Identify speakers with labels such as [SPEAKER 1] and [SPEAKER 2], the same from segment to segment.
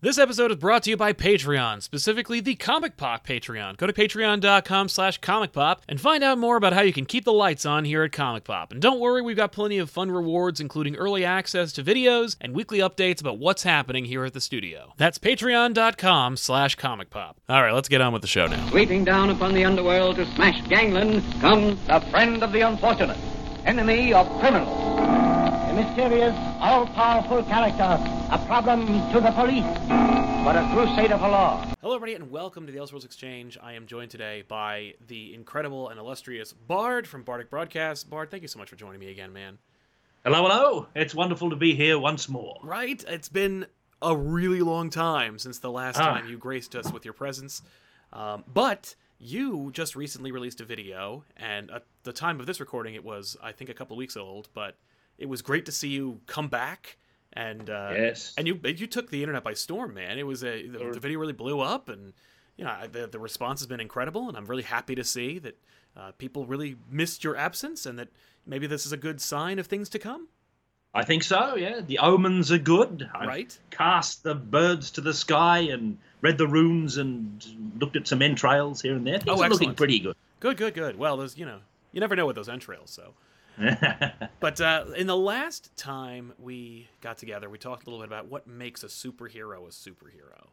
[SPEAKER 1] This episode is brought to you by Patreon, specifically the Comic Pop Patreon. Go to patreon.com slash comic pop and find out more about how you can keep the lights on here at Comic Pop. And don't worry, we've got plenty of fun rewards, including early access to videos and weekly updates about what's happening here at the studio. That's patreon.com slash comic pop. All right, let's get on with the show now.
[SPEAKER 2] Sweeping down upon the underworld to smash gangland comes the friend of the unfortunate, enemy of criminals.
[SPEAKER 3] A mysterious, all-powerful character, a problem to the police, but a crusader for law.
[SPEAKER 1] Hello, everybody, and welcome to the Elseworlds Exchange. I am joined today by the incredible and illustrious Bard from Bardic Broadcast. Bard, thank you so much for joining me again, man.
[SPEAKER 4] Hello, hello. It's wonderful to be here once more.
[SPEAKER 1] Right? It's been a really long time since the last
[SPEAKER 4] Ah.
[SPEAKER 1] time you graced us with your presence. Um, but you just recently released a video, and at the time of this recording, it was, I think, a couple weeks old, but it was great to see you come back. And uh,
[SPEAKER 4] Yes.
[SPEAKER 1] and you you took the internet by storm, man. It was a the, the video really blew up, and you know I- the the response has been incredible, and I'm really happy to see that uh, people really missed your absence, and that maybe this is a good sign of things to come.
[SPEAKER 4] I think so, yeah. The omens are good. I
[SPEAKER 1] Right.
[SPEAKER 4] cast the birds to the sky and read the runes and looked at some entrails here and there. Things
[SPEAKER 1] Oh,
[SPEAKER 4] are looking
[SPEAKER 1] excellent.
[SPEAKER 4] pretty good.
[SPEAKER 1] Good, good, good. Well, those you know you never know with those entrails, so. But uh, in the last time we got together, we talked a little bit about what makes a superhero a superhero,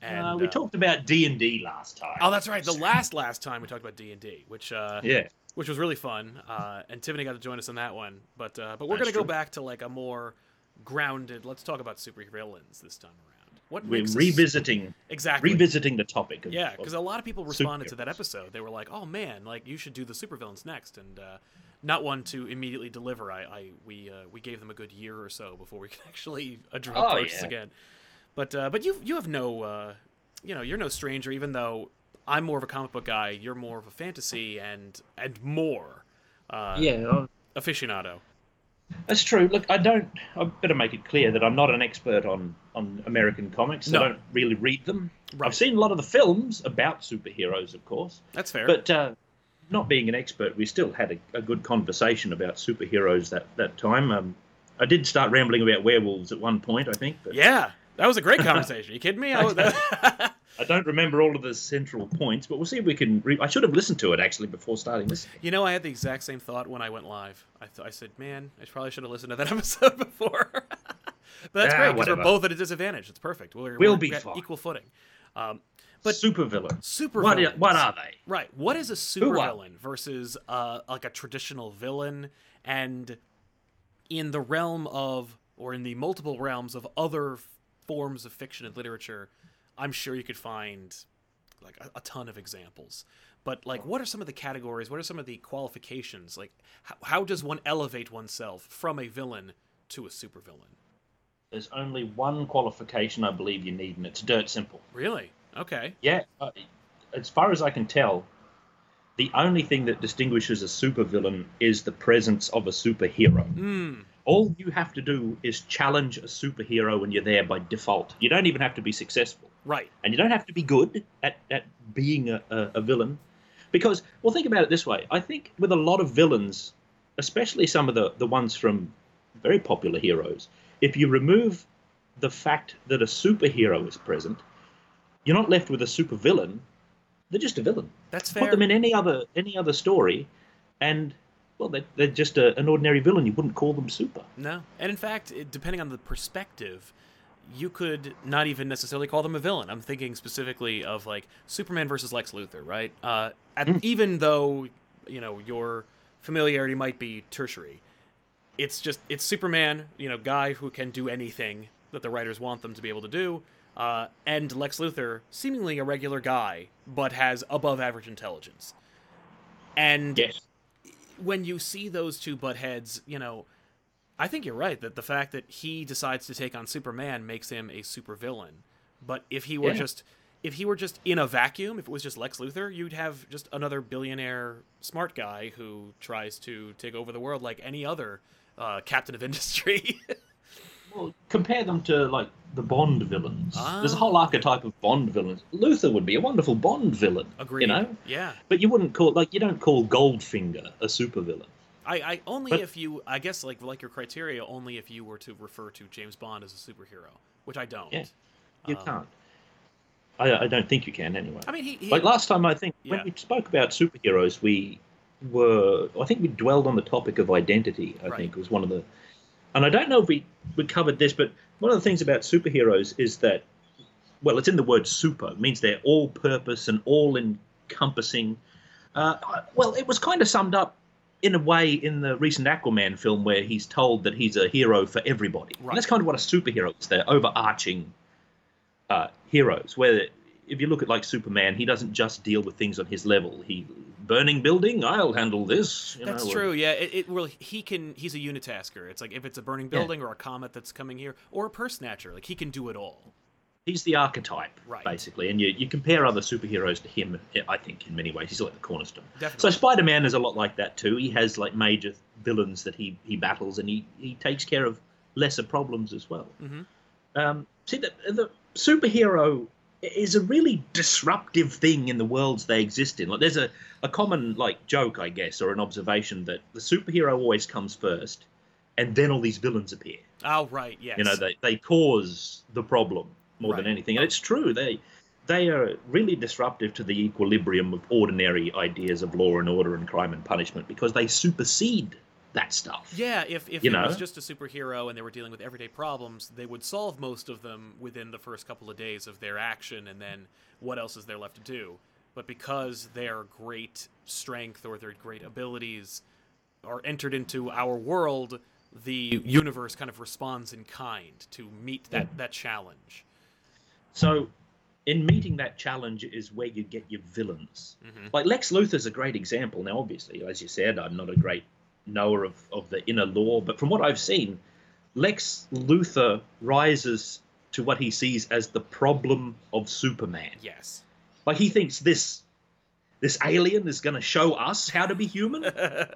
[SPEAKER 1] and
[SPEAKER 4] uh, we
[SPEAKER 1] uh,
[SPEAKER 4] talked about D&D last time.
[SPEAKER 1] Oh, that's right. The last last time we talked about D and D, which uh,
[SPEAKER 4] Yeah.
[SPEAKER 1] which was really fun. Uh, and Tiffany got to join us on that one. But uh, but we're
[SPEAKER 4] That's
[SPEAKER 1] gonna go
[SPEAKER 4] true.
[SPEAKER 1] back to like a more grounded. Let's talk about supervillains this time around. What
[SPEAKER 4] We're
[SPEAKER 1] makes a s-
[SPEAKER 4] revisiting
[SPEAKER 1] exactly
[SPEAKER 4] revisiting the topic. Of,
[SPEAKER 1] Yeah,
[SPEAKER 4] of-
[SPEAKER 1] because a lot of people responded to that episode. They were like, "Oh man, like you should do the supervillains next," and uh, not one to immediately deliver. I, I we uh, we gave them a good year or so before we could actually address
[SPEAKER 4] Oh,
[SPEAKER 1] this
[SPEAKER 4] yeah.
[SPEAKER 1] again. But uh, but you you have no uh, you know you're no stranger. Even though I'm more of a comic book guy, you're more of a fantasy and and more uh,
[SPEAKER 4] yeah, oh, I-
[SPEAKER 1] aficionado.
[SPEAKER 4] That's true. Look, I don't. I better make it clear that I'm not an expert on on American comics.
[SPEAKER 1] No.
[SPEAKER 4] I don't really read them.
[SPEAKER 1] Right.
[SPEAKER 4] I've seen a lot of the films about superheroes, of course,
[SPEAKER 1] That's fair.
[SPEAKER 4] but uh, not being an expert, we still had a, a good conversation about superheroes that that time. Um, I did start rambling about werewolves at one point, I think, but
[SPEAKER 1] yeah, that was a great conversation. you kidding me? I was-
[SPEAKER 4] I don't remember all of the central points. But we'll see if we can. Re- I should have listened to it actually before starting this.
[SPEAKER 1] You know, I had the exact same thought when I went live. I, th- I said, man, I probably should have listened to that episode before. but that's
[SPEAKER 4] Ah,
[SPEAKER 1] great because we're
[SPEAKER 4] whatever.
[SPEAKER 1] both at a disadvantage. It's perfect. We're,
[SPEAKER 4] We'll
[SPEAKER 1] we're-
[SPEAKER 4] be
[SPEAKER 1] we're at
[SPEAKER 4] fine.
[SPEAKER 1] equal footing. Um, But-
[SPEAKER 4] But supervillains.
[SPEAKER 1] super
[SPEAKER 4] What,
[SPEAKER 1] villains.
[SPEAKER 4] what uh, are they?
[SPEAKER 1] Right. What is a
[SPEAKER 4] Who are-
[SPEAKER 1] supervillain versus uh, like a traditional villain? And in the realm of, or in the multiple realms of other f- forms of fiction and literature, I'm sure you could find like a, a ton of examples. But like, what are some of the categories? What are some of the qualifications? Like, how, how does one elevate oneself from a villain to a supervillain?
[SPEAKER 4] There's only one qualification I believe you need, and it's dirt simple.
[SPEAKER 1] Really? Okay.
[SPEAKER 4] Yeah, uh, as far as I can tell, the only thing that distinguishes a supervillain is the presence of a superhero.
[SPEAKER 1] Hmm.
[SPEAKER 4] All you have to do is challenge a superhero, and you're there by default. You don't even have to be successful,
[SPEAKER 1] Right.
[SPEAKER 4] and you don't have to be good at, at being a, a, a villain. Because, well, think about it this way I think with a lot of villains, especially some of the, the ones from very popular heroes, if you remove the fact that a superhero is present, you're not left with a supervillain. They're just a villain.
[SPEAKER 1] That's
[SPEAKER 4] Put
[SPEAKER 1] fair.
[SPEAKER 4] them in any other any other story, and well, they're, they're just a, an ordinary villain. You wouldn't call them super.
[SPEAKER 1] No. And in fact, it, depending on the perspective, you could not even necessarily call them a villain. I'm thinking specifically of like Superman versus Lex Luthor, right? Uh, at, Even though, you know, your familiarity might be tertiary, it's just, it's Superman, you know, guy who can do anything that the writers want them to be able to do. Uh, and Lex Luthor, seemingly a regular guy, but has above average intelligence. And
[SPEAKER 4] Yes.
[SPEAKER 1] when you see those two butt heads, you know, I think you're right that the fact that he decides to take on Superman makes him a supervillain. But if he were
[SPEAKER 4] Yeah.
[SPEAKER 1] just if he were just in a vacuum, if it was just Lex Luthor, you'd have just another billionaire smart guy who tries to take over the world like any other uh, captain of industry.
[SPEAKER 4] Well, compare them to like the Bond villains.
[SPEAKER 1] Ah.
[SPEAKER 4] There's a whole archetype of Bond villains. Luther would be a wonderful Bond villain.
[SPEAKER 1] Agreed.
[SPEAKER 4] You know,
[SPEAKER 1] Yeah.
[SPEAKER 4] but you wouldn't call like you don't call Goldfinger a supervillain.
[SPEAKER 1] I, I only
[SPEAKER 4] But-
[SPEAKER 1] if you I guess like like your criteria only if you were to refer to James Bond as a superhero, which I don't.
[SPEAKER 4] Yeah. You
[SPEAKER 1] Um,
[SPEAKER 4] can't. I, I don't think you can anyway.
[SPEAKER 1] I mean, he, he
[SPEAKER 4] like last time, I think
[SPEAKER 1] Yeah.
[SPEAKER 4] when we spoke about superheroes, we were I think we dwelled on the topic of identity. I
[SPEAKER 1] Right.
[SPEAKER 4] think was one of the, and I don't know if we we covered this, but one of the things about superheroes is that, well, it's in the word super it means they're all-purpose and all-encompassing. Uh, I- well, it was kind of summed up in a way in the recent Aquaman film where he's told that he's a hero for everybody.
[SPEAKER 1] Right.
[SPEAKER 4] And that's kind of what a superhero is. They're overarching uh, heroes. Where if you look at like Superman, he doesn't just deal with things on his level. He burning building, I'll handle this. you
[SPEAKER 1] That's
[SPEAKER 4] know, or-
[SPEAKER 1] true. Yeah, it, it really he can. He's a unitasker. It's like if it's a burning building or a comet that's coming here or a purse snatcher. Like he can do it all.
[SPEAKER 4] He's the archetype,
[SPEAKER 1] Right.
[SPEAKER 4] basically. And you, you compare other superheroes to him. I think in many ways he's like the cornerstone. So
[SPEAKER 1] Definitely.
[SPEAKER 4] Spider Man is a lot like that too. He has like major villains that he, he battles, and he, he takes care of lesser problems as well.
[SPEAKER 1] Mhm.
[SPEAKER 4] Um, see, the, the superhero is a really disruptive thing in the worlds they exist in. Like, there's a, a common like joke, I guess, or an observation that the superhero always comes first, and then all these villains appear.
[SPEAKER 1] oh right. Yes.
[SPEAKER 4] You know, they, they cause the problem more than
[SPEAKER 1] Right.
[SPEAKER 4] anything. And it's true. They they are really disruptive to the equilibrium of ordinary ideas of law and order and crime and punishment because they supersede that stuff.
[SPEAKER 1] yeah. If if
[SPEAKER 4] you
[SPEAKER 1] it was
[SPEAKER 4] know.
[SPEAKER 1] just a superhero and they were dealing with everyday problems, they would solve most of them within the first couple of days of their action, and then what else is there left to do? But because their great strength or their great abilities are entered into our world, the universe kind of responds in kind to meet that that challenge.
[SPEAKER 4] So in meeting that challenge is where you get your villains.
[SPEAKER 1] Mhm.
[SPEAKER 4] Like Lex Luthor's a great example. Now, obviously, as you said, I'm not a great knower of, of the inner law, but from what I've seen, Lex Luthor rises to what he sees as the problem of Superman.
[SPEAKER 1] Yes.
[SPEAKER 4] Like he thinks this this alien is going to show us how to be human.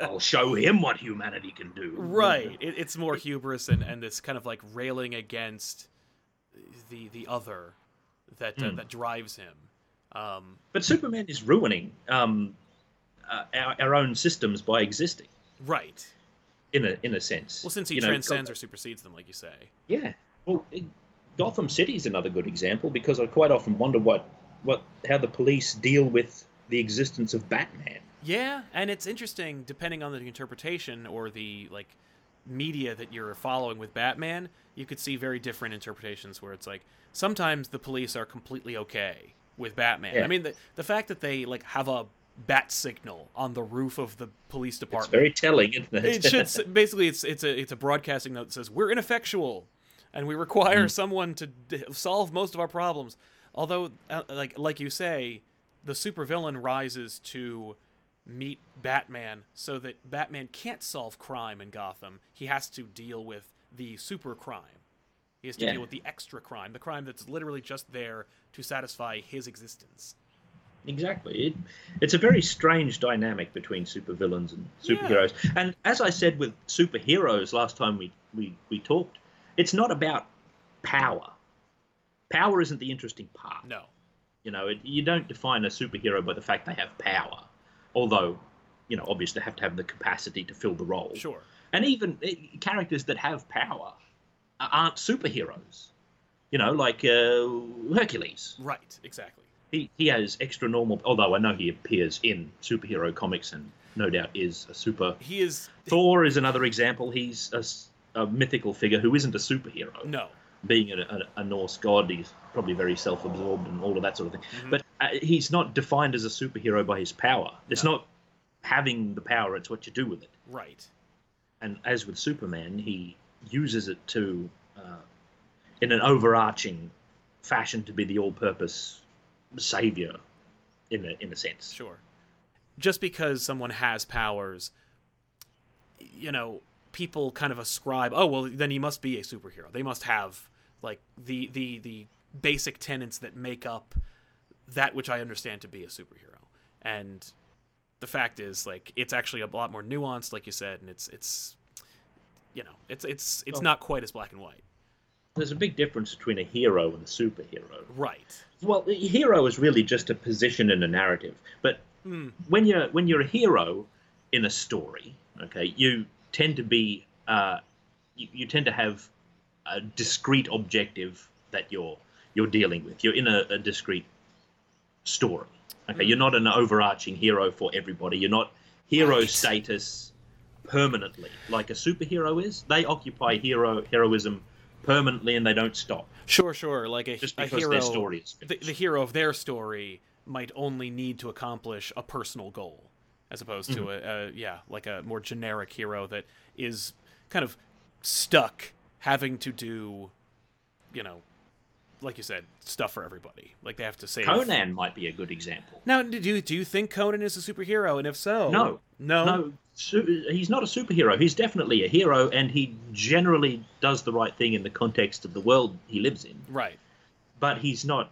[SPEAKER 4] I'll show him what humanity can do.
[SPEAKER 1] Right. It, it's more hubris and, and this kind of like railing against the the other that uh,
[SPEAKER 4] Hmm.
[SPEAKER 1] that drives him. Um,
[SPEAKER 4] But Superman is ruining um, uh, our, our own systems by existing
[SPEAKER 1] right.
[SPEAKER 4] in a in a sense.
[SPEAKER 1] Well, since he
[SPEAKER 4] You know,
[SPEAKER 1] transcends
[SPEAKER 4] Gotham-
[SPEAKER 1] or supersedes them, like you say.
[SPEAKER 4] yeah. Well, it, Gotham City is another good example because I quite often wonder what what how the police deal with the existence of Batman.
[SPEAKER 1] Yeah, and it's interesting depending on the interpretation or the like media that you're following with Batman, you could see very different interpretations where it's like sometimes the police are completely okay with Batman.
[SPEAKER 4] Yeah.
[SPEAKER 1] I mean the the fact that they like have a bat signal on the roof of the police
[SPEAKER 4] It's
[SPEAKER 1] department
[SPEAKER 4] very telling, isn't it?
[SPEAKER 1] it should s- basically it's it's a it's a broadcasting note that says we're ineffectual and we require someone to d- solve most of our problems although uh, like like you say the supervillain rises to meet batman so that batman can't solve crime in gotham he has to deal with the super crime he has to
[SPEAKER 4] Yeah.
[SPEAKER 1] deal with the extra crime the crime that's literally just there to satisfy his existence
[SPEAKER 4] Exactly. It, it's a very strange dynamic between supervillains and superheroes. And as I said with superheroes last time we, we, we talked, it's not about power. Power isn't the interesting part.
[SPEAKER 1] no
[SPEAKER 4] You know, it, you don't define a superhero by the fact they have power, although, you know, obviously they have to have the capacity to fill the role.
[SPEAKER 1] sure
[SPEAKER 4] And even eh, characters that have power a- aren't superheroes. You know, like uh, Hercules
[SPEAKER 1] right exactly
[SPEAKER 4] he he has extra normal. Although I know he appears in superhero comics and no doubt is a super.
[SPEAKER 1] he is
[SPEAKER 4] Thor is another example. He's a, s- a mythical figure who isn't a superhero.
[SPEAKER 1] no
[SPEAKER 4] Being a, a, a Norse god, he's probably very self-absorbed and all of that sort of thing.
[SPEAKER 1] Mhm.
[SPEAKER 4] But uh, he's not defined as a superhero by his power. It's
[SPEAKER 1] No.
[SPEAKER 4] not having the power; it's what you do with it.
[SPEAKER 1] right
[SPEAKER 4] And as with Superman, he uses it to, uh, in an overarching fashion, to be the all-purpose savior, in a in a sense.
[SPEAKER 1] Sure. Just because someone has powers, you know, people kind of ascribe, oh well, then he must be a superhero. They must have like the the the basic tenets that make up that which I understand to be a superhero. And the fact is, like, it's actually a lot more nuanced, like you said, and it's it's you know, it's it's it's
[SPEAKER 4] Well-
[SPEAKER 1] not quite as black and white.
[SPEAKER 4] There's a big difference between a hero and a superhero.
[SPEAKER 1] Right.
[SPEAKER 4] Well, a hero is really just a position in a narrative, but
[SPEAKER 1] Mm,
[SPEAKER 4] when you're when you're a hero in a story, okay, you tend to be uh, you, you tend to have a discrete objective that you're you're dealing with. You're in a, a discrete story. Okay, you're not an overarching hero for everybody. You're not hero status permanently like a superhero is. They occupy hero heroism permanently and they don't stop
[SPEAKER 1] Sure, sure. Like a,
[SPEAKER 4] just
[SPEAKER 1] a
[SPEAKER 4] because
[SPEAKER 1] hero,
[SPEAKER 4] their story is
[SPEAKER 1] the,
[SPEAKER 4] finished.
[SPEAKER 1] the hero of their story might only need to accomplish a personal goal, as opposed
[SPEAKER 4] Hmm.
[SPEAKER 1] to a, a yeah, like a more generic hero that is kind of stuck having to do, you know, like you said, stuff for everybody. Like they have to save
[SPEAKER 4] Conan might be a good example.
[SPEAKER 1] Now, do you do you think Conan is a superhero? And if so,
[SPEAKER 4] No.
[SPEAKER 1] no,
[SPEAKER 4] No, su- he's not a superhero. He's definitely a hero, and he generally does the right thing in the context of the world he lives in.
[SPEAKER 1] right,
[SPEAKER 4] But he's not.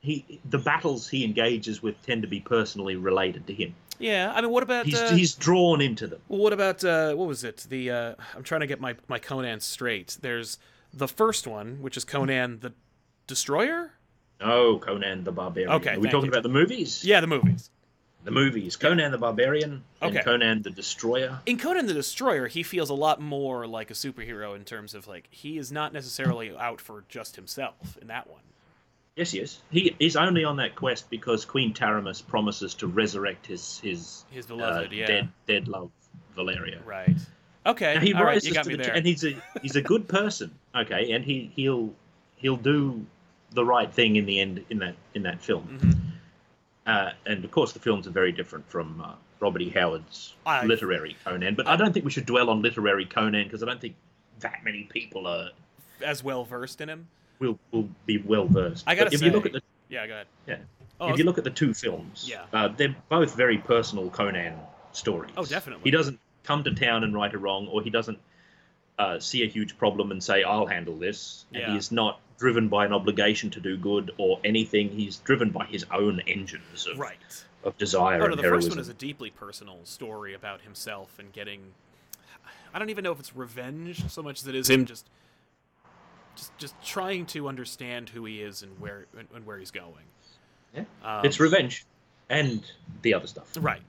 [SPEAKER 4] He the battles he engages with tend to be personally related to him.
[SPEAKER 1] yeah. I mean, what about
[SPEAKER 4] He's
[SPEAKER 1] uh,
[SPEAKER 4] he's drawn into them.
[SPEAKER 1] Well, what about uh, what was it? The uh, I'm trying to get my my Conan straight. There's the first one, which is Conan the Destroyer.
[SPEAKER 4] Oh, Conan the Barbarian.
[SPEAKER 1] Okay,
[SPEAKER 4] are we
[SPEAKER 1] thank
[SPEAKER 4] talking
[SPEAKER 1] you.
[SPEAKER 4] about the movies?
[SPEAKER 1] Yeah, the movies.
[SPEAKER 4] the movies. Conan the Barbarian
[SPEAKER 1] Okay.
[SPEAKER 4] and Conan the Destroyer.
[SPEAKER 1] In Conan the Destroyer, he feels a lot more like a superhero in terms of like he is not necessarily out for just himself in that one.
[SPEAKER 4] Yes, yes. He is only on that quest because Queen Taramis promises to resurrect his his
[SPEAKER 1] His beloved,
[SPEAKER 4] uh,
[SPEAKER 1] yeah.
[SPEAKER 4] dead dead love Valeria.
[SPEAKER 1] Right. Okay.
[SPEAKER 4] Now, he
[SPEAKER 1] All right,
[SPEAKER 4] rises
[SPEAKER 1] you got
[SPEAKER 4] to
[SPEAKER 1] me
[SPEAKER 4] the
[SPEAKER 1] there.
[SPEAKER 4] ch- and he's a he's a good person. Okay, and he he'll he'll do the right thing in the end in that in that film.
[SPEAKER 1] Mhm.
[SPEAKER 4] Uh, and of course, the films are very different from uh, Robert E. Howard's
[SPEAKER 1] I-
[SPEAKER 4] literary Conan. But I, don't think we should dwell on literary Conan because I don't think that many people are
[SPEAKER 1] As well versed in him.
[SPEAKER 4] will will be well versed.
[SPEAKER 1] I gotta
[SPEAKER 4] if you look
[SPEAKER 1] say-
[SPEAKER 4] at the
[SPEAKER 1] Yeah. Go ahead.
[SPEAKER 4] yeah,
[SPEAKER 1] Oh,
[SPEAKER 4] if you look at the two films,
[SPEAKER 1] Yeah.
[SPEAKER 4] uh, they're both very personal Conan stories.
[SPEAKER 1] Oh, definitely.
[SPEAKER 4] He doesn't come to town and right a wrong, or he doesn't uh, see a huge problem and say, "I'll handle this." And
[SPEAKER 1] Yeah.
[SPEAKER 4] he is not driven by an obligation to do good or anything. He's driven by his own engines of,
[SPEAKER 1] right.
[SPEAKER 4] of desire
[SPEAKER 1] Oh no,
[SPEAKER 4] and
[SPEAKER 1] the
[SPEAKER 4] heroism.
[SPEAKER 1] first one is a deeply personal story about himself and getting. I don't even know if it's revenge so much as it is him just, just, just trying to understand who he is and where and, and where he's going.
[SPEAKER 4] Yeah.
[SPEAKER 1] Um,
[SPEAKER 4] It's revenge, and the other stuff.
[SPEAKER 1] right.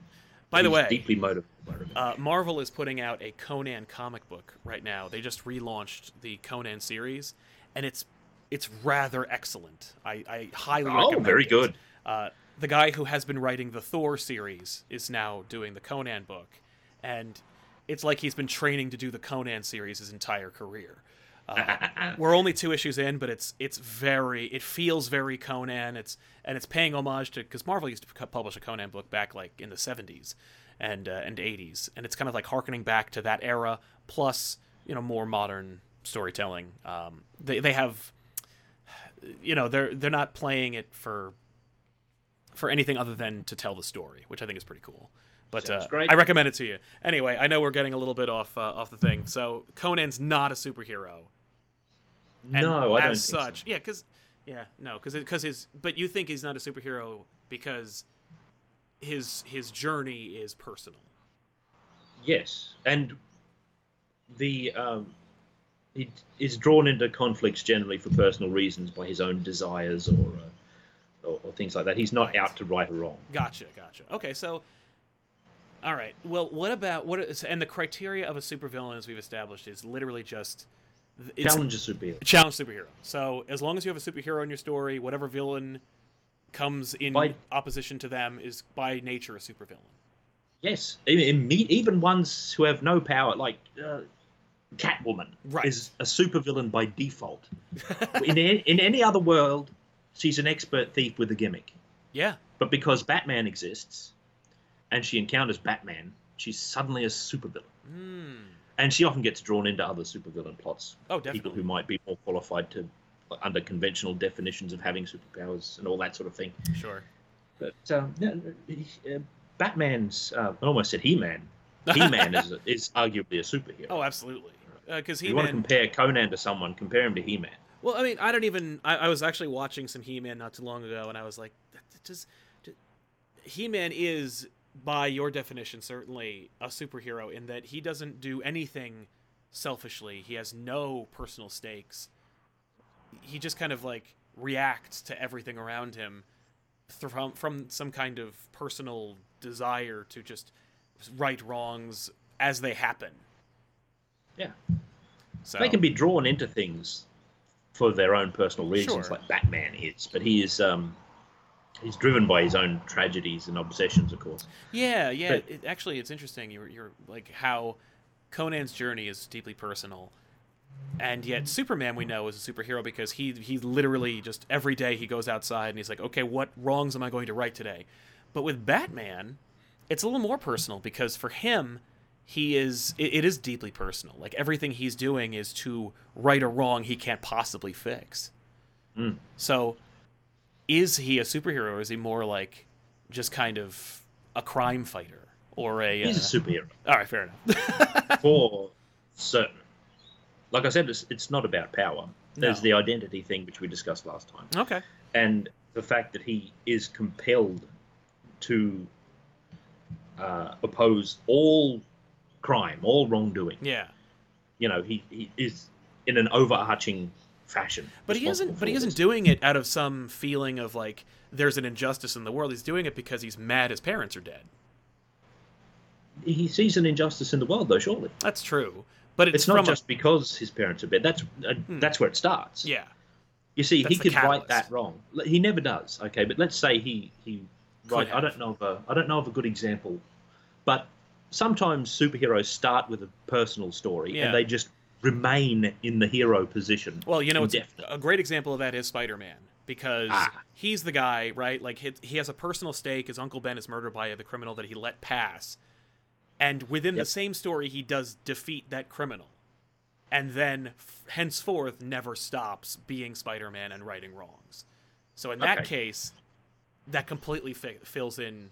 [SPEAKER 1] By the
[SPEAKER 4] He's
[SPEAKER 1] way,
[SPEAKER 4] deeply motivated by revenge.
[SPEAKER 1] uh, Marvel is putting out a Conan comic book right now. They just relaunched the Conan series, and it's it's rather excellent. I, I highly
[SPEAKER 4] Oh,
[SPEAKER 1] recommend.
[SPEAKER 4] very
[SPEAKER 1] it.
[SPEAKER 4] good.
[SPEAKER 1] Uh, the guy who has been writing the Thor series is now doing the Conan book, and it's like he's been training to do the Conan series his entire career. Uh, we're only two issues in, but it's it's very it feels very Conan. It's and it's paying homage to because Marvel used to pu- publish a Conan book back like in the seventies and uh, and eighties, and it's kind of like harkening back to that era plus you know more modern storytelling. Um, they they have you know they're they're not playing it for for anything other than to tell the story, which I think is pretty cool. But uh,
[SPEAKER 4] Sounds great.
[SPEAKER 1] I recommend it to you. Anyway, I know we're getting a little bit off uh, off the thing. So Conan's not a superhero. And
[SPEAKER 4] no, I
[SPEAKER 1] as
[SPEAKER 4] don't. think so.
[SPEAKER 1] such, yeah, because yeah, no, because because his but you think he's not a superhero because his his journey is personal.
[SPEAKER 4] Yes, and the um, he is drawn into conflicts generally for personal reasons by his own desires or uh, or, or things like that. He's not out to right or wrong.
[SPEAKER 1] Gotcha, gotcha. Okay, so all right. Well, what about what is and the criteria of a supervillain as we've established is literally just it's
[SPEAKER 4] Challenge a superhero.
[SPEAKER 1] challenge superhero. So as long as you have a superhero in your story, whatever villain comes in
[SPEAKER 4] By-
[SPEAKER 1] opposition to them is by nature a supervillain.
[SPEAKER 4] Yes, even, even ones who have no power, like uh, Catwoman,
[SPEAKER 1] Right.
[SPEAKER 4] is a supervillain by default. in a- in any other world, she's an expert thief with a gimmick.
[SPEAKER 1] Yeah.
[SPEAKER 4] But because Batman exists, and she encounters Batman, she's suddenly a supervillain.
[SPEAKER 1] Mm.
[SPEAKER 4] and she often gets drawn into other supervillain plots.
[SPEAKER 1] Oh,
[SPEAKER 4] People
[SPEAKER 1] definitely.
[SPEAKER 4] who might be more qualified to, under conventional definitions of having superpowers and all that sort of thing.
[SPEAKER 1] Sure.
[SPEAKER 4] But um, no, no, he- uh, Batman's, uh, I almost said He-Man. He-Man is is arguably a superhero.
[SPEAKER 1] Oh, absolutely. Because
[SPEAKER 4] if
[SPEAKER 1] he
[SPEAKER 4] you want to
[SPEAKER 1] man.
[SPEAKER 4] compare Conan to someone, compare him to He-Man.
[SPEAKER 1] Well, I mean, I don't even. I, I was actually watching some He Man not too long ago, and I was like, "That- that just, He Man is, by your definition, certainly a superhero in that he doesn't do anything selfishly. He has no personal stakes. He just kind of like reacts to everything around him from from some kind of personal desire to just right wrongs as they happen.
[SPEAKER 4] Yeah.
[SPEAKER 1] So
[SPEAKER 4] They can be drawn into things for their own personal reasons,
[SPEAKER 1] Sure.
[SPEAKER 4] like Batman is. But he is um, he's driven by his own tragedies and obsessions, of course.
[SPEAKER 1] Yeah, yeah.
[SPEAKER 4] But-
[SPEAKER 1] it, actually, it's interesting. You're, you're like how Conan's journey is deeply personal, and yet Superman we know is a superhero because he he literally just every day he goes outside and he's like, okay, what wrongs am I going to right today? But with Batman, it's a little more personal because for him, he is it, it is deeply personal. Like everything he's doing is to right a wrong he can't possibly fix.
[SPEAKER 4] Mm.
[SPEAKER 1] So, is he a superhero or is he more like just kind of a crime fighter or a? Uh,
[SPEAKER 4] He's a superhero
[SPEAKER 1] all right, fair enough.
[SPEAKER 4] for certain. Like I said, it's, it's not about power. There's
[SPEAKER 1] No.
[SPEAKER 4] the identity thing which we discussed last time.
[SPEAKER 1] okay.
[SPEAKER 4] and the fact that he is compelled to uh, oppose all crime, all wrongdoing.
[SPEAKER 1] Yeah,
[SPEAKER 4] You know, he, he is in an overarching fashion.
[SPEAKER 1] but he
[SPEAKER 4] responsible
[SPEAKER 1] isn't. But
[SPEAKER 4] for
[SPEAKER 1] he
[SPEAKER 4] all
[SPEAKER 1] isn't
[SPEAKER 4] this.
[SPEAKER 1] doing it out of some feeling of like there's an injustice in the world. He's doing it because he's mad his parents are dead.
[SPEAKER 4] He sees an injustice in the world, though. Surely,
[SPEAKER 1] That's true. But it's,
[SPEAKER 4] it's, not
[SPEAKER 1] from
[SPEAKER 4] just because his parents are bad. That's uh, that's where it starts.
[SPEAKER 1] A, yeah.
[SPEAKER 4] You see,
[SPEAKER 1] That's
[SPEAKER 4] he
[SPEAKER 1] the
[SPEAKER 4] could
[SPEAKER 1] catalyst.
[SPEAKER 4] right that wrong. L- He never does. Okay, but let's say he he
[SPEAKER 1] Could
[SPEAKER 4] right. I
[SPEAKER 1] have.
[SPEAKER 4] don't know of a I don't know of a good example, but sometimes superheroes start with a personal story
[SPEAKER 1] Yeah.
[SPEAKER 4] and they just remain in the hero position.
[SPEAKER 1] Well, you know, it's
[SPEAKER 4] indefinitely.
[SPEAKER 1] a great example of that is Spider Man because
[SPEAKER 4] Ah.
[SPEAKER 1] he's the guy, right? Like he, he has a personal stake. His uncle Ben is murdered by the criminal that he let pass, and within the
[SPEAKER 4] Yep.
[SPEAKER 1] same story, he does defeat that criminal, and then f- henceforth never stops being Spider Man and righting wrongs. So in that
[SPEAKER 4] Okay.
[SPEAKER 1] case, that completely fi- fills in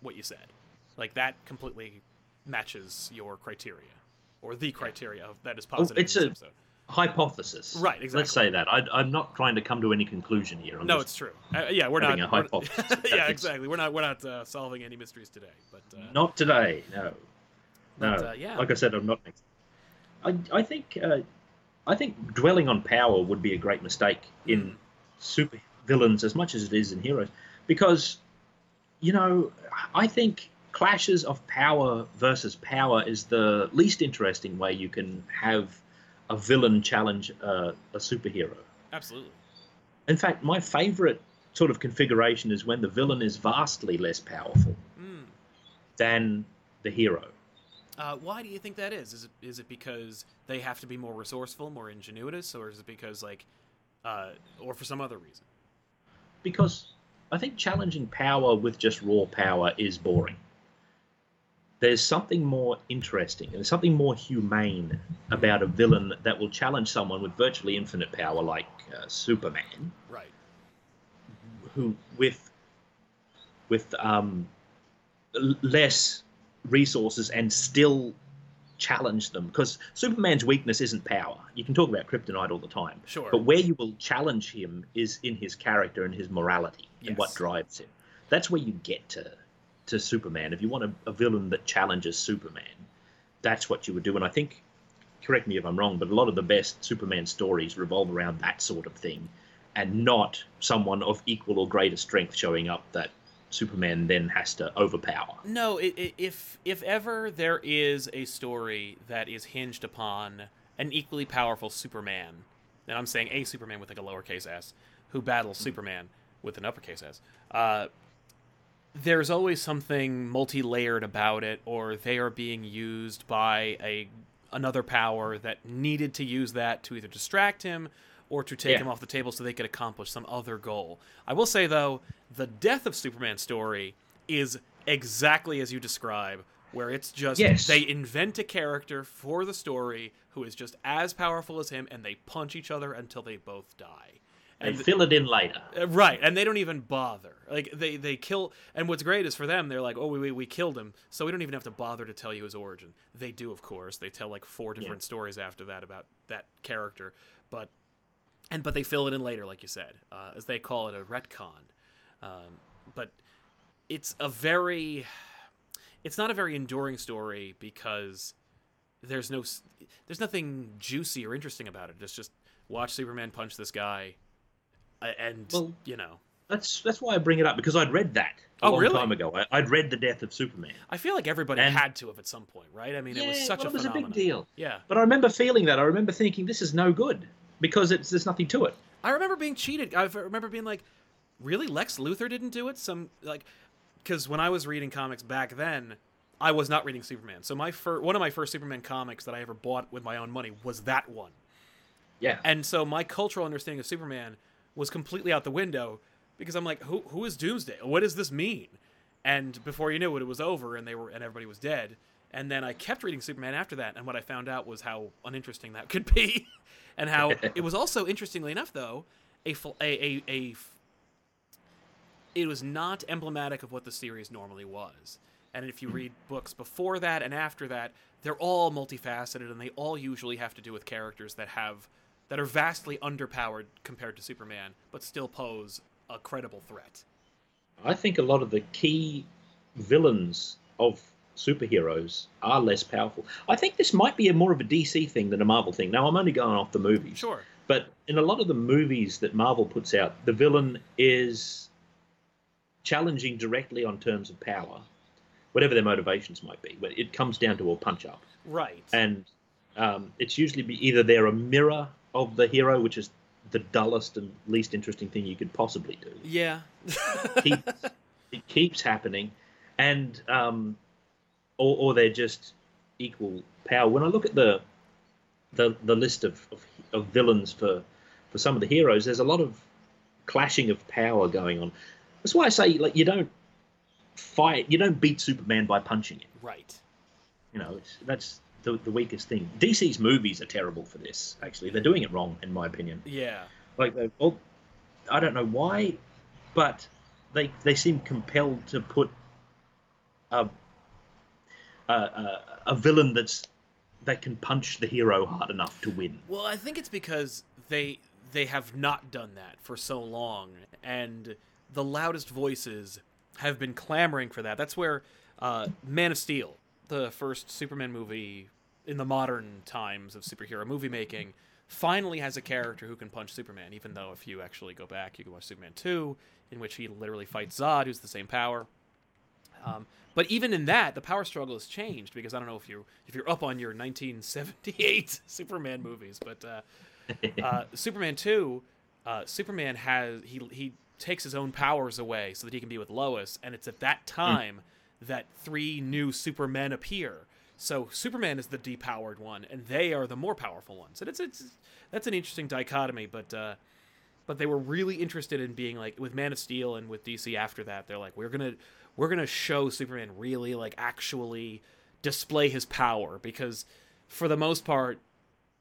[SPEAKER 1] what you said. Like that completely matches your criteria or the criteria of that is positive.
[SPEAKER 4] Oh, it's
[SPEAKER 1] in this
[SPEAKER 4] a-
[SPEAKER 1] episode.
[SPEAKER 4] hypothesis.
[SPEAKER 1] Right,
[SPEAKER 4] Let's
[SPEAKER 1] exactly.
[SPEAKER 4] say that. I, I'm not trying to come to any conclusion here. I'm
[SPEAKER 1] No,
[SPEAKER 4] just
[SPEAKER 1] it's true. Uh, yeah, we're not.
[SPEAKER 4] having a
[SPEAKER 1] we're-
[SPEAKER 4] hypothesis.
[SPEAKER 1] yeah, exactly. We're not. We're not uh, solving any mysteries today. But uh,
[SPEAKER 4] Not today, no. No.
[SPEAKER 1] But, uh, yeah.
[SPEAKER 4] Like I said, I'm not. I I think uh, I think dwelling on power would be a great mistake
[SPEAKER 1] Mm.
[SPEAKER 4] in super villains as much as it is in heroes, because you know I think clashes of power versus power is the least interesting way you can have a villain challenge uh, a superhero.
[SPEAKER 1] absolutely.
[SPEAKER 4] In fact, my favorite sort of configuration is when the villain is vastly less powerful
[SPEAKER 1] Mm.
[SPEAKER 4] than the hero.
[SPEAKER 1] Uh, why do you think that is? Is it is it because they have to be more resourceful, more ingenuitous, or is it because like, uh, or for some other reason?
[SPEAKER 4] because I think challenging power with just raw power is boring. There's something more interesting, there's something more humane about a villain that will challenge someone with virtually infinite power, like uh, Superman,
[SPEAKER 1] Right.
[SPEAKER 4] who with with um, l- less resources and still challenge them. Because Superman's weakness isn't power. You can talk about kryptonite all the time,
[SPEAKER 1] Sure.
[SPEAKER 4] but where you will challenge him is in his character and his morality and what
[SPEAKER 1] Yes.
[SPEAKER 4] drives him. That's where you get to to Superman. If you want a, a villain that challenges Superman, that's what you would do. And I think, correct me if I'm wrong, but a lot of the best Superman stories revolve around that sort of thing, and not someone of equal or greater strength showing up that Superman then has to overpower.
[SPEAKER 1] No, i i if if ever there is a story that is hinged upon an equally powerful Superman, and I'm saying a Superman with like a lowercase s, who
[SPEAKER 4] Hmm.
[SPEAKER 1] battles Superman with an uppercase s, uh, there's always something multi-layered about it, or they are being used by a another power that needed to use that to either distract him or to take
[SPEAKER 4] Yeah.
[SPEAKER 1] him off the table so they could accomplish some other goal. I will say though, the death of Superman story is exactly as you describe, where it's just
[SPEAKER 4] Yes.
[SPEAKER 1] they invent a character for the story who is just as powerful as him, and they punch each other until they both die.
[SPEAKER 4] They
[SPEAKER 1] And
[SPEAKER 4] fill it in later.
[SPEAKER 1] uh, Right, and they don't even bother. Like they they kill. And what's great is for them, they're like, oh, we we, we killed him, so we don't even have to bother to tell you his origin. They do, of course. They tell like four different stories after that about that character, but and but they fill it in later, like you said, uh, as they call it a retcon. Um, but it's a very, it's not a very enduring story because there's no s- there's nothing juicy or interesting about it. It's just watch Superman punch this guy, a- and
[SPEAKER 4] Well-
[SPEAKER 1] you know,
[SPEAKER 4] That's that's why I bring it up because I'd read that a
[SPEAKER 1] Oh,
[SPEAKER 4] long
[SPEAKER 1] really?
[SPEAKER 4] time ago. I, I'd read the death of Superman.
[SPEAKER 1] I feel like everybody
[SPEAKER 4] And-
[SPEAKER 1] had to have at some point, right? I mean, it was
[SPEAKER 4] Yeah,
[SPEAKER 1] such
[SPEAKER 4] well,
[SPEAKER 1] a
[SPEAKER 4] it was a big
[SPEAKER 1] phenomenon.
[SPEAKER 4] deal.
[SPEAKER 1] Yeah,
[SPEAKER 4] But I remember feeling that. I remember thinking, this is no good. because it's there's nothing to it.
[SPEAKER 1] I remember being cheated. I remember being like, really, Lex Luthor didn't do it. Some like, because when I was reading comics back then, I was not reading Superman. So my fir- one of my first Superman comics that I ever bought with my own money was that one.
[SPEAKER 4] Yeah.
[SPEAKER 1] And so my cultural understanding of Superman was completely out the window because I'm like, who who is Doomsday? What does this mean? And before you knew it, it was over, and they were and everybody was dead. And then I kept reading Superman after that, and what I found out was how uninteresting that could be, and how it was also interestingly enough though a full a, a, a f- it was not emblematic of what the series normally was. And if you read books before that and after that, they're all multifaceted and they all usually have to do with characters that have that are vastly underpowered compared to Superman, but still pose a credible threat.
[SPEAKER 4] I think a lot of the key villains of superheroes are less powerful. I think this might be a more of a DC thing than a Marvel thing. Now I'm only going off the movies.
[SPEAKER 1] Sure.
[SPEAKER 4] But in a lot of the movies that Marvel puts out, the villain is challenging directly on terms of power, whatever their motivations might be. But it comes down to a punch up.
[SPEAKER 1] Right.
[SPEAKER 4] and um, it's usually be either they're a mirror of the hero, which is the dullest and least interesting thing you could possibly do.
[SPEAKER 1] yeah.
[SPEAKER 4] It keeps, it keeps happening, and um, or, or they're just equal power. When I look at the the, the list of, of, of villains for for some of the heroes, there's a lot of clashing of power going on. That's why I say like you don't fight, you don't beat Superman by punching him
[SPEAKER 1] right.
[SPEAKER 4] you know, it's, that's the, the weakest thing. DC's movies are terrible for this. Actually, they're doing it wrong, in my opinion.
[SPEAKER 1] Yeah.
[SPEAKER 4] Like, they, well, I don't know why, but they they seem compelled to put a a, a, a villain that's that can punch the hero hard enough to win.
[SPEAKER 1] Well, I think it's because they they have not done that for so long, and the loudest voices have been clamoring for that. That's where uh, Man of Steel, the first Superman movie in the modern times of superhero movie making, finally has a character who can punch Superman. Even though if you actually go back, you can watch Superman two, in which he literally fights Zod, who's the same power. Um, but even in that, the power struggle has changed because I don't know if you if you're up on your 1978 Superman movies, but uh, uh, Superman two, uh, Superman has he he takes his own powers away so that he can be with Lois, and it's at that time that three new Supermen appear. So Superman is the depowered one, and they are the more powerful ones, and it's it's that's an interesting dichotomy, but. Uh, but they were really interested in being like with Man of Steel and with DC after that they're like we're going to we're going to show Superman really like actually display his power because for the most part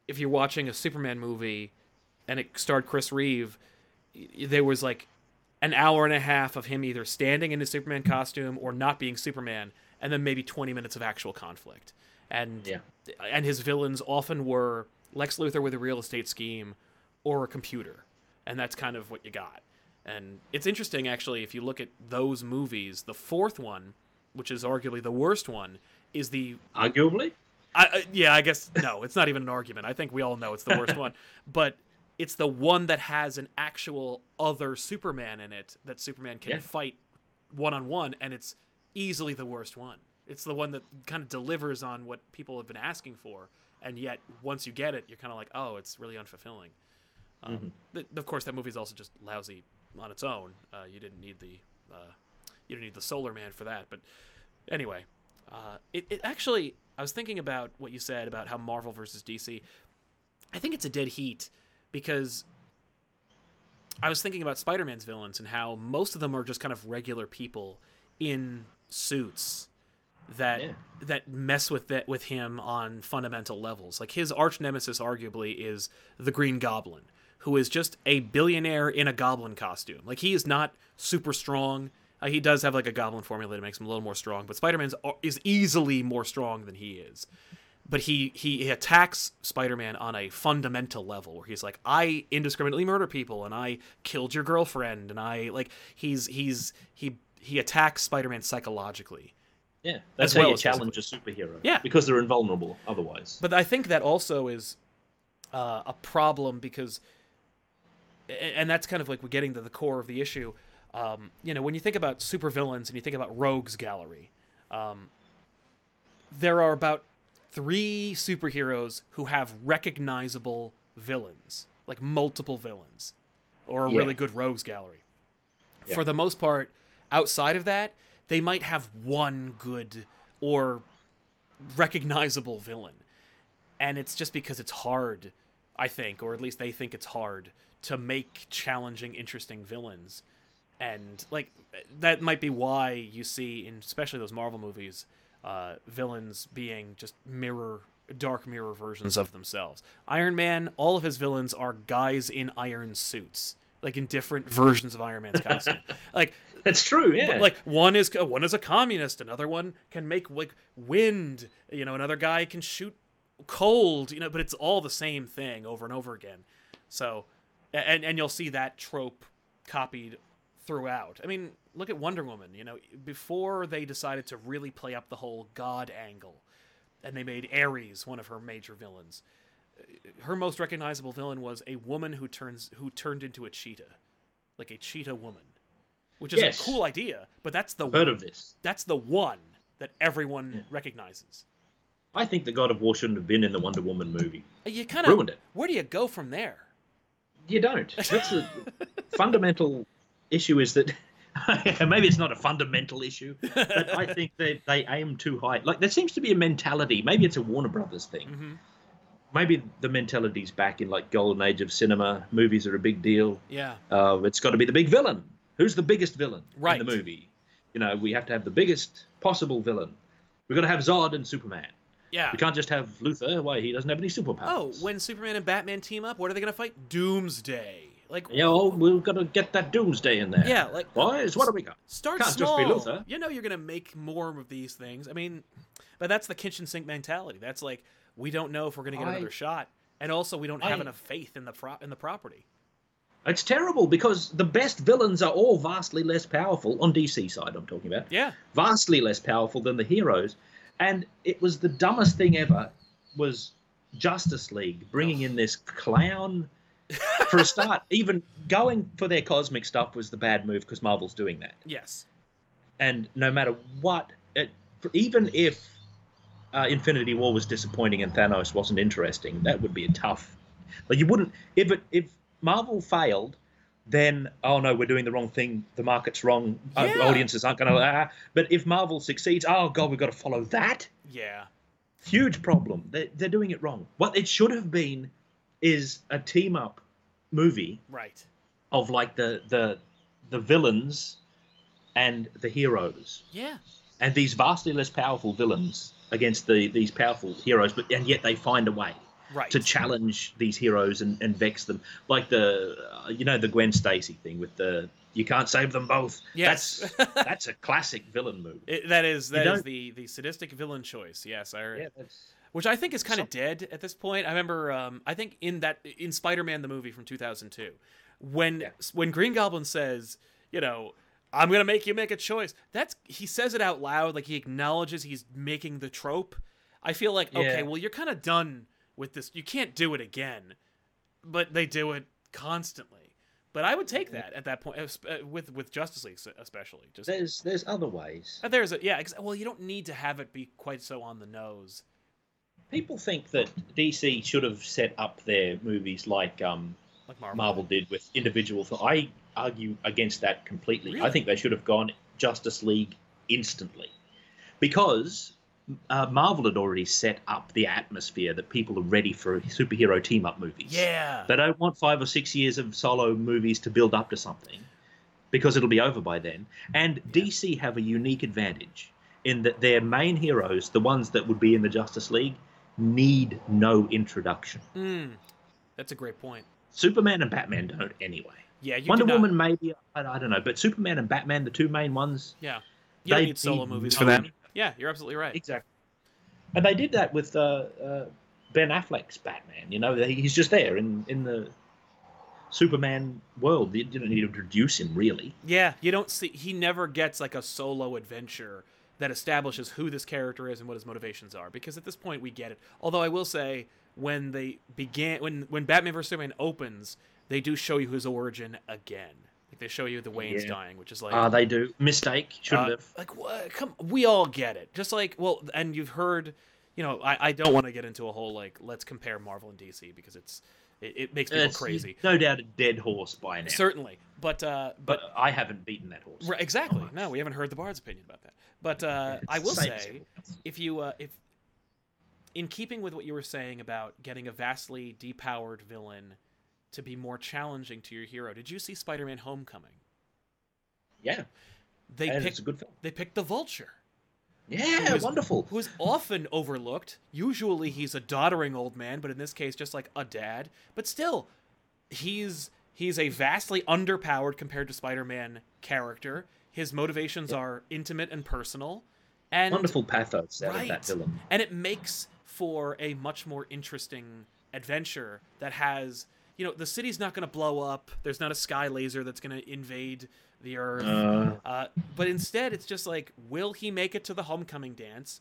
[SPEAKER 1] if you're watching a Superman movie and it starred Chris Reeve y- y- there was like an hour and a half of him either standing in his Superman costume or not being Superman and then maybe 20 minutes of actual conflict and
[SPEAKER 4] Yeah.
[SPEAKER 1] and his villains often were Lex Luthor with a real estate scheme or a computer. And that's kind of what you got. And it's interesting, actually, if you look at those movies, the fourth one, which is arguably the worst one, is the.
[SPEAKER 4] Arguably,
[SPEAKER 1] I, I, yeah, I guess. No, it's not even an argument. I think we all know it's the worst one. But it's the one that has an actual other Superman in it that Superman can
[SPEAKER 4] Yeah.
[SPEAKER 1] fight one on one. And it's easily the worst one. It's the one that kind of delivers on what people have been asking for. And yet, once you get it, you're kind of like, oh, it's really unfulfilling. Um, th- of course, that movie's also just lousy on its own. Uh, you didn't need the uh, you didn't need the Solar Man for that. But anyway, uh, it, it actually I was thinking about what you said about how Marvel versus DC. I think it's a dead heat because I was thinking about Spider Man's villains and how most of them are just kind of regular people in suits that
[SPEAKER 4] Yeah.
[SPEAKER 1] that mess with that with him on fundamental levels. Like his arch nemesis, arguably, is the Green Goblin, who is just a billionaire in a goblin costume. Like he is not super strong. Uh, he does have like a goblin formula that makes him a little more strong, but Spider Man's is easily more strong than he is but he he attacks Spider-Man on a fundamental level where he's like I indiscriminately murder people and I killed your girlfriend and I like he's he's he he attacks Spider-Man psychologically.
[SPEAKER 4] yeah, that's
[SPEAKER 1] well
[SPEAKER 4] how you
[SPEAKER 1] as
[SPEAKER 4] challenge a superhero.
[SPEAKER 1] Yeah.
[SPEAKER 4] because they're invulnerable otherwise.
[SPEAKER 1] But I think that also is uh, a problem because, a- and that's kind of like we're getting to the core of the issue. Um, you know, when you think about supervillains and you think about Rogues Gallery, um, there are about three superheroes who have recognizable villains like multiple villains or a
[SPEAKER 4] Yeah.
[SPEAKER 1] really good rogues gallery.
[SPEAKER 4] Yeah.
[SPEAKER 1] For the most part, outside of that, they might have one good or recognizable villain. And it's just because it's hard, I think, or at least they think it's hard to make challenging, interesting villains. And like that might be why you see in especially those Marvel movies, uh, villains being just mirror dark mirror versions of themselves. Iron Man, all of his villains are guys in iron suits. Like in different versions of Iron Man's costume. like
[SPEAKER 4] That's true. Yeah.
[SPEAKER 1] like one is one is a communist, another one can make like wind. You know, another guy can shoot cold. You know, but it's all the same thing over and over again. So, a- and and you'll see that trope copied throughout. I mean, look at Wonder Woman. You know, before they decided to really play up the whole god angle, and they made Ares one of her major villains. Her most recognizable villain was a woman who turns who turned into a cheetah, like a cheetah woman, which is
[SPEAKER 4] Yes.
[SPEAKER 1] a cool idea. But that's the
[SPEAKER 4] heard of this.
[SPEAKER 1] that's the one that everyone recognizes.
[SPEAKER 4] I think the God of War shouldn't have been in the Wonder Woman movie.
[SPEAKER 1] You kind of
[SPEAKER 4] Ruined it.
[SPEAKER 1] Where do you go from there?
[SPEAKER 4] You don't. That's the fundamental issue is that maybe it's not a fundamental issue, but I think they, they aim too high. Like there seems to be a mentality. Maybe it's a Warner Brothers thing.
[SPEAKER 1] Mm-hmm.
[SPEAKER 4] Maybe the mentality's back in like golden age of cinema. Movies are a big deal.
[SPEAKER 1] Yeah,
[SPEAKER 4] Uh, it's got to be the big villain. Who's the biggest villain
[SPEAKER 1] Right.
[SPEAKER 4] in the movie? You know, we have to have the biggest possible villain. We've got to have Zod and Superman.
[SPEAKER 1] yeah.
[SPEAKER 4] We can't just have Luthor. Why he doesn't have any superpowers?
[SPEAKER 1] Oh, when Superman and Batman team up, what are they gonna fight? Doomsday. Like
[SPEAKER 4] Yeah, oh, we've got to get that Doomsday in there.
[SPEAKER 1] Yeah, like-
[SPEAKER 4] boys, what do we got?
[SPEAKER 1] Start
[SPEAKER 4] Can't
[SPEAKER 1] small.
[SPEAKER 4] just be Luther.
[SPEAKER 1] You know you're gonna make more of these things. I mean, but that's the kitchen sink mentality. That's like we don't know if we're gonna get
[SPEAKER 4] I-
[SPEAKER 1] another shot, and also we don't have
[SPEAKER 4] I-
[SPEAKER 1] enough faith in the pro- in the property.
[SPEAKER 4] It's terrible because the best villains are all vastly less powerful on DC side. I'm talking about
[SPEAKER 1] Yeah,
[SPEAKER 4] vastly less powerful than the heroes, and it was the dumbest thing ever. Was Justice League bringing in this clown? for a start, even going for their cosmic stuff was the bad move because Marvel's doing that.
[SPEAKER 1] yes,
[SPEAKER 4] and no matter what, it, for- even if uh, Infinity War was disappointing and Thanos wasn't interesting, that would be a tough. Like you wouldn't if it if Marvel failed, then oh no, we're doing the wrong thing. The market's wrong. uh,
[SPEAKER 1] Yeah.
[SPEAKER 4] audiences aren't going to. Ah. But if Marvel succeeds, oh god, we've got to follow that
[SPEAKER 1] yeah,
[SPEAKER 4] huge problem. They're, they're doing it wrong. What it should have been is a team up movie
[SPEAKER 1] right.
[SPEAKER 4] of like the the the villains and the heroes
[SPEAKER 1] Yeah,
[SPEAKER 4] and these vastly less powerful villains against the these powerful heroes, but and yet they find a way
[SPEAKER 1] right.
[SPEAKER 4] to challenge these heroes and, and vex them, like the uh, you know the Gwen Stacy thing with the you can't save them both.
[SPEAKER 1] Yes.
[SPEAKER 4] that's, that's a classic villain move.
[SPEAKER 1] It- that is that is
[SPEAKER 4] don't-
[SPEAKER 1] the the sadistic villain choice. Yes, I
[SPEAKER 4] Yeah, that's
[SPEAKER 1] which I think is kind of dead at this point. I remember, um, I think in that in Spider-Man the movie from 2002, when
[SPEAKER 4] Yeah.
[SPEAKER 1] when Green Goblin says, you know, I'm gonna make you make a choice. That's he says it out loud, like he acknowledges he's making the trope. I feel like okay,
[SPEAKER 4] Yeah.
[SPEAKER 1] well you're kind of done with this. You can't do it again, but they do it constantly. But I would
[SPEAKER 4] Mm-hmm.
[SPEAKER 1] take that at that point es- uh, with with Justice League s- especially. Just
[SPEAKER 4] there's there's other ways.
[SPEAKER 1] Uh, there's a yeah. Ex- well, you don't need to have it be quite so on the nose.
[SPEAKER 4] People think that DC should have set up their movies like um,
[SPEAKER 1] Like Marvel.
[SPEAKER 4] Marvel did with individual. Th- I argue against that completely.
[SPEAKER 1] Really?
[SPEAKER 4] I think they should have gone Justice League instantly because uh, Marvel had already set up the atmosphere that people are ready for superhero team up movies.
[SPEAKER 1] Yeah.
[SPEAKER 4] They don't want five or six years of solo movies to build up to something because it'll be over by then. And DC have a unique advantage in that their main heroes, the ones that would be in the Justice League, need no introduction.
[SPEAKER 1] Mm, that's a great point.
[SPEAKER 4] Superman and Batman don't anyway.
[SPEAKER 1] Yeah, you
[SPEAKER 4] Wonder
[SPEAKER 1] did not-
[SPEAKER 4] Woman, maybe I, I don't know, but Superman and Batman, the two main ones,
[SPEAKER 1] Yeah, you don't
[SPEAKER 4] they
[SPEAKER 1] need solo
[SPEAKER 4] need
[SPEAKER 1] movies
[SPEAKER 4] for
[SPEAKER 1] for
[SPEAKER 4] that.
[SPEAKER 1] them. Yeah, you're absolutely right.
[SPEAKER 4] exactly. And they did that with uh, uh, Ben Affleck's Batman. You know, they- he's just there in in the Superman world. You didn't need to introduce him really.
[SPEAKER 1] Yeah, you don't see. He never gets like a solo adventure that establishes who this character is and what his motivations are. Because at this point, we get it. Although I will say, when they began, when when Batman vs Superman opens, they do show you his origin again. Like they show you the Wayne's
[SPEAKER 4] Yeah.
[SPEAKER 1] dying, which is like
[SPEAKER 4] Ah, they do mistake. Shouldn't
[SPEAKER 1] Uh,
[SPEAKER 4] have.
[SPEAKER 1] Like, what? Come, we all get it. Just like, well, and you've heard, you know, I, I don't want to get into a whole like let's compare Marvel and DC because it's It, it makes people
[SPEAKER 4] It's
[SPEAKER 1] crazy.
[SPEAKER 4] No doubt a dead horse by now.
[SPEAKER 1] Certainly, but uh, but
[SPEAKER 4] but I haven't beaten that horse.
[SPEAKER 1] Right, exactly.
[SPEAKER 4] much.
[SPEAKER 1] No, we haven't heard the bard's opinion about that. But uh, I will
[SPEAKER 4] Same as
[SPEAKER 1] say,
[SPEAKER 4] everyone else.
[SPEAKER 1] if you uh, if in keeping with what you were saying about getting a vastly depowered villain to be more challenging to your hero, did you see Spider-Man: Homecoming?
[SPEAKER 4] Yeah,
[SPEAKER 1] They
[SPEAKER 4] and it's
[SPEAKER 1] picked
[SPEAKER 4] a good film.
[SPEAKER 1] they picked the Vulture,
[SPEAKER 4] Yeah,
[SPEAKER 1] Who is-
[SPEAKER 4] wonderful.
[SPEAKER 1] who is often overlooked. Usually, he's a doddering old man, but in this case, just like a dad. But still, he's he's a vastly underpowered compared to Spider-Man character. His motivations are intimate and personal. And
[SPEAKER 4] wonderful pathos out of
[SPEAKER 1] right.
[SPEAKER 4] that villain.
[SPEAKER 1] And it makes for a much more interesting adventure that has, you know, the city's not going to blow up. There's not a sky laser that's going to invade the earth.
[SPEAKER 4] Uh,
[SPEAKER 1] Uh, but instead, it's just like, will he make it to the homecoming dance?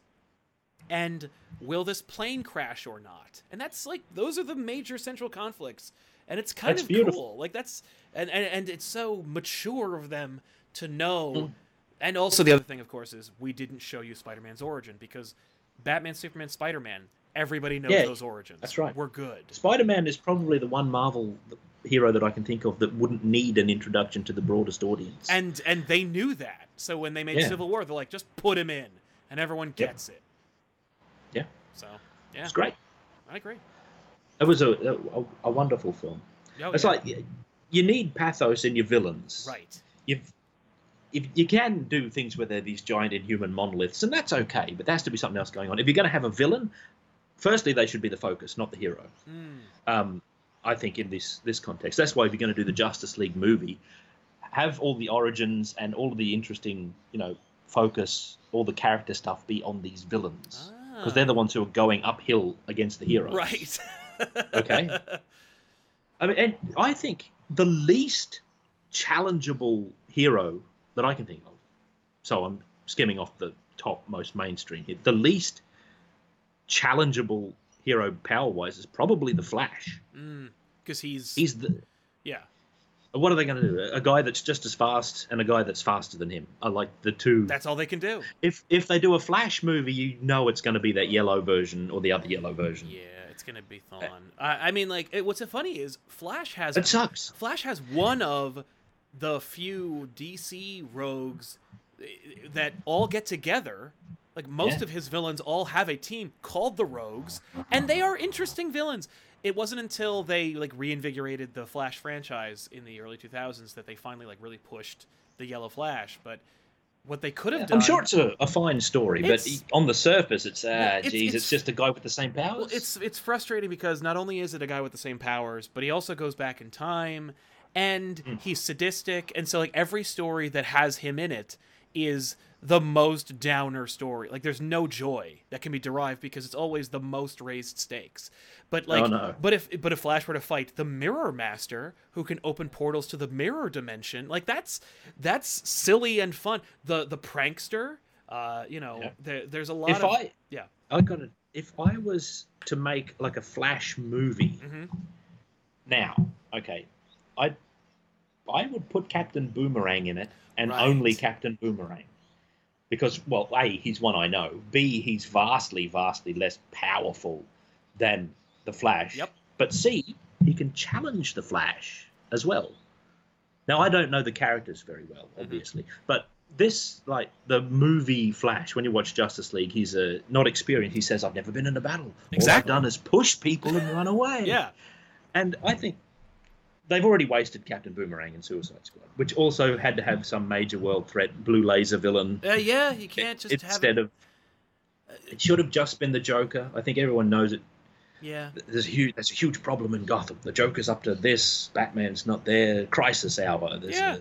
[SPEAKER 1] And will this plane crash or not? And that's like, those are the major central conflicts. And it's kind
[SPEAKER 4] That's
[SPEAKER 1] of
[SPEAKER 4] beautiful.
[SPEAKER 1] cool. Like, that's, and, and, and it's so mature of them to know.
[SPEAKER 4] Hmm.
[SPEAKER 1] And also, the other thing, of course, is we didn't show you Spider Man's origin because Batman, Superman, Spider Man, everybody knows
[SPEAKER 4] Yeah,
[SPEAKER 1] those origins.
[SPEAKER 4] that's right.
[SPEAKER 1] We're good.
[SPEAKER 4] Spider-Man is probably the one Marvel hero that I can think of that wouldn't need an introduction to the broadest audience.
[SPEAKER 1] And and they knew that. So when they made
[SPEAKER 4] Yeah.
[SPEAKER 1] Civil War, they're like, just put him in, and everyone gets it.
[SPEAKER 4] Yeah.
[SPEAKER 1] So yeah,
[SPEAKER 4] it's great.
[SPEAKER 1] I agree.
[SPEAKER 4] It was a, a, a wonderful film.
[SPEAKER 1] Oh,
[SPEAKER 4] it's
[SPEAKER 1] yeah.
[SPEAKER 4] like y- you need pathos in your villains.
[SPEAKER 1] right.
[SPEAKER 4] You've, if you can do things where they're these giant inhuman monoliths, and that's okay, but there has to be something else going on. If you're going to have a villain, firstly they should be the focus, not the hero.
[SPEAKER 1] Mm,
[SPEAKER 4] um, I think in this this context. That's why if you're going to do the Justice League movie, have all the origins and all of the interesting, you know, focus, all the character stuff be on these villains because they're the ones who are going uphill against the heroes.
[SPEAKER 1] Ah. right.
[SPEAKER 4] Okay. I mean, and I think the least challengeable hero that I can think of. So I'm skimming off the top most mainstream here. The least challengeable hero power wise is probably the Flash.
[SPEAKER 1] Because Mm. he's,
[SPEAKER 4] He's the
[SPEAKER 1] yeah.
[SPEAKER 4] What are they going to do? A guy that's just as fast and a guy that's faster than him are like the two.
[SPEAKER 1] That's all they can do.
[SPEAKER 4] If if they do a Flash movie, you know it's going to be that yellow version or the other yellow version.
[SPEAKER 1] Yeah, it's gonna be fun. I, I mean, like, it, what's so funny is Flash has
[SPEAKER 4] It sucks.
[SPEAKER 1] Flash has one of the few DC rogues eh, that all get together. Like most
[SPEAKER 4] Yeah.
[SPEAKER 1] of his villains all have a team called the Rogues, and they are interesting villains. It wasn't until they like reinvigorated the Flash franchise in the early 2000s that they finally like really pushed the Yellow Flash, but what they could have done
[SPEAKER 4] I'm sure it's a, a fine story, but
[SPEAKER 1] uh, It's-
[SPEAKER 4] on the surface, it's ah,
[SPEAKER 1] it's-
[SPEAKER 4] geez, it's,
[SPEAKER 1] it's-
[SPEAKER 4] just a guy with the same powers.
[SPEAKER 1] Well, it's it's frustrating because not only is it a guy with the same powers, but he also goes back in time, and
[SPEAKER 4] Hmm.
[SPEAKER 1] he's sadistic, and so like every story that has him in it is the most downer story. Like there's no joy that can be derived because it's always the most raised stakes. But like,
[SPEAKER 4] Oh, no.
[SPEAKER 1] but if but if Flash were to fight the Mirror Master, who can open portals to the mirror dimension, like that's that's silly and fun. The the prankster, uh, you know,
[SPEAKER 4] Yeah.
[SPEAKER 1] there, there's a lot
[SPEAKER 4] if
[SPEAKER 1] of
[SPEAKER 4] I
[SPEAKER 1] yeah.
[SPEAKER 4] I got it. If I was to make like a Flash movie
[SPEAKER 1] Mhm.
[SPEAKER 4] now, okay, I I would put Captain Boomerang in it, and
[SPEAKER 1] Right.
[SPEAKER 4] only Captain Boomerang, because well, a he's one I know. B he's vastly, vastly less powerful than the Flash.
[SPEAKER 1] Yep.
[SPEAKER 4] But C he can challenge the Flash as well. Now I don't know the characters very well,
[SPEAKER 1] Mm-hmm.
[SPEAKER 4] obviously, but this like the movie Flash. When you watch Justice League, he's uh, not experienced. He says, "I've never been in a battle. All I've
[SPEAKER 1] Exactly.
[SPEAKER 4] done is push people and run away."
[SPEAKER 1] Yeah,
[SPEAKER 4] and I think they've already wasted Captain Boomerang in Suicide Squad, which also had to have some major world threat, blue laser villain
[SPEAKER 1] Uh, yeah, you can't just have
[SPEAKER 4] instead of. It should have just been the Joker. I think everyone knows it.
[SPEAKER 1] yeah.
[SPEAKER 4] There's a huge, there's a huge problem in Gotham. The Joker's up to this. Batman's not there. Crisis hour. There's
[SPEAKER 1] Yeah.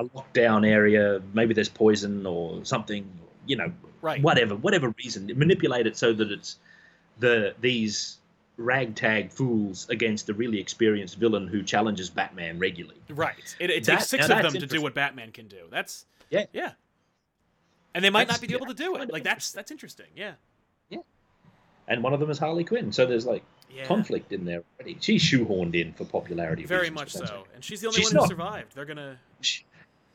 [SPEAKER 4] a, a lockdown area. Maybe there's poison or something. You know,
[SPEAKER 1] Right.
[SPEAKER 4] whatever, whatever reason, manipulate it so that it's the these ragtag fools against the really experienced villain who challenges Batman regularly.
[SPEAKER 1] Right. It, it
[SPEAKER 4] That-
[SPEAKER 1] takes six
[SPEAKER 4] now
[SPEAKER 1] of
[SPEAKER 4] that's
[SPEAKER 1] them to do
[SPEAKER 4] interesting.
[SPEAKER 1] what Batman can do. That's
[SPEAKER 4] Yeah.
[SPEAKER 1] yeah. And they might
[SPEAKER 4] That's-
[SPEAKER 1] not be able to do
[SPEAKER 4] yeah,
[SPEAKER 1] it. Like that's that's interesting. Yeah.
[SPEAKER 4] And one of them is Harley Quinn, so there's like
[SPEAKER 1] Yeah.
[SPEAKER 4] conflict in there already. She's shoehorned in for popularity.
[SPEAKER 1] Very
[SPEAKER 4] reasons,
[SPEAKER 1] much
[SPEAKER 4] for some
[SPEAKER 1] so.
[SPEAKER 4] reason.
[SPEAKER 1] And she's the only
[SPEAKER 4] She's
[SPEAKER 1] one who
[SPEAKER 4] not-
[SPEAKER 1] survived. They're gonna.
[SPEAKER 4] She-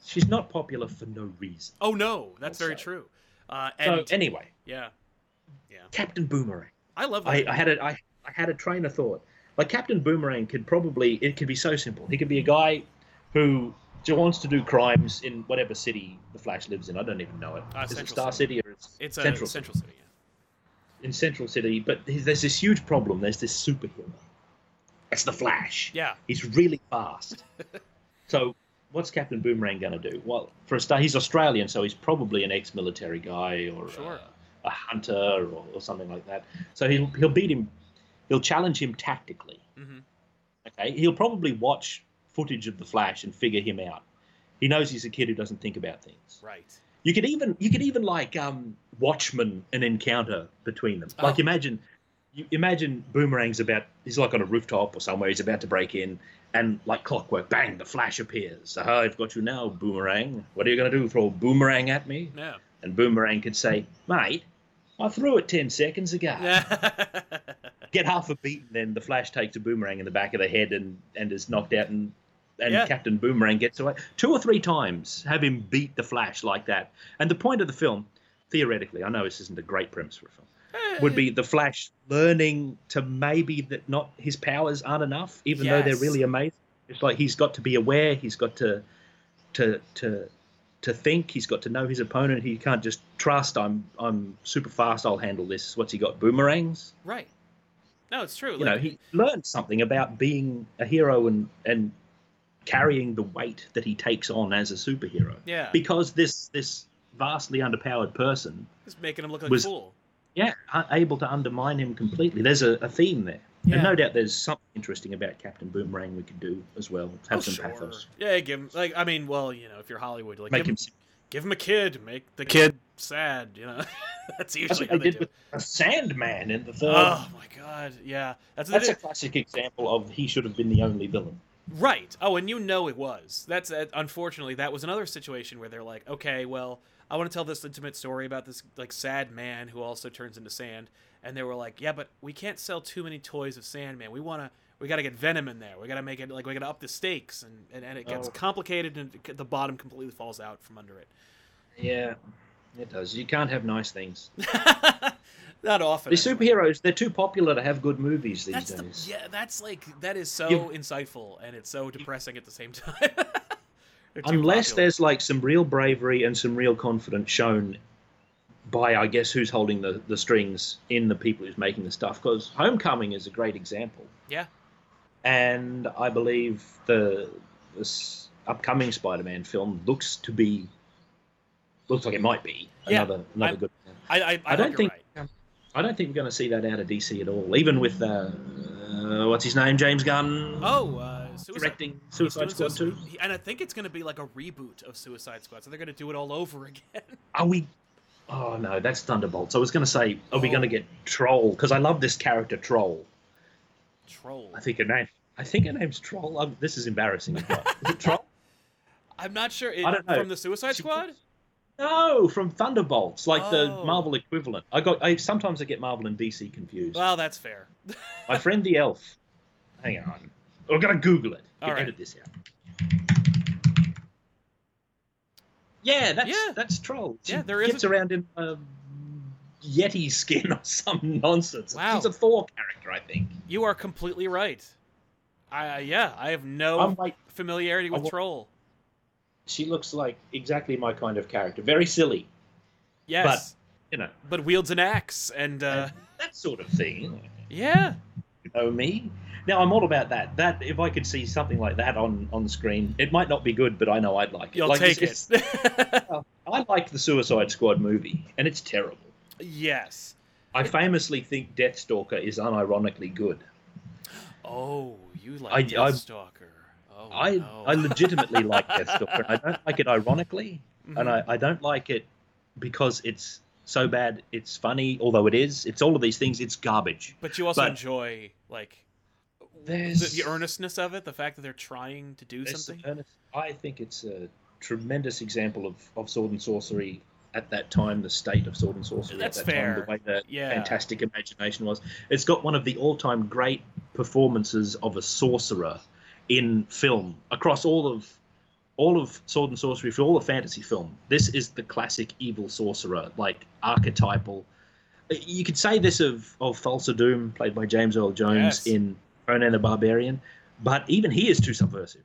[SPEAKER 4] she's not popular for no reason.
[SPEAKER 1] Oh no, that's very
[SPEAKER 4] Also.
[SPEAKER 1] true. Uh, and
[SPEAKER 4] so anyway,
[SPEAKER 1] yeah,
[SPEAKER 4] Captain Boomerang.
[SPEAKER 1] I love that.
[SPEAKER 4] uh, I, I had a I, I had a train of thought. Like Captain Boomerang could probably it could be so simple. He could be a guy who j- wants to do crimes in whatever city the Flash lives in. I don't even know it.
[SPEAKER 1] Uh,
[SPEAKER 4] Is it
[SPEAKER 1] Central
[SPEAKER 4] Star
[SPEAKER 1] City.
[SPEAKER 4] City or it's,
[SPEAKER 1] It's a
[SPEAKER 4] Central
[SPEAKER 1] Central,
[SPEAKER 4] City?
[SPEAKER 1] City. Yeah.
[SPEAKER 4] in Central City, but he's- there's this huge problem. There's this superhero. That's the Flash.
[SPEAKER 1] Yeah.
[SPEAKER 4] He's really fast. so what's Captain Boomerang going to do? Well, for a start, he's Australian, so he's probably an ex-military guy or uh,
[SPEAKER 1] Sure.
[SPEAKER 4] a, a hunter or, or something like that. So he'll he'll beat him. He'll challenge him tactically.
[SPEAKER 1] Mhm.
[SPEAKER 4] Okay. He'll probably watch footage of the Flash and figure him out. He knows he's a kid who doesn't think about things.
[SPEAKER 1] Right.
[SPEAKER 4] You could even you could even like um, Watchmen an encounter between them. Like
[SPEAKER 1] Oh.
[SPEAKER 4] imagine you imagine Boomerang's about he's like on a rooftop or somewhere he's about to break in and like clockwork bang the Flash appears. Aha, I've got you now, Boomerang. What are you going to do? Throw a boomerang at me?
[SPEAKER 1] Yeah.
[SPEAKER 4] And Boomerang could say, "Mate, I threw it ten seconds ago." Get half a beat, and then the Flash takes a boomerang in the back of the head and and is knocked out and. And
[SPEAKER 1] Yeah.
[SPEAKER 4] Captain Boomerang gets away two or three times. Have him beat the Flash like that. And the point of the film, theoretically, I know this isn't a great premise for a film, would be the Flash learning to maybe that not his powers aren't enough, even though
[SPEAKER 1] Yes.
[SPEAKER 4] they're really amazing. It's like he's got to be aware. He's got to to to to think. He's got to know his opponent. He can't just trust. I'm I'm super fast. I'll handle this. What's he got? Boomerangs.
[SPEAKER 1] right. No, it's true.
[SPEAKER 4] You know,
[SPEAKER 1] like-
[SPEAKER 4] he learned something about being a hero and and carrying the weight that he takes on as a superhero.
[SPEAKER 1] Yeah.
[SPEAKER 4] Because this this vastly underpowered person
[SPEAKER 1] It's making him look like
[SPEAKER 4] was-
[SPEAKER 1] a fool.
[SPEAKER 4] yeah, are able to undermine him completely. There's a, a theme there.
[SPEAKER 1] Yeah.
[SPEAKER 4] And no doubt there's something interesting about Captain Boomerang we could do as well. Have
[SPEAKER 1] Oh,
[SPEAKER 4] some
[SPEAKER 1] sure.
[SPEAKER 4] pathos.
[SPEAKER 1] Yeah, give him like I mean, well, you know, if you're Hollywood, like
[SPEAKER 4] Make
[SPEAKER 1] give him,
[SPEAKER 4] him see-
[SPEAKER 1] give him a kid, make the kid sad. You know, that's
[SPEAKER 4] That's
[SPEAKER 1] usually
[SPEAKER 4] what
[SPEAKER 1] how they
[SPEAKER 4] they did
[SPEAKER 1] do.
[SPEAKER 4] with
[SPEAKER 1] it.
[SPEAKER 4] a Sandman in the third.
[SPEAKER 1] Oh my god, yeah, that's, what they
[SPEAKER 4] That's a
[SPEAKER 1] did.
[SPEAKER 4] classic example of he should have been the only villain.
[SPEAKER 1] right. Oh, and you know it was. That's uh, unfortunately that was another situation where they're like, okay, well, I want to tell this intimate story about this like sad man who also turns into sand, and they were like, yeah, but we can't sell too many toys of Sandman. We wanna. We gotta get Venom in there. We gotta make it like we gotta up the stakes, and, and, and it gets
[SPEAKER 4] Oh.
[SPEAKER 1] complicated, and it- the bottom completely falls out from under it.
[SPEAKER 4] Yeah, it does. You can't have nice things.
[SPEAKER 1] Not often.
[SPEAKER 4] These
[SPEAKER 1] anyway.
[SPEAKER 4] superheroes, they're too popular to have good movies these
[SPEAKER 1] That's the,
[SPEAKER 4] days.
[SPEAKER 1] yeah. That's like that is so
[SPEAKER 4] You-
[SPEAKER 1] insightful and it's so depressing at the same time. They're too
[SPEAKER 4] Unless
[SPEAKER 1] popular.
[SPEAKER 4] there's like some real bravery and some real confidence shown by, I guess, who's holding the, the strings in the people who's making the stuff. Because Homecoming is a great example.
[SPEAKER 1] yeah,
[SPEAKER 4] And I believe the this upcoming Spider Man film looks to be, looks like it might be
[SPEAKER 1] Yeah,
[SPEAKER 4] another, another
[SPEAKER 1] I'm-
[SPEAKER 4] good one.
[SPEAKER 1] I I, I,
[SPEAKER 4] I don't
[SPEAKER 1] you're
[SPEAKER 4] think-
[SPEAKER 1] right.
[SPEAKER 4] I don't think we're going to see that out of DC at all, even with, uh, uh, what's his name, James Gunn
[SPEAKER 1] Oh, uh, Suicide,
[SPEAKER 4] directing
[SPEAKER 1] he's
[SPEAKER 4] Suicide
[SPEAKER 1] doing
[SPEAKER 4] Squad 2.
[SPEAKER 1] Suicide- he- and I think it's gonna be like a reboot of Suicide Squad, so they're gonna do it all over again.
[SPEAKER 4] Are we? Oh no, that's Thunderbolts. I was going to say, are we
[SPEAKER 1] Oh.
[SPEAKER 4] going to get Troll? Because I love this character Troll.
[SPEAKER 1] Troll.
[SPEAKER 4] I think her name. I think her name's Troll. Um this is embarrassing. Is it Troll?
[SPEAKER 1] I'm not sure. It,
[SPEAKER 4] I don't know.
[SPEAKER 1] From the Suicide
[SPEAKER 4] She-
[SPEAKER 1] Squad.
[SPEAKER 4] No, from Thunderbolts, like
[SPEAKER 1] Oh.
[SPEAKER 4] the Marvel equivalent. I got. I sometimes I get Marvel and DC confused.
[SPEAKER 1] Well, that's fair.
[SPEAKER 4] My friend the elf. Hang on. We're going to Google it.
[SPEAKER 1] All
[SPEAKER 4] You
[SPEAKER 1] right.
[SPEAKER 4] Edit this out. Yeah, that's
[SPEAKER 1] Yeah.
[SPEAKER 4] that's Troll. She
[SPEAKER 1] Yeah, there is
[SPEAKER 4] gets around in a Yeti skin or some nonsense.
[SPEAKER 1] Wow.
[SPEAKER 4] She's a Thor character, I think.
[SPEAKER 1] you are completely right. I yeah, I have no
[SPEAKER 4] I'm like,
[SPEAKER 1] familiarity with
[SPEAKER 4] wa-
[SPEAKER 1] Troll.
[SPEAKER 4] she looks like exactly my kind of character. Very silly,
[SPEAKER 1] Yes,
[SPEAKER 4] you know,
[SPEAKER 1] but, wields an axe and uh,
[SPEAKER 4] that sort of thing.
[SPEAKER 1] yeah.
[SPEAKER 4] You know me. Now I'm all about that. That if I could see something like that on on screen, it might not be good, but I know I'd like it.
[SPEAKER 1] You'll
[SPEAKER 4] Like,
[SPEAKER 1] take
[SPEAKER 4] it's- it's-
[SPEAKER 1] it.
[SPEAKER 4] I like the Suicide Squad movie, and it's terrible.
[SPEAKER 1] yes.
[SPEAKER 4] I famously think Deathstalker is unironically good.
[SPEAKER 1] Oh, you
[SPEAKER 4] I- I-
[SPEAKER 1] like I, Stalker. Oh,
[SPEAKER 4] I
[SPEAKER 1] no.
[SPEAKER 4] I legitimately like Deathstalker. I don't like it ironically, and
[SPEAKER 1] Mm-hmm.
[SPEAKER 4] I, I don't like it because it's so bad. It's funny, although it is. It's all of these things. It's garbage.
[SPEAKER 1] But you also
[SPEAKER 4] but-
[SPEAKER 1] enjoy like the,
[SPEAKER 4] There's
[SPEAKER 1] the earnestness of it, the fact that they're trying to do
[SPEAKER 4] There's some
[SPEAKER 1] something.
[SPEAKER 4] earnest- I think it's a tremendous example of, of sword and sorcery at that time, the state of sword and sorcery
[SPEAKER 1] That's
[SPEAKER 4] at that
[SPEAKER 1] fair.
[SPEAKER 4] time, the way that
[SPEAKER 1] Yeah.
[SPEAKER 4] fantastic imagination was. It's got one of the all time great performances of a sorcerer in film across all of all of sword and sorcery for all of fantasy film. This is the classic evil sorcerer, like Uh, archetypal. You could say this of of Thulsa Doom, played by James Earl
[SPEAKER 1] Yes.
[SPEAKER 4] Jones in Conan the Barbarian, but even he is too subversive.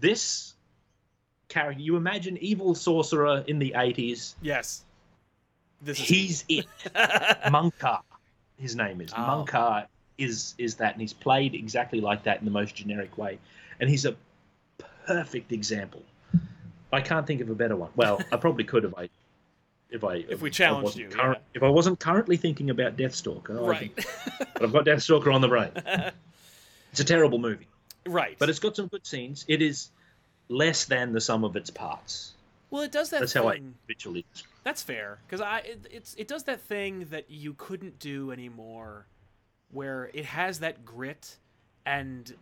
[SPEAKER 4] This character, you imagine evil sorcerer in the 80s,
[SPEAKER 1] Yes. This is
[SPEAKER 4] he's it. Munkar, his name is.
[SPEAKER 1] Oh.
[SPEAKER 4] Munkar is is that, and he's played exactly like that in the most generic way. And he's a perfect example. I can't think of a better one. Well, I probably could if I if I
[SPEAKER 1] If we
[SPEAKER 4] I
[SPEAKER 1] challenged
[SPEAKER 4] wasn't
[SPEAKER 1] you,
[SPEAKER 4] current-
[SPEAKER 1] yeah.
[SPEAKER 4] If I wasn't currently thinking about Deathstalker, I
[SPEAKER 1] right.
[SPEAKER 4] think- but I've got Deathstalker on the brain. it's a terrible movie,
[SPEAKER 1] right.
[SPEAKER 4] but it's got some good scenes. It is less than the sum of its parts.
[SPEAKER 1] well, it does that
[SPEAKER 4] That's
[SPEAKER 1] thing.
[SPEAKER 4] how I visually.
[SPEAKER 1] That's fair because I it, it's it does that thing that you couldn't do anymore, where it has that grit, and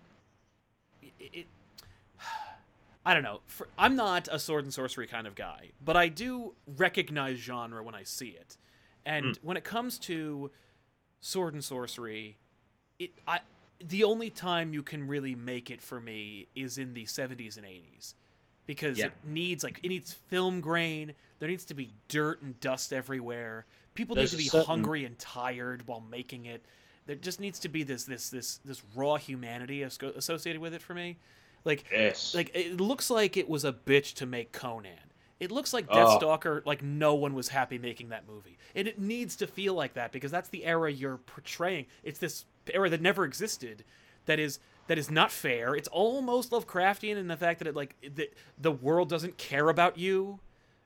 [SPEAKER 1] it. it I don't know. For, I'm not a sword and sorcery kind of guy, but I do recognize genre when I see it, and
[SPEAKER 4] Hmm.
[SPEAKER 1] when it comes to sword and sorcery, it I the only time you can really make it for me is in the 70s and 80s because
[SPEAKER 4] Yeah.
[SPEAKER 1] it needs like it needs film grain there needs to be dirt and dust everywhere people
[SPEAKER 4] There's
[SPEAKER 1] need
[SPEAKER 4] a
[SPEAKER 1] to be
[SPEAKER 4] certain-
[SPEAKER 1] hungry and tired while making it there just needs to be this this this this raw humanity as- associated with it for me like
[SPEAKER 4] Yes.
[SPEAKER 1] like it looks like it was a bitch to make Conan. It looks like
[SPEAKER 4] Oh.
[SPEAKER 1] Deathstalker, like no one was happy making that movie, and it needs to feel like that because that's the era you're portraying. It's this era that never existed, that is that is not fair. It's almost Lovecraftian in the fact that it like the the world doesn't care about you,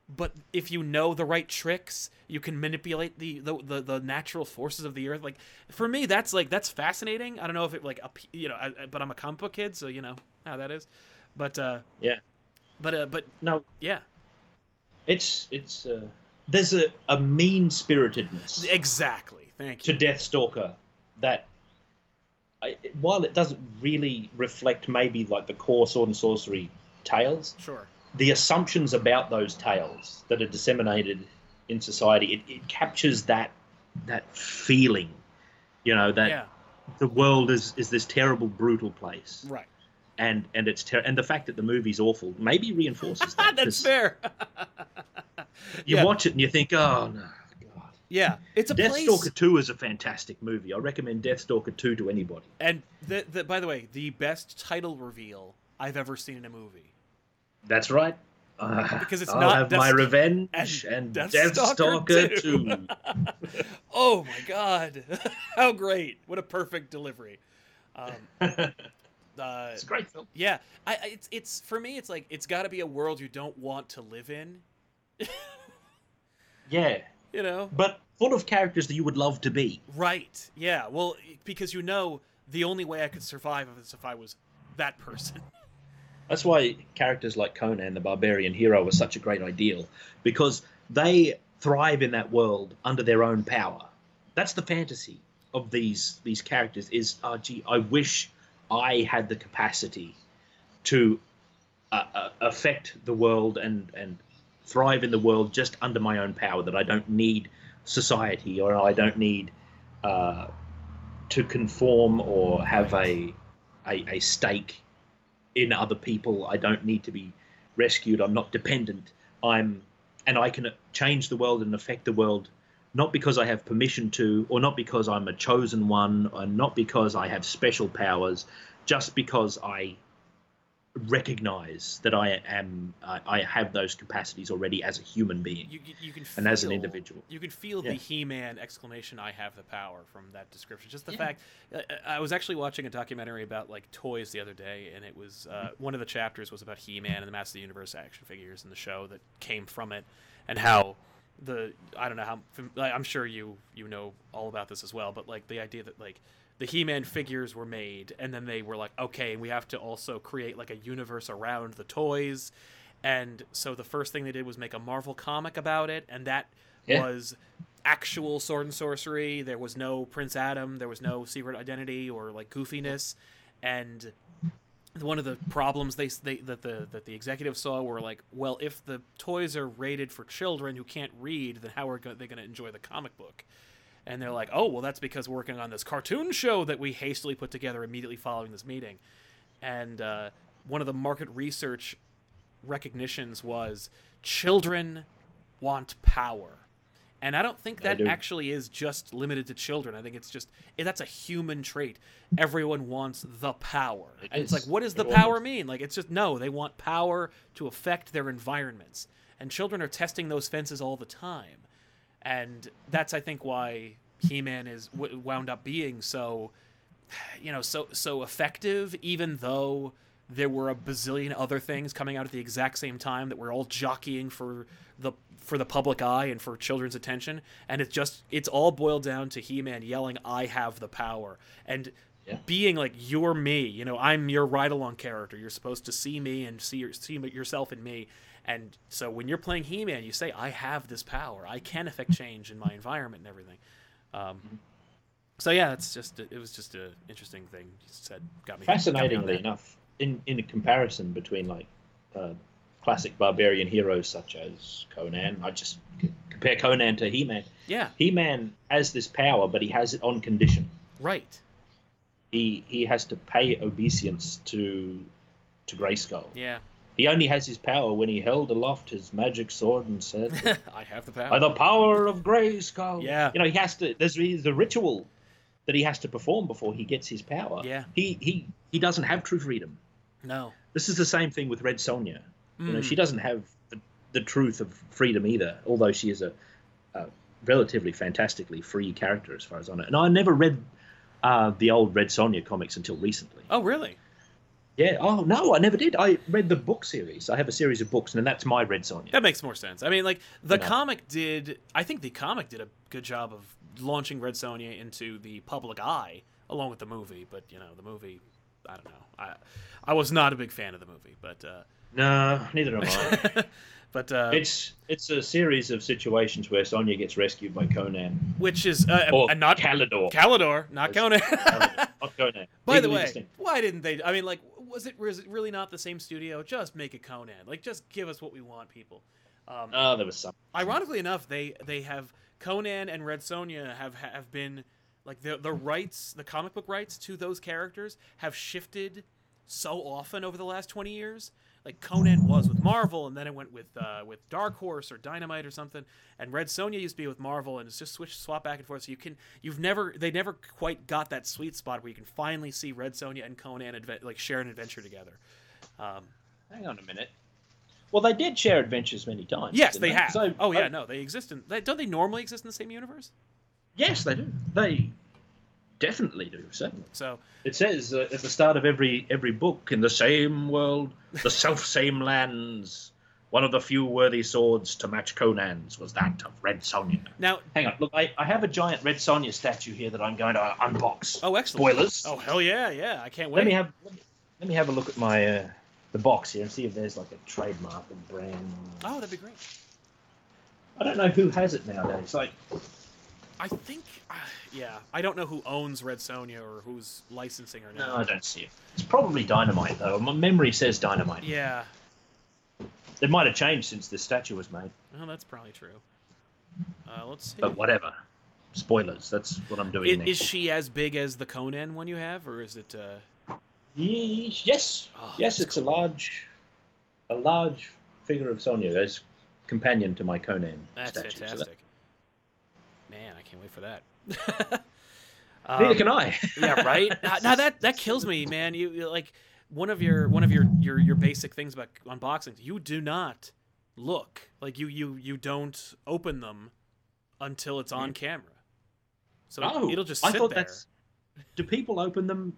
[SPEAKER 1] but if you know the right tricks, you can manipulate the the, the, the natural forces of the earth. Like for me, that's like that's fascinating. I don't know if it like ap- you know, I, I- but I'm a comic book kid, so you know how that is. But uh,
[SPEAKER 4] yeah.
[SPEAKER 1] but uh, but
[SPEAKER 4] No,
[SPEAKER 1] yeah,
[SPEAKER 4] It's it's uh, there's a, a mean spiritedness
[SPEAKER 1] exactly. Thank
[SPEAKER 4] to
[SPEAKER 1] you.
[SPEAKER 4] Deathstalker that I, while it doesn't really reflect maybe like the core sword and sorcery tales,
[SPEAKER 1] Sure.
[SPEAKER 4] the assumptions about those tales that are disseminated in society it, it captures that that feeling, you know that
[SPEAKER 1] Yeah.
[SPEAKER 4] the world is is this terrible brutal place
[SPEAKER 1] Right.
[SPEAKER 4] and and it's ter- and the fact that the movie's awful maybe reinforces that.
[SPEAKER 1] That's
[SPEAKER 4] 'cause
[SPEAKER 1] fair.
[SPEAKER 4] You
[SPEAKER 1] Yeah.
[SPEAKER 4] watch it and you think, oh no, God.
[SPEAKER 1] yeah, it's a place.
[SPEAKER 4] Deathstalker 2 is a fantastic movie. I recommend Deathstalker 2 to anybody.
[SPEAKER 1] And the, the, by the way, the best title reveal I've ever seen in a movie.
[SPEAKER 4] That's right. Uh,
[SPEAKER 1] Because it's
[SPEAKER 4] I'll
[SPEAKER 1] not
[SPEAKER 4] have
[SPEAKER 1] Death-
[SPEAKER 4] my revenge
[SPEAKER 1] and
[SPEAKER 4] and,
[SPEAKER 1] Deathstalker
[SPEAKER 4] Deathstalker, 2.
[SPEAKER 1] 2. Oh my god! How great! What a perfect delivery. Um, uh,
[SPEAKER 4] it's a great film.
[SPEAKER 1] yeah, I, I- it's it's for me. It's like it's got to be a world you don't want to live in.
[SPEAKER 4] Yeah,
[SPEAKER 1] You know.
[SPEAKER 4] but full of characters that you would love to be.
[SPEAKER 1] Right. Yeah. Well, because you know the only way I could survive is if I was that person.
[SPEAKER 4] That's why characters like Conan the Barbarian Hero are such a great ideal because they thrive in that world under their own power. That's the fantasy of these these characters is oh, gee, I wish I had the capacity to uh, uh, affect the world and and thrive in the world just under my own power that I don't need society or I don't need uh, to conform or have a a, a stake in other people. I don't need to be rescued. I'm not dependent. I'm and I can change the world and affect the world not because I have permission to or not because I'm a chosen one or not because I have special powers just because I recognize that I am I, I have those capacities already as a human being.
[SPEAKER 1] You you- you can feel,
[SPEAKER 4] And as an individual.
[SPEAKER 1] you can feel the
[SPEAKER 4] Yeah.
[SPEAKER 1] He-Man exclamation "I have the power" from that description. Just the
[SPEAKER 4] Yeah.
[SPEAKER 1] fact I- I I was actually watching a documentary about like toys the other day, and it was uh, one of the chapters was about He-Man and the Master of the Universe action figures and the show that came from it, and how the I don't know how fam- I- I'm sure you you know all about this as well, but like the idea that like the He-Man figures were made, and then they were like, okay, we have to also create like a universe around the toys, and so the first thing they did was make a Marvel comic about it, and that
[SPEAKER 4] Yeah.
[SPEAKER 1] was actual sword and sorcery. There was no Prince Adam. There was no secret identity or like goofiness, and one of the problems they, they that the that the executives saw were like, well, if the toys are rated for children who can't read, then how are go- they going to enjoy the comic book? And they're like, oh, well, that's because we're working on this cartoon show that we hastily put together immediately following this meeting. And uh, one of the market research recognitions was children want power And I don't think
[SPEAKER 4] I
[SPEAKER 1] that
[SPEAKER 4] do.
[SPEAKER 1] actually is just limited to children. I think it's just eh, that's a human trait. Everyone wants the power.
[SPEAKER 4] It
[SPEAKER 1] and it's like
[SPEAKER 4] is.
[SPEAKER 1] what does the
[SPEAKER 4] Everyone
[SPEAKER 1] power
[SPEAKER 4] wants-
[SPEAKER 1] mean? Like it's just no, they want power to affect their environments. And children are testing those fences all the time. And that's I think why He-Man is w- wound up being so you know so so effective even though there were a bazillion other things coming out at the exact same time that were all jockeying for the for the public eye and for children's attention and it's just it's all boiled down to he-man yelling i have the power and
[SPEAKER 4] Yeah.
[SPEAKER 1] being like you're me you know i'm your ride along character you're supposed to see me and see, your, see yourself in me and so when you're playing he-man you say i have this power i can affect change in my environment and everything um,
[SPEAKER 4] Mm-hmm.
[SPEAKER 1] so yeah, it's just it was just an interesting thing you said. Got me got me on
[SPEAKER 4] Fascinatingly
[SPEAKER 1] that.
[SPEAKER 4] enough, in in a comparison between like uh, classic barbarian heroes such as Conan, I just c- compare Conan to He-Man.
[SPEAKER 1] Yeah,
[SPEAKER 4] He-Man has this power, but he has it on condition.
[SPEAKER 1] right.
[SPEAKER 4] He he has to pay obeisance to to Grayskull.
[SPEAKER 1] Yeah,
[SPEAKER 4] He only has his power when he held aloft his magic sword and said,
[SPEAKER 1] I have the
[SPEAKER 4] "By
[SPEAKER 1] power.
[SPEAKER 4] the power of Grayskull."
[SPEAKER 1] Yeah.
[SPEAKER 4] You know, he has to. There's there's a ritual that he has to perform before he gets his power.
[SPEAKER 1] Yeah.
[SPEAKER 4] He he he doesn't have true freedom.
[SPEAKER 1] No,
[SPEAKER 4] This is the same thing with Red Sonja. You know,
[SPEAKER 1] Mm.
[SPEAKER 4] she doesn't have the, the truth of freedom either, although she is a, a relatively fantastically free character as far as I know. And I never read uh, the old Red Sonja comics until recently.
[SPEAKER 1] Oh really?
[SPEAKER 4] Yeah. Oh no, I never did. I read the book series. I have a series of books, and that's my Red Sonja.
[SPEAKER 1] That makes more sense. I mean, like the
[SPEAKER 4] You know.
[SPEAKER 1] comic did. I think the comic did a good job of launching Red Sonja into the public eye, along with the movie. But you know, the movie. I don't know. I I was not a big fan of the movie, but uh,
[SPEAKER 4] No, neither am I.
[SPEAKER 1] but uh,
[SPEAKER 4] it's it's a series of situations where Sonja gets rescued by Conan
[SPEAKER 1] which is uh,
[SPEAKER 4] or
[SPEAKER 1] uh, not
[SPEAKER 4] Calidor.
[SPEAKER 1] Calidor, not Conan.
[SPEAKER 4] Calidor, not Conan.
[SPEAKER 1] By the
[SPEAKER 4] Legally
[SPEAKER 1] way,
[SPEAKER 4] distinct.
[SPEAKER 1] why didn't they? I mean, like, was it was it really not the same studio? Just make a Conan. Like, just give us what we want, people. Um,
[SPEAKER 4] Oh, there was some.
[SPEAKER 1] ironically enough, they they have Conan and Red Sonja have have been like the the rights, the comic book rights to those characters have shifted so often over the last twenty years. Like Conan was with Marvel, and then it went with uh, with Dark Horse or Dynamite or something. And Red Sonja used to be with Marvel, and it's just switch swap back and forth. So you can you've never they never quite got that sweet spot where you can finally see Red Sonja and Conan adve- like share an adventure together. Um,
[SPEAKER 4] Hang on a minute. Well, they did share adventures many times.
[SPEAKER 1] yes,
[SPEAKER 4] didn't
[SPEAKER 1] they have.
[SPEAKER 4] So- um,
[SPEAKER 1] oh yeah, no, they exist in. They, don't they normally exist in the same universe?
[SPEAKER 4] Yes, they do. They definitely do. Certainly.
[SPEAKER 1] So
[SPEAKER 4] It says uh, at the start of every every book, in the same world, the self same lands. One of the few worthy swords to match Conan's was that of Red Sonja.
[SPEAKER 1] now,
[SPEAKER 4] Hang on, look, I, I have a giant Red Sonja statue here that I'm going to unbox.
[SPEAKER 1] oh excellent.
[SPEAKER 4] Spoilers.
[SPEAKER 1] Oh hell yeah, yeah! I can't wait.
[SPEAKER 4] let me have let me, let me have a look at my uh, the box here and see if there's like a trademark or brand.
[SPEAKER 1] oh, that'd be great.
[SPEAKER 4] I don't know who has it nowadays. Like
[SPEAKER 1] I think, uh, yeah. I don't know who owns Red Sonja or who's licensing or
[SPEAKER 4] No,
[SPEAKER 1] not.
[SPEAKER 4] I don't see it. It's probably dynamite, though. My memory says dynamite.
[SPEAKER 1] Yeah,
[SPEAKER 4] It might have changed since the statue was made,
[SPEAKER 1] well, that's probably true. Uh, let's see.
[SPEAKER 4] but whatever. Spoilers. That's what I'm doing
[SPEAKER 1] I-
[SPEAKER 4] next.
[SPEAKER 1] is she as big as the Conan one you have, or is it? Uh...
[SPEAKER 4] Ye- Yes,
[SPEAKER 1] Oh,
[SPEAKER 4] yes,
[SPEAKER 1] that's
[SPEAKER 4] it's
[SPEAKER 1] cool.
[SPEAKER 4] a large, a large figure of Sonya as companion to my Conan
[SPEAKER 1] That's
[SPEAKER 4] statue. So that-
[SPEAKER 1] fantastic. Man, I can't wait for that. Um,
[SPEAKER 4] Neither can I.
[SPEAKER 1] yeah, right. now now that that kills me, man. You, you like one of your one of your your your basic things about unboxings. You do not look like you you you don't open them until it's on camera. So
[SPEAKER 4] No,
[SPEAKER 1] it'll just
[SPEAKER 4] Mm-hmm. Oh, I
[SPEAKER 1] sit
[SPEAKER 4] thought
[SPEAKER 1] there.
[SPEAKER 4] that's. Do people open them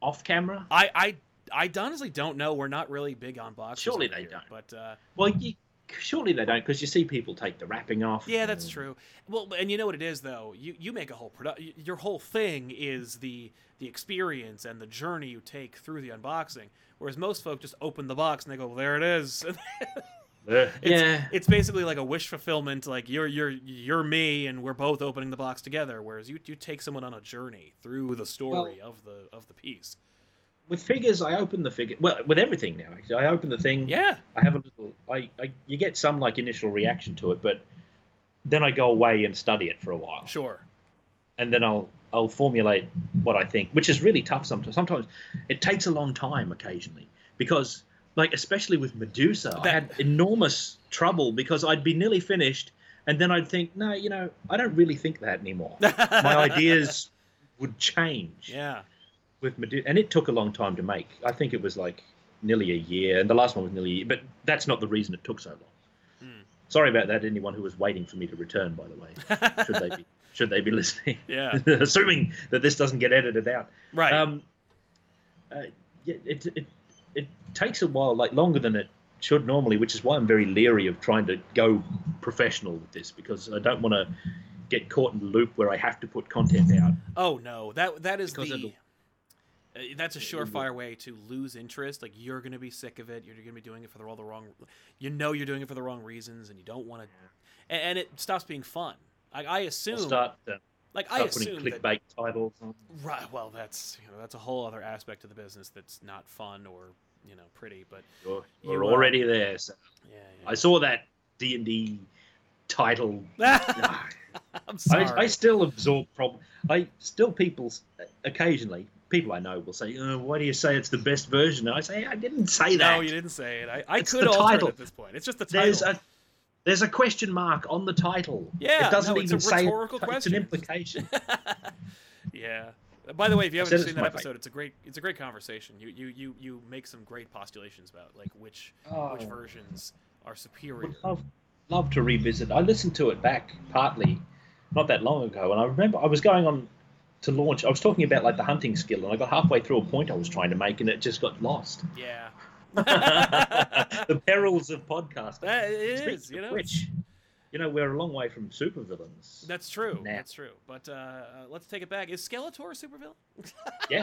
[SPEAKER 4] off camera?
[SPEAKER 1] I I. I honestly don't know. We're not really big on boxes.
[SPEAKER 4] Surely
[SPEAKER 1] over
[SPEAKER 4] they
[SPEAKER 1] here,
[SPEAKER 4] don't.
[SPEAKER 1] But uh,
[SPEAKER 4] Well, you, surely they don't, because you see people take the wrapping off.
[SPEAKER 1] Yeah, that's
[SPEAKER 4] and-
[SPEAKER 1] true. Well, and you know what it is though. You you make a whole product. Your whole thing is the the experience and the journey you take through the unboxing. Whereas most folk just open the box and they go, well, "There it is."
[SPEAKER 4] Yeah.
[SPEAKER 1] it's basically like a wish fulfillment. Like you're you're you're me, and we're both opening the box together. Whereas you you take someone on a journey through the story of the of the piece.
[SPEAKER 4] with figures i open the figure well with everything now actually i open the thing
[SPEAKER 1] Yeah,
[SPEAKER 4] i have a little I, I you get some like initial reaction to it but then i go away and study it for a while
[SPEAKER 1] sure.
[SPEAKER 4] and then i'll i'll formulate what i think which is really tough sometimes sometimes it takes a long time occasionally because like especially with medusa i
[SPEAKER 1] That-
[SPEAKER 4] had enormous trouble because i'd be nearly finished and then I'd think, no, you know, I don't really think that anymore. My ideas would change
[SPEAKER 1] Yeah.
[SPEAKER 4] with Medu- and it took a long time to make. I think it was like nearly a year, and the last one was nearly a year, but that's not the reason it took so long.
[SPEAKER 1] Hmm.
[SPEAKER 4] Sorry about that, anyone who was waiting for me to return, by the way. Should they be should they be listening?
[SPEAKER 1] yeah.
[SPEAKER 4] Assuming that this doesn't get edited out.
[SPEAKER 1] Right.
[SPEAKER 4] Um, uh, yeah, it, it it takes a while, like longer than it should normally, which is why I'm very leery of trying to go professional with this because I don't want to get caught in a loop where I have to put content out.
[SPEAKER 1] oh no. That that is
[SPEAKER 4] Because
[SPEAKER 1] the. Uh, That's a
[SPEAKER 4] it'll-
[SPEAKER 1] surefire way to lose interest. Like you're gonna be sick of it. You're gonna be doing it for the, all the wrong. You know you're doing it for the wrong reasons, and you don't want to. And, and it stops being fun. I, I assume.
[SPEAKER 4] I'll start uh,
[SPEAKER 1] like I
[SPEAKER 4] start
[SPEAKER 1] assume
[SPEAKER 4] putting
[SPEAKER 1] that
[SPEAKER 4] clickbait titles. On.
[SPEAKER 1] Right. Well, that's you know that's a whole other aspect of the business that's not fun or you know pretty, but
[SPEAKER 4] You're,
[SPEAKER 1] You,
[SPEAKER 4] you're
[SPEAKER 1] uh,
[SPEAKER 4] already there. So
[SPEAKER 1] yeah.
[SPEAKER 4] I saw that D and D title.
[SPEAKER 1] yeah.
[SPEAKER 4] Ah.
[SPEAKER 1] I'm
[SPEAKER 4] I, I
[SPEAKER 1] sorry.
[SPEAKER 4] still absorb problem. I still people s- occasionally people I know will say, uh, "Why do you say it's the best version?" And I say, "I didn't say that."
[SPEAKER 1] no, you didn't say it. I, I
[SPEAKER 4] It's
[SPEAKER 1] could
[SPEAKER 4] the
[SPEAKER 1] alter
[SPEAKER 4] title.
[SPEAKER 1] it at this point. It's just the title.
[SPEAKER 4] There's a there's a question mark on the title.
[SPEAKER 1] Yeah,
[SPEAKER 4] it doesn't
[SPEAKER 1] no, it's
[SPEAKER 4] even
[SPEAKER 1] a
[SPEAKER 4] say
[SPEAKER 1] rhetorical
[SPEAKER 4] it's
[SPEAKER 1] question.
[SPEAKER 4] an implication.
[SPEAKER 1] yeah. Uh, By the way, if you
[SPEAKER 4] I've
[SPEAKER 1] haven't
[SPEAKER 4] said it
[SPEAKER 1] seen
[SPEAKER 4] to
[SPEAKER 1] that
[SPEAKER 4] my face.
[SPEAKER 1] episode, it's a great it's a great conversation. You you you you make some great postulations about like which which
[SPEAKER 4] Oh.
[SPEAKER 1] versions are superior.
[SPEAKER 4] Would love, love to revisit. I listened to it back partly not that long ago, and I remember I was going on to launch. I was talking about like the hunting skill, and I got halfway through a point I was trying to make, and it just got lost.
[SPEAKER 1] Yeah.
[SPEAKER 4] the perils of podcasting.
[SPEAKER 1] That it
[SPEAKER 4] Speaking
[SPEAKER 1] is, you
[SPEAKER 4] of
[SPEAKER 1] know.
[SPEAKER 4] which, you know, we're a long way from supervillains.
[SPEAKER 1] That's true.
[SPEAKER 4] Nah.
[SPEAKER 1] That's true. But uh, uh, let's take it back. Is Skeletor a supervillain?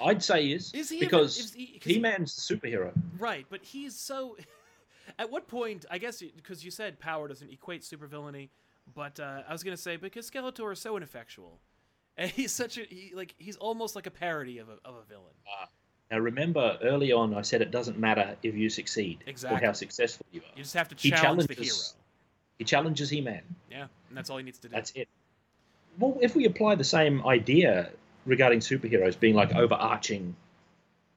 [SPEAKER 4] I'd say is,
[SPEAKER 1] Is he even-
[SPEAKER 4] because
[SPEAKER 1] is he- 'cause he-
[SPEAKER 4] He-Man's the superhero.
[SPEAKER 1] Right, but he's so. At what point, I guess, because you said power doesn't equate supervillainy, but uh, I was gonna say because Skeletor is so ineffectual, and he's such a he, like he's almost like a parody of a of a villain.
[SPEAKER 4] Now remember, early on, I said it doesn't matter if you succeed or
[SPEAKER 1] Exactly.
[SPEAKER 4] how successful you are.
[SPEAKER 1] You just have to
[SPEAKER 4] He
[SPEAKER 1] challenge the hero.
[SPEAKER 4] challenges- He challenges He-Man.
[SPEAKER 1] Yeah, and that's all he needs to do.
[SPEAKER 4] That's it. Well, if we apply the same idea regarding superheroes being like overarching,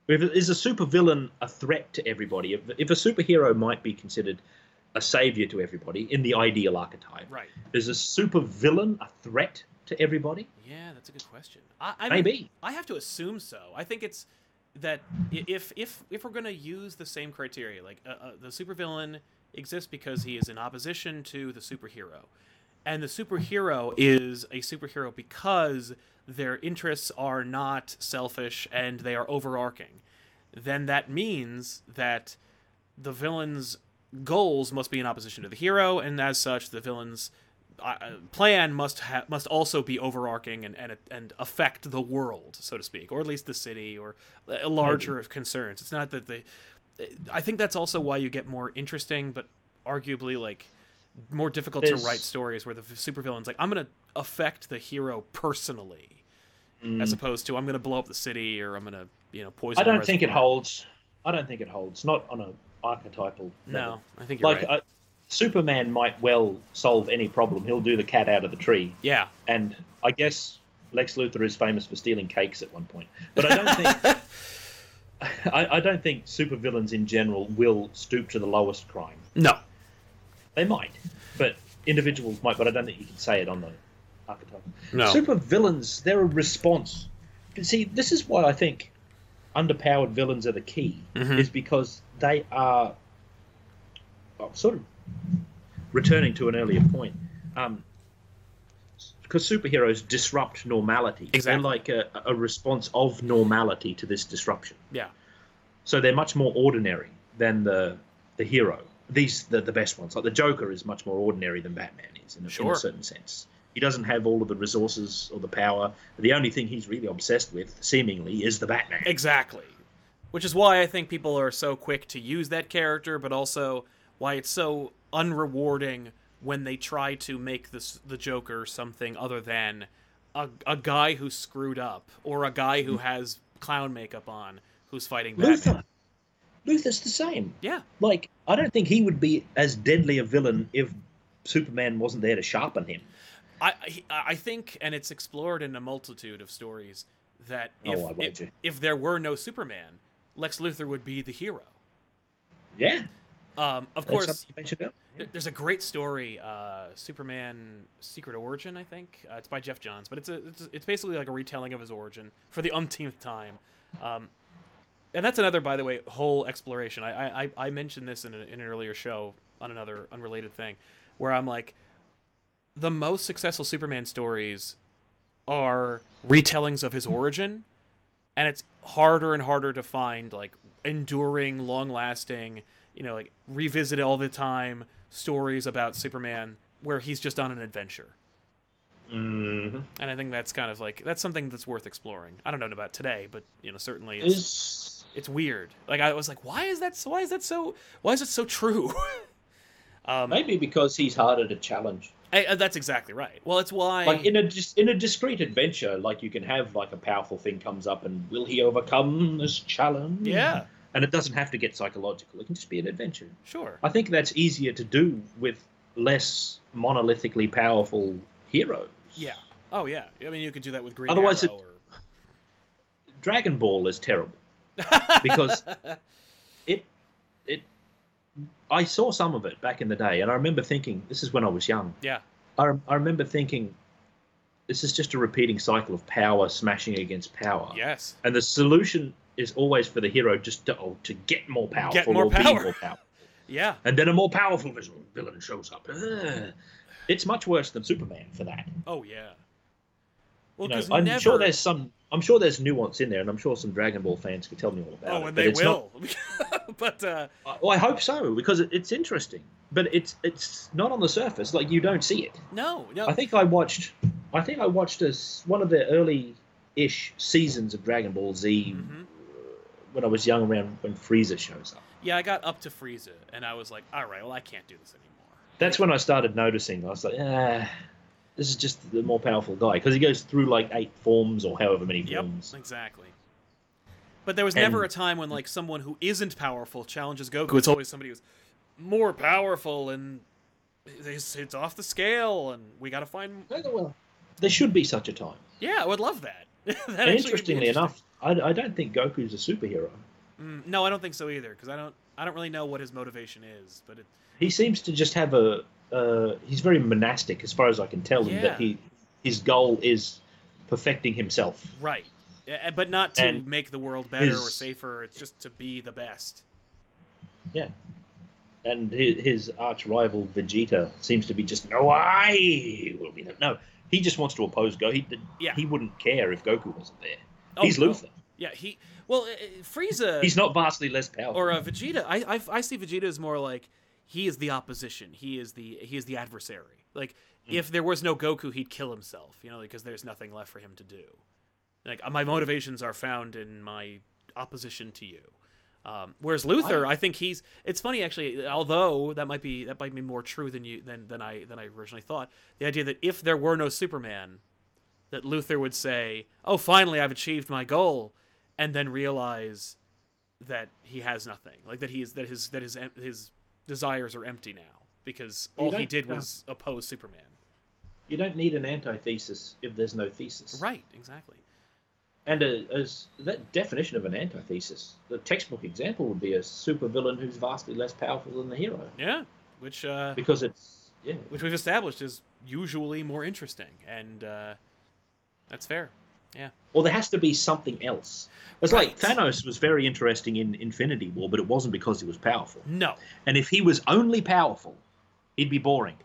[SPEAKER 4] if, is a supervillain a threat to everybody? If, if a superhero might be considered a savior to everybody in the ideal archetype,
[SPEAKER 1] right.
[SPEAKER 4] is a supervillain a threat to everybody?
[SPEAKER 1] Yeah, that's a good question. I, I mean,
[SPEAKER 4] Maybe.
[SPEAKER 1] I have to assume so. I think it's that i- if if if we're gonna use the same criteria, like uh, uh, the supervillain exists because he is in opposition to the superhero, and the superhero is a superhero because their interests are not selfish and they are overarching, then that means that the villain's goals must be in opposition to the hero, and as such, the villain's uh, uh, plan must ha- must also be overarching and, and and affect the world, so to speak, or at least the city or a larger of concerns. It's not that they. I think that's also why you get more interesting, but arguably like more difficult
[SPEAKER 4] There's-
[SPEAKER 1] to write stories where the supervillain's like, I'm gonna affect the hero personally, as opposed to I'm gonna blow up the city or I'm gonna you know poison.
[SPEAKER 4] Mm. I
[SPEAKER 1] the
[SPEAKER 4] don't think it
[SPEAKER 1] reservoir."
[SPEAKER 4] holds. I don't think it holds. Not on an archetypal.
[SPEAKER 1] No,
[SPEAKER 4] level.
[SPEAKER 1] I think you're
[SPEAKER 4] Like
[SPEAKER 1] right.
[SPEAKER 4] uh, Superman might well solve any problem. He'll do the cat out of the tree,
[SPEAKER 1] yeah,
[SPEAKER 4] and I guess Lex Luthor is famous for stealing cakes at one point. But I don't think. I, I don't think supervillains in general will stoop to the lowest crime.
[SPEAKER 1] no,
[SPEAKER 4] They might, but individuals might. But I don't think you can say it on the archetype.
[SPEAKER 1] No.
[SPEAKER 4] Super villains, they're a response. You See, this is why I think underpowered villains are the key,
[SPEAKER 1] Mm-hmm.
[SPEAKER 4] is because they are well, sort of returning to an earlier point. Um, because superheroes disrupt normality.
[SPEAKER 1] Exactly.
[SPEAKER 4] They're like a, a response of normality to this disruption
[SPEAKER 1] yeah,
[SPEAKER 4] so they're much more ordinary than the the hero. These the the best ones. Like the Joker is much more ordinary than Batman is in a, in
[SPEAKER 1] Sure.
[SPEAKER 4] a certain sense. He doesn't have all of the resources or the power. The only thing he's really obsessed with, seemingly, is the Batman.
[SPEAKER 1] exactly. Which is why I think people are so quick to use that character, but also why it's so unrewarding when they try to make this the Joker something other than a, a guy who screwed up or a guy who has clown makeup on who's fighting Batman.
[SPEAKER 4] Luthor. Luthor's the same.
[SPEAKER 1] Yeah,
[SPEAKER 4] Like I don't think he would be as deadly a villain if Superman wasn't there to sharpen him.
[SPEAKER 1] I I- I think, and it's explored in a multitude of stories that
[SPEAKER 4] Oh,
[SPEAKER 1] if
[SPEAKER 4] I won't
[SPEAKER 1] if,
[SPEAKER 4] you.
[SPEAKER 1] if there were no Superman, Lex Luthor would be the hero.
[SPEAKER 4] Yeah,
[SPEAKER 1] Um, of
[SPEAKER 4] that's
[SPEAKER 1] course,
[SPEAKER 4] something you mentioned earlier.
[SPEAKER 1] There- There's a great story, uh, Superman: Secret Origin, I think. Uh, it's by Jeff Johns, but it's a it's, it's basically like a retelling of his origin for the umpteenth time. Um, and that's another, by the way, whole exploration. I I- I, I mentioned this in, a, in an earlier show on another unrelated thing, where I'm like, the most successful Superman stories are retellings of his origin, and it's harder and harder to find like enduring, long-lasting, you know, like revisit all the time stories about Superman where he's just on an adventure.
[SPEAKER 4] Mm-hmm.
[SPEAKER 1] And I think that's kind of like that's something that's worth exploring. I don't know about today, but you know, certainly it's
[SPEAKER 4] Is
[SPEAKER 1] it's weird. Like I was like, why is that? so- Why is that so? Why is it so true? um,
[SPEAKER 4] maybe because he's harder to challenge.
[SPEAKER 1] I, uh, that's exactly right. Well, it's why.
[SPEAKER 4] Like in a dis- in a discreet adventure, like you can have like a powerful thing comes up and will he overcome this challenge?
[SPEAKER 1] yeah,
[SPEAKER 4] and it doesn't have to get psychological. It can just be an adventure.
[SPEAKER 1] sure.
[SPEAKER 4] I think that's easier to do with less monolithically powerful heroes.
[SPEAKER 1] Yeah. Oh yeah. I mean, you could do that with Green
[SPEAKER 4] Otherwise
[SPEAKER 1] Arrow.
[SPEAKER 4] Dragon Ball is terrible
[SPEAKER 1] Or...
[SPEAKER 4] because it it I saw some of it back in the day, and I remember thinking this is when I was young.
[SPEAKER 1] yeah.
[SPEAKER 4] I, I remember thinking this is just a repeating cycle of power smashing against power.
[SPEAKER 1] Yes.
[SPEAKER 4] And the solution is always for the hero just to oh, to get more powerful
[SPEAKER 1] more
[SPEAKER 4] or
[SPEAKER 1] power.
[SPEAKER 4] be more powerful.
[SPEAKER 1] Yeah.
[SPEAKER 4] And then a more powerful vis- villain shows up. Ugh. It's much worse than Superman for that.
[SPEAKER 1] Oh yeah.
[SPEAKER 4] You
[SPEAKER 1] Well,
[SPEAKER 4] know,
[SPEAKER 1] 'cause
[SPEAKER 4] I'm
[SPEAKER 1] never...
[SPEAKER 4] sure there's some. I'm sure there's nuance in there, and I'm sure some Dragon Ball fans could tell me all about it.
[SPEAKER 1] Oh, and
[SPEAKER 4] but
[SPEAKER 1] they
[SPEAKER 4] it's not-
[SPEAKER 1] will. but uh,
[SPEAKER 4] I- well, I hope so because it, it's interesting, but it's it's not on the surface. Like you don't see it.
[SPEAKER 1] no, no.
[SPEAKER 4] I think I watched. I think I watched as one of the early-ish seasons of Dragon Ball Z
[SPEAKER 1] Mhm.
[SPEAKER 4] when I was young, around when Frieza shows up.
[SPEAKER 1] Yeah, I got up to Frieza, and I was like, all right, well, I can't do this anymore.
[SPEAKER 4] That's when I started noticing. I was like, ah, this is just the more powerful guy because he goes through like eight forms or however many
[SPEAKER 1] Yep,
[SPEAKER 4] forms.
[SPEAKER 1] exactly. But there was never
[SPEAKER 4] And-
[SPEAKER 1] a time when like someone who isn't powerful challenges Goku. It's always somebody who's more powerful and it's, it's off the scale, and we got to find.
[SPEAKER 4] Oh, well, there should be such a time.
[SPEAKER 1] Yeah, I would love that. that
[SPEAKER 4] And
[SPEAKER 1] actually would be
[SPEAKER 4] interestingly enough, I, I don't think Goku's a superhero.
[SPEAKER 1] Mm, no, I don't think so either, because I don't, I don't really know what his motivation is. But it,
[SPEAKER 4] He seems to just have a. Uh, he's very monastic, as far as I can tell him.
[SPEAKER 1] Yeah.
[SPEAKER 4] That he, his goal is perfecting himself.
[SPEAKER 1] right, Yeah, eh, but not to
[SPEAKER 4] And
[SPEAKER 1] make the world better or
[SPEAKER 4] his-
[SPEAKER 1] safer. It's just to be the best.
[SPEAKER 4] Yeah. And his, his arch rival Vegeta seems to be just no. I will be the no. He just wants to oppose Go. He did-
[SPEAKER 1] Yeah.
[SPEAKER 4] He wouldn't care if Goku wasn't there.
[SPEAKER 1] Oh,
[SPEAKER 4] he's
[SPEAKER 1] no.
[SPEAKER 4] Luther.
[SPEAKER 1] Yeah, he. Well, uh, uh, Frieza.
[SPEAKER 4] He's not vastly less powerful.
[SPEAKER 1] or uh, Vegeta. I, I I see Vegeta as more like he is the opposition. He is the he is the adversary. Like if there was no Goku, he'd kill himself. You know, because there's nothing left for him to do. Like uh, my motivations are found in my opposition to you. Um, whereas Luther, I, think he's. It's funny actually. Although that might be that might be more true than you than than I than I originally thought. The idea that if there were no Superman, that Luther would say, "Oh, finally, I've achieved my goal," and then realize that he has nothing, like that he is that his that his em- his desires are empty now because all he
[SPEAKER 4] don't-
[SPEAKER 1] did
[SPEAKER 4] yeah.
[SPEAKER 1] was oppose Superman.
[SPEAKER 4] you don't need an antithesis if there's no thesis.
[SPEAKER 1] Right, exactly.
[SPEAKER 4] And a, as that definition of an antithesis, the textbook example would be a supervillain who's vastly less powerful than the hero,
[SPEAKER 1] Yeah, which uh,
[SPEAKER 4] because it's yeah.
[SPEAKER 1] which we've established is usually more interesting, and uh, that's fair. Yeah,
[SPEAKER 4] Well, there has to be something else. It's like
[SPEAKER 1] Right.
[SPEAKER 4] Thanos was very interesting in Infinity War, but it wasn't because he was powerful.
[SPEAKER 1] no,
[SPEAKER 4] And if he was only powerful, he'd be boring.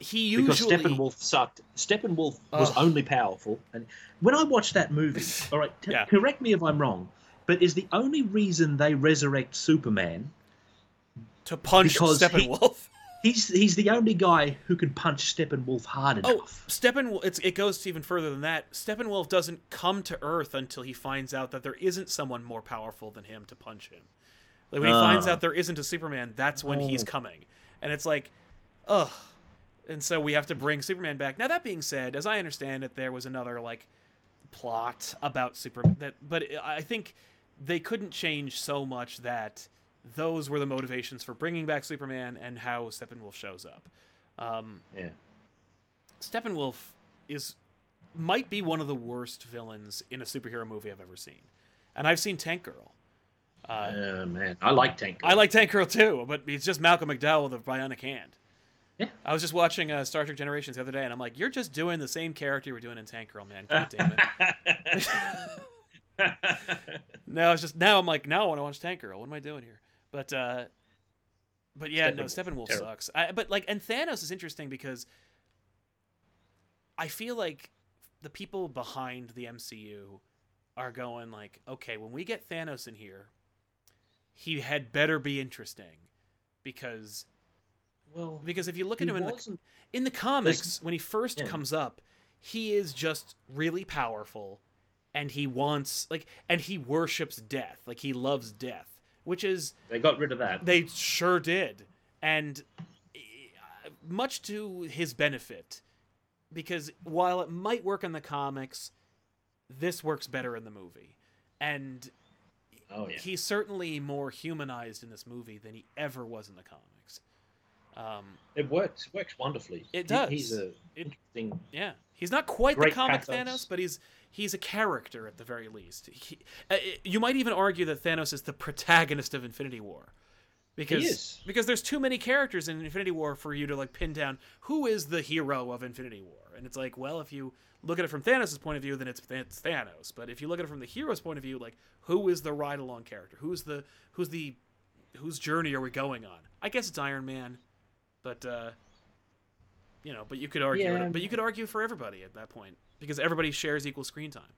[SPEAKER 1] he usually
[SPEAKER 4] Because Steppenwolf sucked. Steppenwolf was
[SPEAKER 1] Ugh.
[SPEAKER 4] only powerful, and when I watched that movie, all right, t-
[SPEAKER 1] Yeah.
[SPEAKER 4] correct me if I'm wrong, but is the only reason they resurrect Superman?
[SPEAKER 1] to punch
[SPEAKER 4] because he-
[SPEAKER 1] Steppenwolf.
[SPEAKER 4] He's he's the only guy who can punch Steppenwolf hard
[SPEAKER 1] Oh,
[SPEAKER 4] enough.
[SPEAKER 1] Steppenwolf. It's, it goes even further than that. Steppenwolf doesn't come to Earth until he finds out that there isn't someone more powerful than him to punch him. Like when he finds
[SPEAKER 4] Ah. Oh.
[SPEAKER 1] out there isn't a Superman, that's when he's coming, and it's like, ugh. And so we have to bring Superman back. Now that being said, as I understand it, there was another like plot about Superman. That, but I I think they couldn't change so much that those were the motivations for bringing back Superman and how Steppenwolf shows up. Um,
[SPEAKER 4] Yeah.
[SPEAKER 1] Steppenwolf is might be one of the worst villains in a superhero movie I've ever seen, and I've seen Tank Girl. Uh,
[SPEAKER 4] Oh man, I like Tank.
[SPEAKER 1] I like Tank Girl too, but it's just Malcolm McDowell with a bionic hand.
[SPEAKER 4] Yeah.
[SPEAKER 1] I was just watching uh, Star Trek Generations the other day, and I'm like, you're just doing the same character you were doing in Tank Girl, man. God damn it. now it's just now I'm like, now I want to watch Tank Girl. What am I doing here? But uh, but yeah, no,
[SPEAKER 4] Steppenwolf.
[SPEAKER 1] Steppenwolf
[SPEAKER 4] Terrible.
[SPEAKER 1] sucks. I, but like, and Thanos is interesting because I feel like the people behind the MCU are going like, okay, when we get Thanos in here, he had better be interesting because
[SPEAKER 4] well,
[SPEAKER 1] because if you look at
[SPEAKER 4] he
[SPEAKER 1] him in the
[SPEAKER 4] wasn't-
[SPEAKER 1] in the comics, when he first
[SPEAKER 4] Yeah.
[SPEAKER 1] comes up, he is just really powerful and he wants like and he worships death. Like he loves death, which is
[SPEAKER 4] they got rid of that.
[SPEAKER 1] they sure did. And uh, much to his benefit because while it might work in the comics, this works better in the movie. And
[SPEAKER 4] oh yeah.
[SPEAKER 1] he's certainly more humanized in this movie than he ever was in the comics. Um,
[SPEAKER 4] It works. Works wonderfully.
[SPEAKER 1] It
[SPEAKER 4] He-
[SPEAKER 1] does.
[SPEAKER 4] he's a
[SPEAKER 1] It-
[SPEAKER 4] interesting.
[SPEAKER 1] Yeah, he's not quite
[SPEAKER 4] Great
[SPEAKER 1] the comic
[SPEAKER 4] pathos.
[SPEAKER 1] Thanos, but he's he's a character at the very least. He, uh, you might even argue that Thanos is the protagonist of Infinity War, because
[SPEAKER 4] is.
[SPEAKER 1] because there's too many characters in Infinity War for you to like pin down who is the hero of Infinity War. And it's like, well, if you look at it from Thanos' point of view, then it's, it's Thanos. But if you look at it from the hero's point of view, like who is the ride along character? Who's the who's the whose journey are we going on? I guess it's Iron Man, but uh, you know, but you could argue,
[SPEAKER 4] Yeah.
[SPEAKER 1] but you could argue for everybody at that point because everybody shares equal screen time.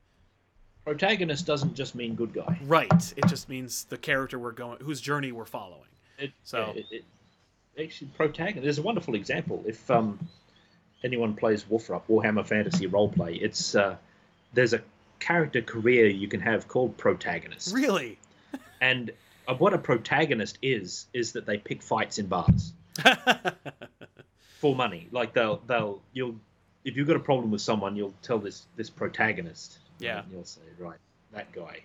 [SPEAKER 4] Protagonist doesn't just mean good guy.
[SPEAKER 1] Right. It just means the character we're going, whose journey we're following.
[SPEAKER 4] It,
[SPEAKER 1] So-
[SPEAKER 4] it, it, actually, protagonist. There's a wonderful example. If um, anyone plays Wolfrup, Warhammer Fantasy Roleplay, it's uh, there's a character career you can have called protagonist.
[SPEAKER 1] Really?
[SPEAKER 4] And uh, what a protagonist is is that they pick fights in bars for money. Like they'll they'll you'll if you've got a problem with someone, you'll tell this this protagonist.
[SPEAKER 1] Yeah.
[SPEAKER 4] And you'll say right that guy.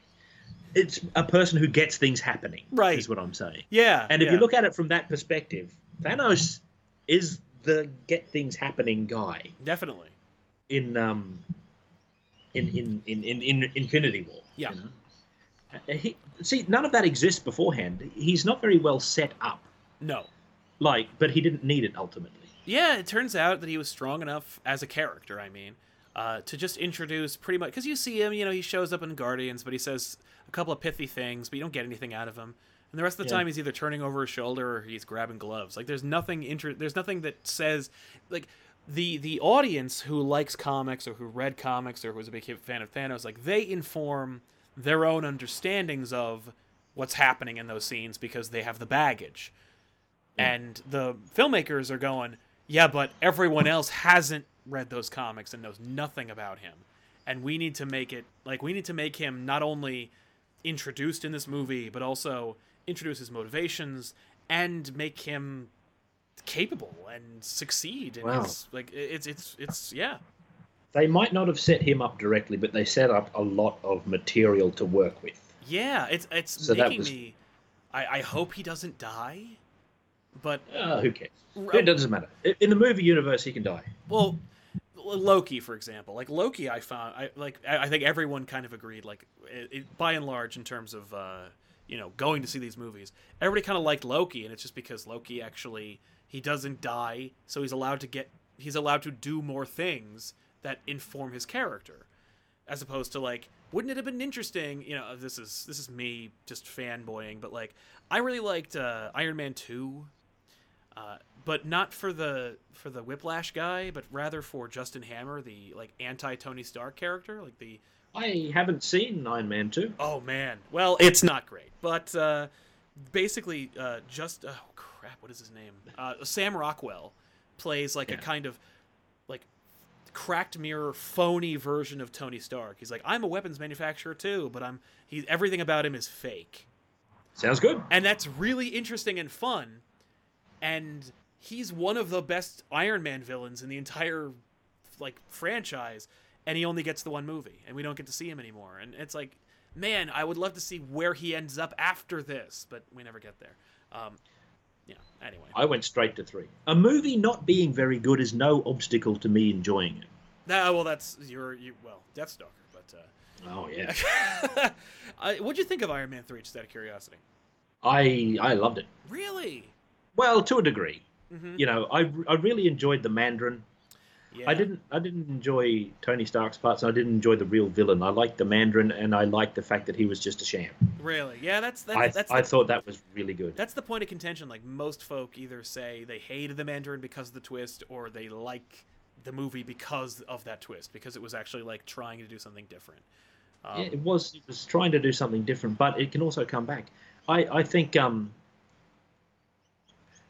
[SPEAKER 4] It's a person who gets things happening.
[SPEAKER 1] Right.
[SPEAKER 4] Is what I'm saying.
[SPEAKER 1] yeah.
[SPEAKER 4] And if
[SPEAKER 1] yeah.
[SPEAKER 4] you look at it from that perspective, Thanos is the get things happening guy
[SPEAKER 1] definitely.
[SPEAKER 4] in um in in in, in, in Infinity War.
[SPEAKER 1] Yeah.
[SPEAKER 4] you know? Uh, He, see, none of that exists beforehand. He's not very well set up.
[SPEAKER 1] No.
[SPEAKER 4] Like, but he didn't need it ultimately.
[SPEAKER 1] Yeah, it turns out that he was strong enough as a character, I mean, uh, to just introduce pretty much. Because you see him, you know, he shows up in Guardians, but he says a couple of pithy things, but you don't get anything out of him. And the rest of the
[SPEAKER 4] Yeah.
[SPEAKER 1] time, he's either turning over his shoulder or he's grabbing gloves. Like, there's nothing inter- There's nothing that says, like, the the audience who likes comics or who read comics or who's a big fan of Thanos, like, they inform their own understandings of what's happening in those scenes because they have the baggage and the filmmakers are going, yeah, but everyone else hasn't read those comics and knows nothing about him, and we need to make it like we need to make him not only introduced in this movie, but also introduce his motivations and make him capable and succeed. And
[SPEAKER 4] Wow.
[SPEAKER 1] it's like it- it's it's it's yeah,
[SPEAKER 4] They might not have set him up directly, but they set up a lot of material to work with.
[SPEAKER 1] yeah. It's it's
[SPEAKER 4] So that
[SPEAKER 1] making
[SPEAKER 4] was-
[SPEAKER 1] me. I I hope he doesn't die, but
[SPEAKER 4] Ah, who cares? It doesn't matter. I- In the movie universe, he can die.
[SPEAKER 1] well L- loki for example like loki i found i like i I think everyone kind of agreed like it, it, by and large in terms of uh you know going to see these movies everybody kind of liked loki and it's just because loki actually he doesn't die so he's allowed to get he's allowed to do more things that inform his character as opposed to like wouldn't it have been interesting you know this is this is me just fanboying but like i really liked uh iron man 2 uh, but not for the for the Whiplash guy, but rather for Justin Hammer, the like anti Tony Stark character, like the
[SPEAKER 4] I haven't seen Iron Man two.
[SPEAKER 1] oh man, well it's not great, but uh, basically uh, just oh crap, what is his name? Uh, Sam Rockwell plays like a
[SPEAKER 4] Yeah.
[SPEAKER 1] kind of like cracked mirror phony version of Tony Stark. He's like I'm a weapons manufacturer too, but I'm he's everything about him is fake.
[SPEAKER 4] Sounds good.
[SPEAKER 1] and that's really interesting and fun and he's one of the best iron man villains in the entire like franchise and he only gets the one movie and we don't get to see him anymore and it's like man i would love to see where he ends up after this but we never get there um yeah anyway
[SPEAKER 4] I went straight to three. A movie not being very good is no obstacle to me enjoying it.
[SPEAKER 1] that, well that's your you well death stalker but
[SPEAKER 4] Oh yeah,
[SPEAKER 1] uh I- what'd you think of iron man 3 just out of curiosity
[SPEAKER 4] I I loved it.
[SPEAKER 1] really Mm-hmm.
[SPEAKER 4] Well, to a degree, You know, I, I really enjoyed the Mandarin.
[SPEAKER 1] Yeah.
[SPEAKER 4] I didn't I didn't enjoy Tony Stark's parts, and I didn't enjoy the real villain. I liked the Mandarin, and I liked the fact that he was just a sham.
[SPEAKER 1] really. Yeah, that's that's
[SPEAKER 4] I,
[SPEAKER 1] that's
[SPEAKER 4] I
[SPEAKER 1] the,
[SPEAKER 4] thought that was really good.
[SPEAKER 1] that's the point of contention. Like most folk either say they hated the Mandarin because of the twist, or they like the movie because of that twist, because it was actually like trying to do something different. Um,
[SPEAKER 4] Yeah, it was it was trying to do something different, but it can also come back. I I think um.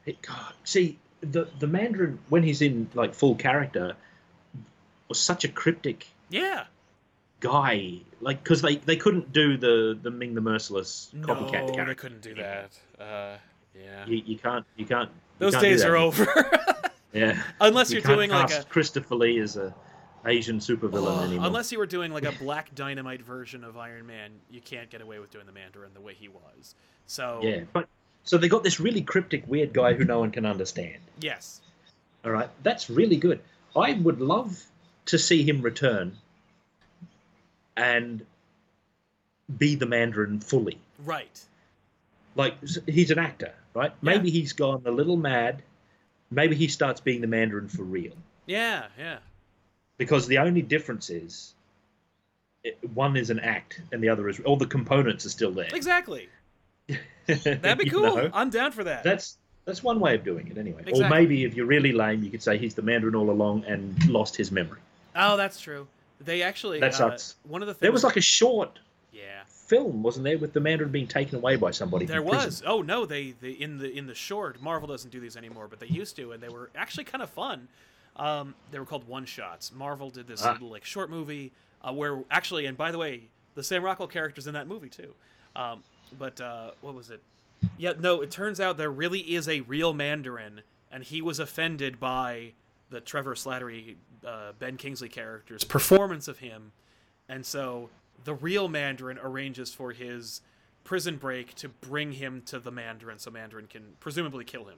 [SPEAKER 4] It, God, see the the Mandarin when he's in like full character was such a cryptic
[SPEAKER 1] yeah.
[SPEAKER 4] guy, like because they they couldn't do the the Ming the Merciless copycat
[SPEAKER 1] no,
[SPEAKER 4] character.
[SPEAKER 1] they couldn't do that. Uh, yeah.
[SPEAKER 4] You, you can't you can't. you
[SPEAKER 1] Those
[SPEAKER 4] can't do
[SPEAKER 1] days
[SPEAKER 4] that.
[SPEAKER 1] are over.
[SPEAKER 4] Yeah.
[SPEAKER 1] Unless
[SPEAKER 4] You
[SPEAKER 1] you're
[SPEAKER 4] can't
[SPEAKER 1] doing like
[SPEAKER 4] cast
[SPEAKER 1] a-
[SPEAKER 4] Christopher Lee as a Asian supervillain
[SPEAKER 1] Oh,
[SPEAKER 4] anymore.
[SPEAKER 1] Unless you were doing like a black dynamite version of Iron Man, you can't get away with doing the Mandarin the way he was. So
[SPEAKER 4] yeah, but so they got this really cryptic, weird guy who no one can understand.
[SPEAKER 1] yes,
[SPEAKER 4] All right, that's really good. I would love to see him return and be the Mandarin fully.
[SPEAKER 1] right.
[SPEAKER 4] Like s- he's an actor, right? Maybe he's gone a little mad. Maybe he starts being the Mandarin for real.
[SPEAKER 1] Yeah, yeah,
[SPEAKER 4] because the only difference is it, one is an act and the other is all the components are still there.
[SPEAKER 1] exactly. That'd be
[SPEAKER 4] You
[SPEAKER 1] cool.
[SPEAKER 4] know?
[SPEAKER 1] I'm down for that.
[SPEAKER 4] That's that's one way of doing it anyway. Or
[SPEAKER 1] Exactly.
[SPEAKER 4] maybe if you're really lame, you could say he's the Mandarin all along and lost his memory.
[SPEAKER 1] oh, that's true. They actually
[SPEAKER 4] That
[SPEAKER 1] uh,
[SPEAKER 4] sucks.
[SPEAKER 1] One of the things
[SPEAKER 4] There was like a short
[SPEAKER 1] yeah.
[SPEAKER 4] film, wasn't there, with the Mandarin being taken away by somebody?
[SPEAKER 1] There
[SPEAKER 4] from
[SPEAKER 1] was.
[SPEAKER 4] prison.
[SPEAKER 1] Oh no, they, they in the in the short Marvel doesn't do these anymore, but they used to, and they were actually kind of fun. Um, they were called one shots. Marvel did this
[SPEAKER 4] Ah.
[SPEAKER 1] little like short movie uh, where actually, and by the way, the Sam Rockwell character's in that movie too. Um, but uh, what was it? Yeah, no. It turns out there really is a real Mandarin, and he was offended by the Trevor Slattery, uh, Ben Kingsley character's performance of him, and so the real Mandarin arranges for his prison break to bring him to the Mandarin, so Mandarin can presumably kill him.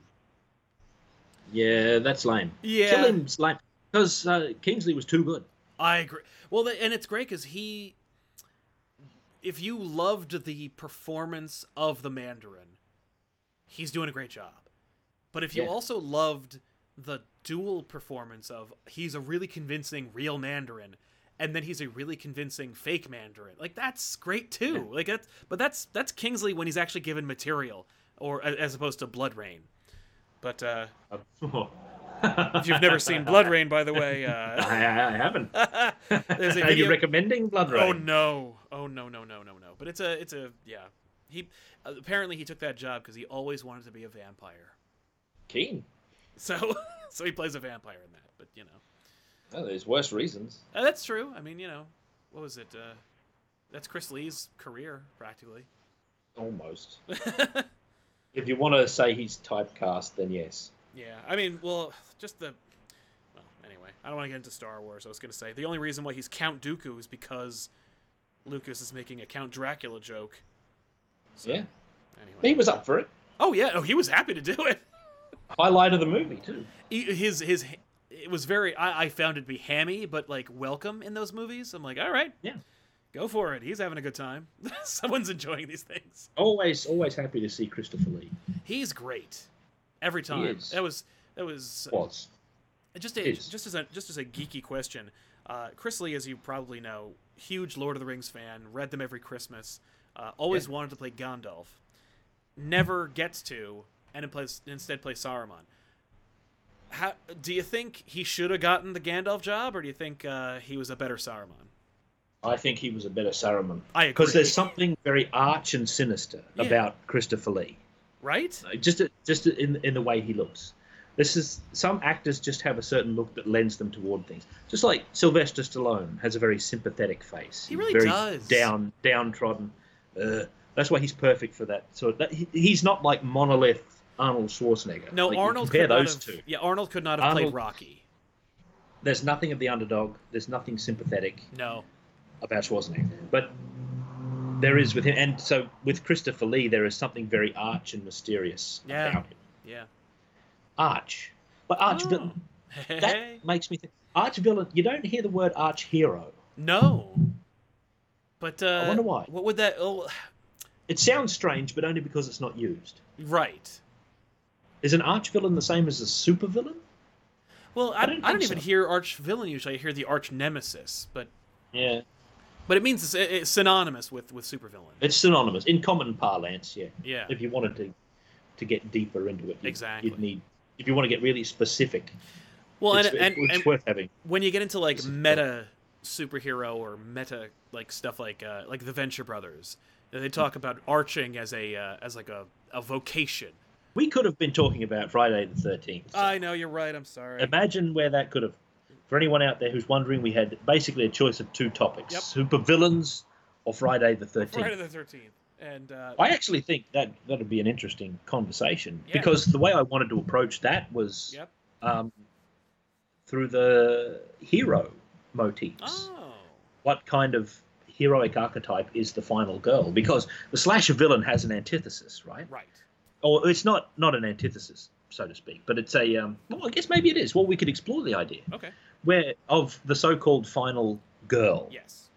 [SPEAKER 4] Yeah, that's lame.
[SPEAKER 1] Yeah.
[SPEAKER 4] Kill him's lame because uh, Kingsley was too good.
[SPEAKER 1] I agree. Well, th- and it's great because he, if you loved the performance of the Mandarin, he's doing a great job. But if you
[SPEAKER 4] Yeah.
[SPEAKER 1] also loved the dual performance of he's a really convincing real Mandarin, and then he's a really convincing fake Mandarin, like that's great too. Like that's but that's that's Kingsley when he's actually given material, or a- as opposed to Blood Rain. But uh, if you've never seen Blood Rain, by the way, uh,
[SPEAKER 4] I, I haven't.
[SPEAKER 1] there's a
[SPEAKER 4] Are you
[SPEAKER 1] video-
[SPEAKER 4] recommending Blood Rain?
[SPEAKER 1] Oh no! Oh no! No no no no! But it's a it's a yeah. He uh, apparently he took that job because he always wanted to be a vampire.
[SPEAKER 4] Keen.
[SPEAKER 1] So so he plays a vampire in that. But you know
[SPEAKER 4] Oh, there's worse reasons.
[SPEAKER 1] Uh, that's true. I mean you know what was it? Uh, that's Chris Lee's career practically.
[SPEAKER 4] Almost. if you want to say he's typecast, then yes.
[SPEAKER 1] Yeah, I mean well just the well anyway I don't want to get into Star Wars. I was gonna say the only reason why he's Count Dooku is because Lucas is making a Count Dracula joke. So,
[SPEAKER 4] Yeah.
[SPEAKER 1] Anyway.
[SPEAKER 4] He was up for it.
[SPEAKER 1] oh yeah. Oh he was happy to do it.
[SPEAKER 4] Highlight of the movie, too.
[SPEAKER 1] he- e, his his it was very I, I found it to be hammy but like welcome in those movies i'm like all right
[SPEAKER 4] Yeah.
[SPEAKER 1] go for it he's having a good time someone's enjoying these things
[SPEAKER 4] Always, always happy to see Christopher Lee.
[SPEAKER 1] he's great every time
[SPEAKER 4] is.
[SPEAKER 1] that was that was
[SPEAKER 4] Was.
[SPEAKER 1] just a,
[SPEAKER 4] is.
[SPEAKER 1] just as a just as a geeky question uh chris lee as you probably know huge lord of the rings fan read them every christmas uh, always wanted to play gandalf never gets to and in place, instead plays Saruman. How do you think he should have gotten the Gandalf job, or do you think uh, he was a better Saruman?
[SPEAKER 4] I think he was a better Saruman.
[SPEAKER 1] I agree.
[SPEAKER 4] Because there's something very arch and sinister
[SPEAKER 1] Yeah.
[SPEAKER 4] about Christopher Lee.
[SPEAKER 1] right?
[SPEAKER 4] Like, Just, just in, in the way he looks. This is some actors just have a certain look that lends them toward things. Just like Sylvester Stallone has a very sympathetic face.
[SPEAKER 1] He really
[SPEAKER 4] very
[SPEAKER 1] does.
[SPEAKER 4] Down, downtrodden. Uh, that's why he's perfect for that. So that, he, he's not like monolith Arnold Schwarzenegger.
[SPEAKER 1] No,
[SPEAKER 4] Like, you
[SPEAKER 1] Arnold
[SPEAKER 4] Compare
[SPEAKER 1] could
[SPEAKER 4] those
[SPEAKER 1] not have,
[SPEAKER 4] two.
[SPEAKER 1] Yeah, Arnold could not have played
[SPEAKER 4] Arnold-
[SPEAKER 1] Rocky.
[SPEAKER 4] There's nothing of the underdog. There's nothing sympathetic
[SPEAKER 1] No,
[SPEAKER 4] about Schwarzenegger, but there is with him. And so with Christopher Lee, there is something very arch and mysterious
[SPEAKER 1] Yeah.
[SPEAKER 4] about him.
[SPEAKER 1] yeah.
[SPEAKER 4] Arch, but arch
[SPEAKER 1] Oh.
[SPEAKER 4] villain.
[SPEAKER 1] Hey.
[SPEAKER 4] That makes me think. Arch villain. You don't hear the word arch hero.
[SPEAKER 1] No. But uh,
[SPEAKER 4] wonder why.
[SPEAKER 1] What would that? Oh,
[SPEAKER 4] It sounds strange, but only because it's not used.
[SPEAKER 1] right.
[SPEAKER 4] Is an archvillain the same as a supervillain?
[SPEAKER 1] Well, I,
[SPEAKER 4] I
[SPEAKER 1] I don't,
[SPEAKER 4] don't think
[SPEAKER 1] even
[SPEAKER 4] so.
[SPEAKER 1] hear arch villain usually. I hear the arch nemesis, but
[SPEAKER 4] Yeah.
[SPEAKER 1] but it means it's, it's synonymous with with supervillain.
[SPEAKER 4] It's synonymous in common parlance. Yeah.
[SPEAKER 1] Yeah.
[SPEAKER 4] If you wanted to to get deeper into it, you'd,
[SPEAKER 1] Exactly.
[SPEAKER 4] You'd need if you want to get really specific.
[SPEAKER 1] Well, and,
[SPEAKER 4] it's,
[SPEAKER 1] and,
[SPEAKER 4] it's
[SPEAKER 1] and
[SPEAKER 4] worth having.
[SPEAKER 1] when you get into like
[SPEAKER 4] This is
[SPEAKER 1] meta superhero or meta like stuff like uh, like the Venture Brothers,
[SPEAKER 4] Hmm.
[SPEAKER 1] they talk about arching as a uh, as like a, a vocation.
[SPEAKER 4] We could have been talking about Friday the Thirteenth.
[SPEAKER 1] I know you're right. I'm sorry.
[SPEAKER 4] Imagine where that could have. For anyone out there who's wondering, we had basically a choice of two topics:
[SPEAKER 1] Yep.
[SPEAKER 4] supervillains or Friday the
[SPEAKER 1] Friday
[SPEAKER 4] Thirteenth.
[SPEAKER 1] the Thirteenth, and uh,
[SPEAKER 4] I actually think that that would be an interesting conversation
[SPEAKER 1] Yeah.
[SPEAKER 4] because the way I wanted to approach that was
[SPEAKER 1] yep.
[SPEAKER 4] um, through the hero motifs.
[SPEAKER 1] Oh,
[SPEAKER 4] What kind of heroic archetype is the final girl? Because the slasher villain has an antithesis, right?
[SPEAKER 1] right.
[SPEAKER 4] Or it's not not an antithesis, so to speak, but it's a. Um, well, I guess maybe it is. Well, we could explore the idea.
[SPEAKER 1] Okay.
[SPEAKER 4] where of the so-called final girl
[SPEAKER 1] Yes.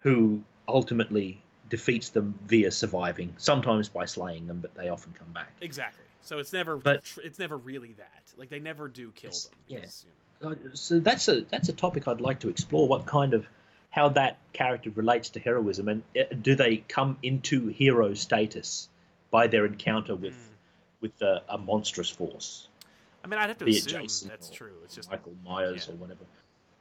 [SPEAKER 4] who ultimately defeats them via surviving sometimes by slaying them but they often come back
[SPEAKER 1] Exactly. So it's never
[SPEAKER 4] But-
[SPEAKER 1] tr- it's never really that. Like they never do kill
[SPEAKER 4] It's-
[SPEAKER 1] them.
[SPEAKER 4] yeah.
[SPEAKER 1] because, you know.
[SPEAKER 4] Uh, so that's a that's a topic i'd like to explore what kind of how that character relates to heroism and uh, do they come into hero status by their encounter with
[SPEAKER 1] Mm.
[SPEAKER 4] with a, a monstrous force
[SPEAKER 1] I mean, I'd have to
[SPEAKER 4] be it
[SPEAKER 1] assume
[SPEAKER 4] Jason
[SPEAKER 1] that's
[SPEAKER 4] or
[SPEAKER 1] true. It's just
[SPEAKER 4] michael myers
[SPEAKER 1] yeah.
[SPEAKER 4] or whatever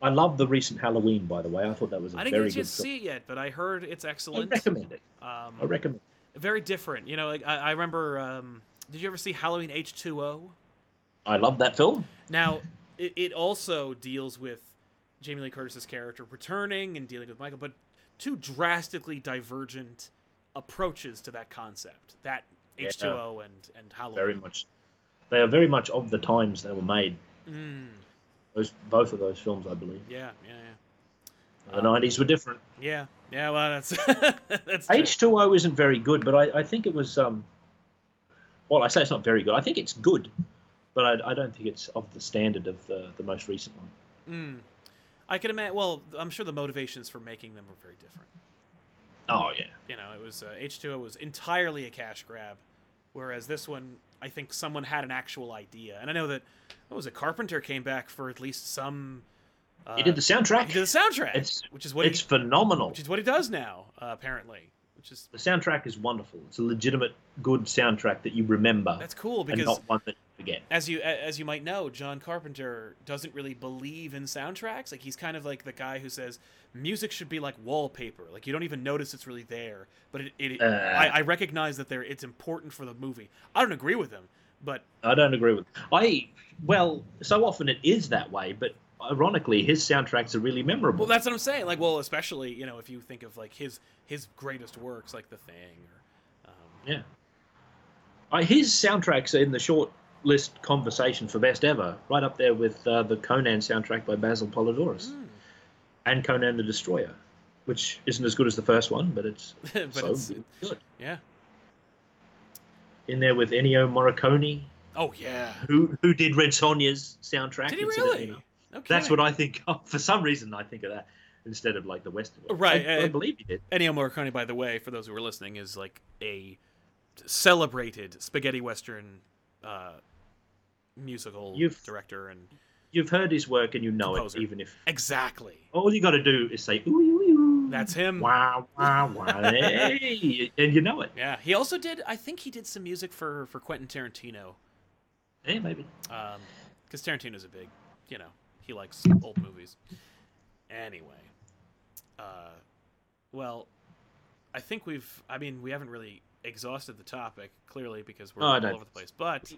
[SPEAKER 4] i love the recent halloween by the way i thought that was a
[SPEAKER 1] I didn't
[SPEAKER 4] very
[SPEAKER 1] get a
[SPEAKER 4] good
[SPEAKER 1] chance to see it yet, but I heard it's
[SPEAKER 4] film. i
[SPEAKER 1] excellent.
[SPEAKER 4] recommend it
[SPEAKER 1] Um,
[SPEAKER 4] i recommend it.
[SPEAKER 1] very different. You know, like I, I remember. Um, did you ever see Halloween H two O?
[SPEAKER 4] i love that film
[SPEAKER 1] Now, it, it also deals with Jamie Lee Curtis's character returning and dealing with Michael, but two drastically divergent approaches to that concept. That
[SPEAKER 4] Yeah.
[SPEAKER 1] H two O and and Halloween.
[SPEAKER 4] very much. They are very much of the times they were made.
[SPEAKER 1] Mm,
[SPEAKER 4] Those both of those films, I believe,
[SPEAKER 1] yeah, yeah, yeah. Ah.
[SPEAKER 4] the nineties were different.
[SPEAKER 1] Yeah, yeah. Well, that's that's true.
[SPEAKER 4] H two O isn't very good, but I, I think it was. Um, well, I say it's not very good. I think it's good, but I, I don't think it's of the standard of the, the most recent one.
[SPEAKER 1] Mm. I can imagine. Well, I'm sure the motivations for making them were very different.
[SPEAKER 4] Oh yeah,
[SPEAKER 1] You know, it was uh, H2O was entirely a cash grab, whereas this one, I think someone had an actual idea, and I know that what was it? Carpenter came back for at least some. Uh,
[SPEAKER 4] he did the soundtrack.
[SPEAKER 1] he did the soundtrack,
[SPEAKER 4] It's-
[SPEAKER 1] which is what
[SPEAKER 4] it's
[SPEAKER 1] he,
[SPEAKER 4] phenomenal.
[SPEAKER 1] which is what he does now, uh, apparently. Which is
[SPEAKER 4] The soundtrack is wonderful. It's a legitimate good soundtrack that you remember,
[SPEAKER 1] that's cool
[SPEAKER 4] and
[SPEAKER 1] because
[SPEAKER 4] not one that you forget.
[SPEAKER 1] as you a- as you might know, John Carpenter doesn't really believe in soundtracks. Like he's kind of like the guy who says music should be like wallpaper. Like you don't even notice it's really there, but it, it
[SPEAKER 4] Uh.
[SPEAKER 1] I, I recognize that there it's important for the movie. I don't agree with him, but
[SPEAKER 4] I don't agree with. I well, so often it is that way, but ironically, his soundtracks are really memorable.
[SPEAKER 1] well, that's what I'm saying. Like well, especially you know if you think of like his his greatest works like The Thing or um,
[SPEAKER 4] yeah. Uh, his soundtracks are in the short list conversation for best ever, right up there with uh, the Conan soundtrack by Basil
[SPEAKER 1] um,
[SPEAKER 4] Polidorus and Conan the Destroyer, which isn't as good as the first one, but it's
[SPEAKER 1] but
[SPEAKER 4] so
[SPEAKER 1] it's
[SPEAKER 4] good.
[SPEAKER 1] yeah.
[SPEAKER 4] In there with Ennio Morricone,
[SPEAKER 1] Oh yeah.
[SPEAKER 4] who who did Red Sonja's soundtrack.
[SPEAKER 1] Did he
[SPEAKER 4] incidentally.
[SPEAKER 1] really? Okay.
[SPEAKER 4] That's what I think of. For some reason, I think of that instead of like the Western. one.
[SPEAKER 1] Right,
[SPEAKER 4] I, I
[SPEAKER 1] uh,
[SPEAKER 4] believe he did.
[SPEAKER 1] Ennio Morricone, by the way, for those who are listening, is like a celebrated spaghetti western uh, musical
[SPEAKER 4] You've-
[SPEAKER 1] director, and
[SPEAKER 4] You've heard his work and you know
[SPEAKER 1] Composer.
[SPEAKER 4] it, even if
[SPEAKER 1] exactly,
[SPEAKER 4] all you got to do is say ooh ooh ooh.
[SPEAKER 1] that's him.
[SPEAKER 4] wow wow wow, hey, and you know it.
[SPEAKER 1] Yeah, he also did. I think he did some music for for Quentin Tarantino,
[SPEAKER 4] Hey, maybe.
[SPEAKER 1] because Tarantino's a big, you know, he likes old movies. Anyway, uh, well, I think we've. I mean, we haven't really exhausted the topic clearly because we're
[SPEAKER 4] No, Oh, I
[SPEAKER 1] all
[SPEAKER 4] don't
[SPEAKER 1] over the place, but.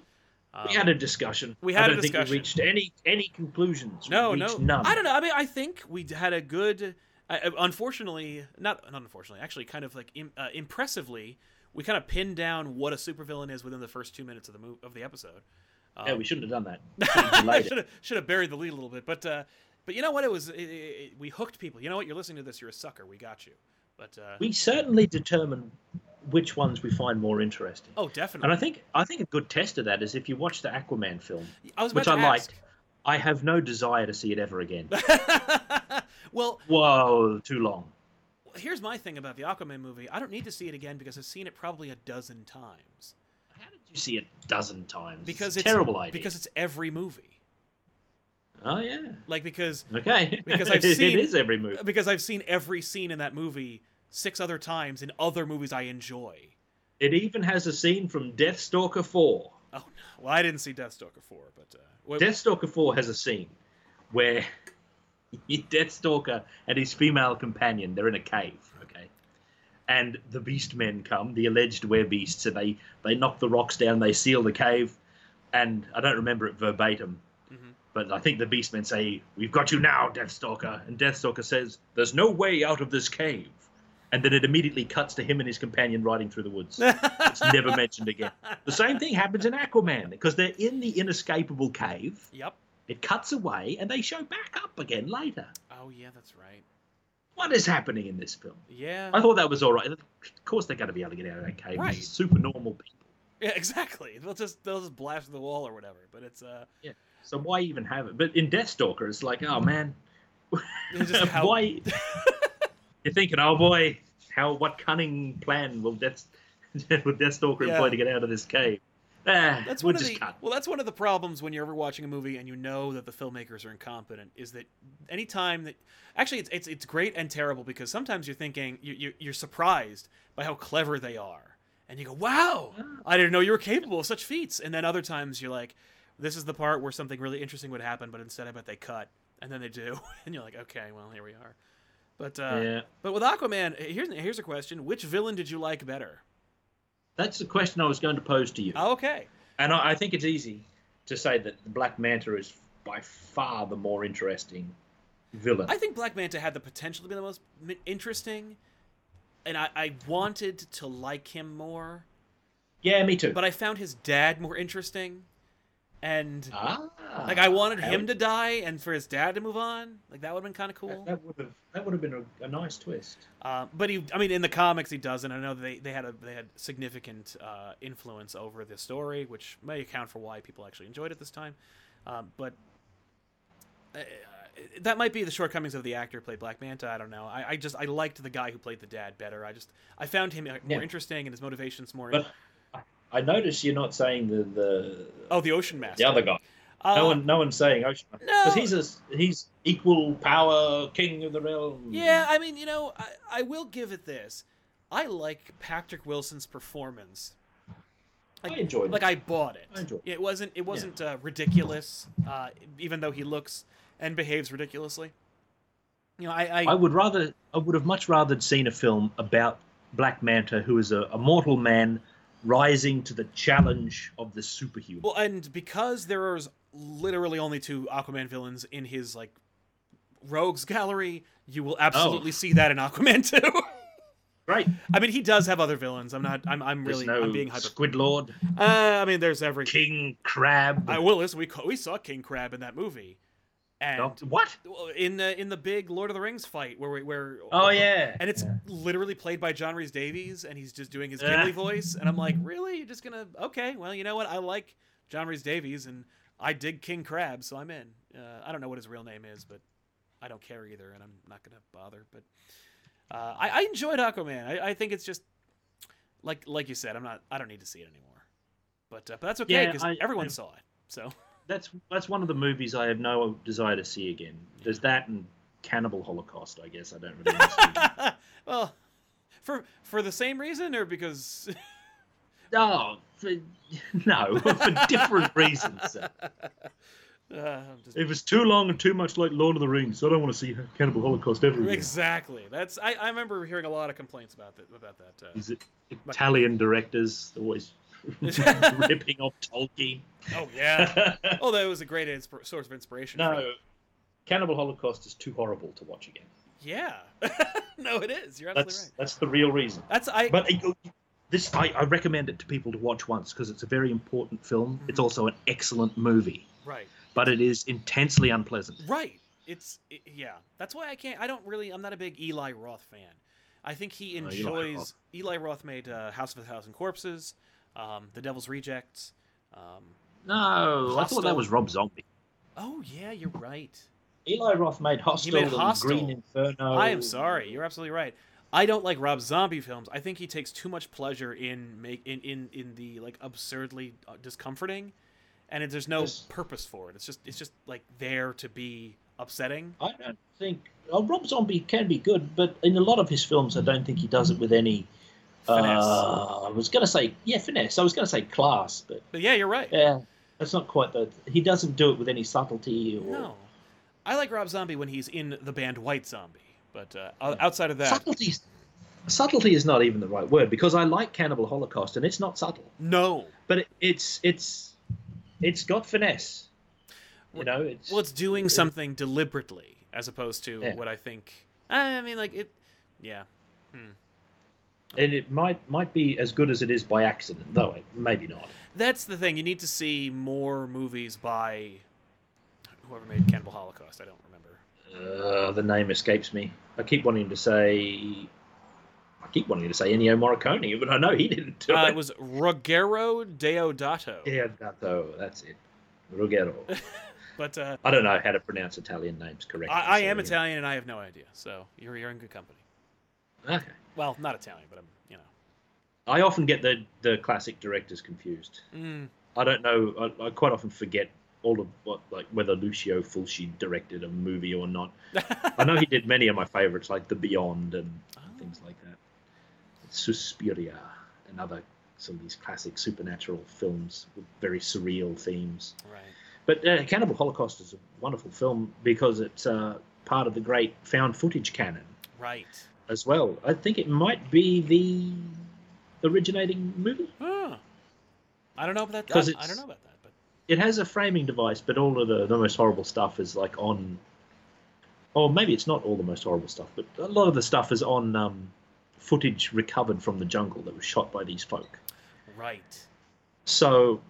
[SPEAKER 1] Um,
[SPEAKER 4] we had a discussion.
[SPEAKER 1] we had
[SPEAKER 4] I
[SPEAKER 1] a
[SPEAKER 4] don't think
[SPEAKER 1] discussion.
[SPEAKER 4] we reached any any conclusions. We
[SPEAKER 1] No, no,
[SPEAKER 4] reached none.
[SPEAKER 1] I don't know. I mean, I think we d- had a good. I, I- unfortunately, not not unfortunately, actually, kind of like Im, uh, impressively, we kind of pinned down what a supervillain is within the first two minutes of the move of the episode. Um,
[SPEAKER 4] Yeah, we shouldn't have done that. We
[SPEAKER 1] should have should have buried the lead a little bit, but uh, but you know what? It was it, it, it- we hooked people. You know what? You're listening to this. You're a sucker. We got you. But uh,
[SPEAKER 4] we certainly determine which ones we find more interesting.
[SPEAKER 1] oh,
[SPEAKER 4] And
[SPEAKER 1] definitely.
[SPEAKER 4] I think I think a good test of that is if you watch the Aquaman film,
[SPEAKER 1] I was about
[SPEAKER 4] which
[SPEAKER 1] to
[SPEAKER 4] I liked.
[SPEAKER 1] ask.
[SPEAKER 4] I have no desire to see it ever again.
[SPEAKER 1] well,
[SPEAKER 4] Whoa, too long.
[SPEAKER 1] here's my thing about the Aquaman movie. I don't need to see it again because I've seen it probably a dozen times.
[SPEAKER 4] How did you see it a dozen times.
[SPEAKER 1] because
[SPEAKER 4] a
[SPEAKER 1] it's
[SPEAKER 4] terrible idea.
[SPEAKER 1] Because it's every movie.
[SPEAKER 4] oh yeah,
[SPEAKER 1] Like because
[SPEAKER 4] okay.
[SPEAKER 1] Because I've
[SPEAKER 4] It-
[SPEAKER 1] seen-
[SPEAKER 4] it is every movie.
[SPEAKER 1] because I've seen every scene in that movie six other times in other movies I enjoy.
[SPEAKER 4] It even has a scene from Deathstalker Four.
[SPEAKER 1] Oh no! Well, I didn't see Deathstalker four, but uh, wait,
[SPEAKER 4] Deathstalker 4 has a scene where Deathstalker and his female companion, they're in a cave, okay? And the beast men come, the alleged werebeasts, and they, they knock the rocks down, they seal the cave, and I don't remember it verbatim,
[SPEAKER 1] Mhm.
[SPEAKER 4] but I think the beast men say, We've got you now, Deathstalker. And Deathstalker says, There's no way out of this cave. And then it immediately cuts to him and his companion riding through the woods. it's never mentioned again. The same thing happens in Aquaman because they're in the inescapable cave.
[SPEAKER 1] yep.
[SPEAKER 4] It cuts away and they show back up again later.
[SPEAKER 1] Oh yeah, that's right.
[SPEAKER 4] What is happening in this film?
[SPEAKER 1] Yeah.
[SPEAKER 4] I thought that was all right. Of course, they're going to be able to get out of that cave.
[SPEAKER 1] Right.
[SPEAKER 4] These are super normal people.
[SPEAKER 1] Yeah, exactly. They'll just they'll just blast through the wall or whatever. But it's uh,
[SPEAKER 4] So why even have it? But in Deathstalker, it's like, oh man, Uh,
[SPEAKER 1] it's just how
[SPEAKER 4] why? You're thinking, oh boy, how what cunning plan will Death will Deathstalker
[SPEAKER 1] Yeah.
[SPEAKER 4] employ to get out of this cave? Ah,
[SPEAKER 1] that's
[SPEAKER 4] we'll
[SPEAKER 1] one of
[SPEAKER 4] just
[SPEAKER 1] the
[SPEAKER 4] cut.
[SPEAKER 1] well, that's one of the problems when you're ever watching a movie and you know that the filmmakers are incompetent is that any time that actually it's it's it's great and terrible because sometimes you're thinking you, you you're surprised by how clever they are and you go wow I didn't know you were capable of such feats and then other times you're like this is the part where something really interesting would happen but instead I bet they cut and then they do and you're like okay well here we are but uh,
[SPEAKER 4] Yeah.
[SPEAKER 1] but with Aquaman here's here's a question which villain did you like better
[SPEAKER 4] That's the question I was going to pose to you.
[SPEAKER 1] oh, okay
[SPEAKER 4] And I, I think it's easy to say that the Black Manta is by far the more interesting villain.
[SPEAKER 1] I think Black Manta had the potential to be the most m- interesting, and I, I wanted to like him more,
[SPEAKER 4] yeah, me too.
[SPEAKER 1] but I found his dad more interesting, and
[SPEAKER 4] ah,
[SPEAKER 1] like I wanted him
[SPEAKER 4] would-
[SPEAKER 1] to die and for his dad to move on. Like that would have been kind of
[SPEAKER 4] That,
[SPEAKER 1] cool.
[SPEAKER 4] that would have that would have been a, a nice twist.
[SPEAKER 1] Uh, but he, I mean, in the comics he doesn't. I know they, they had a they had significant uh, influence over the story, which may account for why people actually enjoyed it this time. Um, but uh, that might be the shortcomings of the actor who played Black Manta. I don't know. I, I just I liked the guy who played the dad better. I just I found him like, more
[SPEAKER 4] Yeah.
[SPEAKER 1] interesting and his motivations more.
[SPEAKER 4] But I- I notice you're not saying the the,
[SPEAKER 1] oh, the Ocean Master.
[SPEAKER 4] the other guy.
[SPEAKER 1] Uh,
[SPEAKER 4] no one no one's saying Ocean because
[SPEAKER 1] no.
[SPEAKER 4] he's a he's equal power king of the realm.
[SPEAKER 1] Yeah, I mean, you know, I, I will give it this. I like Patrick Wilson's performance
[SPEAKER 4] I enjoyed it.
[SPEAKER 1] like I bought it.
[SPEAKER 4] I enjoyed
[SPEAKER 1] It wasn't it wasn't uh, ridiculous, uh, even though he looks and behaves ridiculously. You know, I, I,
[SPEAKER 4] I would rather I would have much rather seen a film about Black Manta, who is a, a mortal man rising to the challenge of the superhuman.
[SPEAKER 1] well, and because there is literally only two Aquaman villains in his like rogues gallery, you will absolutely
[SPEAKER 4] Oh.
[SPEAKER 1] see that in Aquaman too.
[SPEAKER 4] Right.
[SPEAKER 1] I mean, he does have other villains. I'm not. I'm. I'm really.
[SPEAKER 4] There's no
[SPEAKER 1] I'm being hyper.
[SPEAKER 4] Squid Lord,
[SPEAKER 1] Uh, I mean, there's every.
[SPEAKER 4] King Crab.
[SPEAKER 1] I will listen. We ca- we saw King Crab in that movie, and
[SPEAKER 4] Doctor- what?
[SPEAKER 1] well, in the in the big Lord of the Rings fight where we, where
[SPEAKER 4] Oh yeah.
[SPEAKER 1] and it's literally played by John Reese Davies, and he's just doing his
[SPEAKER 4] Yeah.
[SPEAKER 1] Gimli voice, and I'm like, really? You're just gonna okay? Well, you know what? I like John Reese Davies, and I dig King Crab, so I'm in. Uh, I don't know what his real name is, but I don't care either, and I'm not gonna bother. But uh, I, I enjoyed Aquaman. I, I think it's just like like you said, I'm not. I don't need to see it anymore. But uh, but that's okay
[SPEAKER 4] Yeah,
[SPEAKER 1] because
[SPEAKER 4] I-
[SPEAKER 1] everyone
[SPEAKER 4] I-
[SPEAKER 1] saw it. So
[SPEAKER 4] That's that's one of the movies I have no desire to see again. There's that and Cannibal Holocaust. I guess I don't really. want to see.
[SPEAKER 1] well, for for the same reason or because
[SPEAKER 4] oh for, no, for different reasons. sir.
[SPEAKER 1] uh, I'm just
[SPEAKER 4] It was too long and too much like Lord of the Rings. So I don't want to see Cannibal Holocaust ever again.
[SPEAKER 1] Exactly. That's I, I remember hearing a lot of complaints about that about that. Uh,
[SPEAKER 4] Is it Italian directors always ripping off Tolkien?
[SPEAKER 1] oh yeah. Oh, that was a great insp- source of inspiration. for me.
[SPEAKER 4] no, Cannibal Holocaust is too horrible to watch again.
[SPEAKER 1] Yeah. no, it is. You're absolutely
[SPEAKER 4] That's
[SPEAKER 1] right.
[SPEAKER 4] that's the real reason.
[SPEAKER 1] That's I.
[SPEAKER 4] But it- this, I, I recommend it to people to watch once because it's a very important film.
[SPEAKER 1] Mm-hmm.
[SPEAKER 4] It's also an excellent movie,
[SPEAKER 1] right.
[SPEAKER 4] but it is intensely unpleasant.
[SPEAKER 1] Right. It's it, yeah. That's why I can't. I don't really. I'm not a big Eli Roth fan. I think he
[SPEAKER 4] Eli
[SPEAKER 1] enjoys. Eli Roth made uh, House of a Thousand Corpses, um, The Devil's Rejects. Um,
[SPEAKER 4] No, I
[SPEAKER 1] Hostel.
[SPEAKER 4] thought that was Rob Zombie.
[SPEAKER 1] oh yeah, you're right.
[SPEAKER 4] Eli Roth made Hostel,
[SPEAKER 1] made
[SPEAKER 4] and
[SPEAKER 1] Hostel.
[SPEAKER 4] Green Inferno.
[SPEAKER 1] I am sorry. You're absolutely right. I don't like Rob Zombie films. I think he takes too much pleasure in make in in, in the like absurdly uh, discomforting, and it, there's no
[SPEAKER 4] Yes.
[SPEAKER 1] purpose for it. It's just it's just like there to be upsetting.
[SPEAKER 4] I don't think oh, Rob Zombie can be good, but in a lot of his films, I don't think he does it with any.
[SPEAKER 1] Finesse.
[SPEAKER 4] Uh, I was going to say yeah, finesse. I was going to say class, but
[SPEAKER 1] but yeah, you're right.
[SPEAKER 4] yeah, that's not quite the. He doesn't do it with any subtlety or
[SPEAKER 1] No, I like Rob Zombie when he's in the band White Zombie, but uh, o- outside of that,
[SPEAKER 4] subtlety. Subtlety is not even the right word because I like Cannibal Holocaust and it's not subtle,
[SPEAKER 1] no.
[SPEAKER 4] but it, it's it's it's got finesse. You know, it's
[SPEAKER 1] Well, it's doing something deliberately as opposed to
[SPEAKER 4] Yeah.
[SPEAKER 1] what I think. I mean, like it. Yeah,
[SPEAKER 4] and it might might be as good as it is by accident, though it- maybe not.
[SPEAKER 1] that's the thing. You need to see more movies by whoever made Cannibal Holocaust. I don't remember.
[SPEAKER 4] Uh, the name escapes me. I keep wanting to say, I keep wanting to say Ennio Morricone, but I know he didn't do
[SPEAKER 1] Uh,
[SPEAKER 4] it.
[SPEAKER 1] it was Ruggero Deodato.
[SPEAKER 4] yeah, Dato, that's it. Ruggero.
[SPEAKER 1] But uh,
[SPEAKER 4] I don't know how to pronounce Italian names correctly.
[SPEAKER 1] I, I
[SPEAKER 4] so,
[SPEAKER 1] am
[SPEAKER 4] you know.
[SPEAKER 1] Italian and I have no idea. So you're you're in good company.
[SPEAKER 4] Okay.
[SPEAKER 1] Well, not Italian, but I'm you know.
[SPEAKER 4] I often get the the classic directors confused.
[SPEAKER 1] Mm,
[SPEAKER 4] I don't know. I, I quite often forget all of what like whether Lucio Fulci directed a movie or not.
[SPEAKER 1] Mm.
[SPEAKER 4] I know he did many of my favorites, like The Beyond and things like that. Suspiria and other some of these classic supernatural films with very surreal themes.
[SPEAKER 1] right.
[SPEAKER 4] But uh, Cannibal Holocaust is a wonderful film because it's uh, part of the great found footage canon
[SPEAKER 1] Right.
[SPEAKER 4] as well. I think it might be the originating movie.
[SPEAKER 1] Huh. I don't know about that.
[SPEAKER 4] 'Cause
[SPEAKER 1] I, I
[SPEAKER 4] it's-
[SPEAKER 1] don't know about that. But
[SPEAKER 4] it has a framing device, but all of the, the most horrible stuff is like on, or maybe it's not all the most horrible stuff, but a lot of the stuff is on um, footage recovered from the jungle that was shot by these folk.
[SPEAKER 1] right.
[SPEAKER 4] So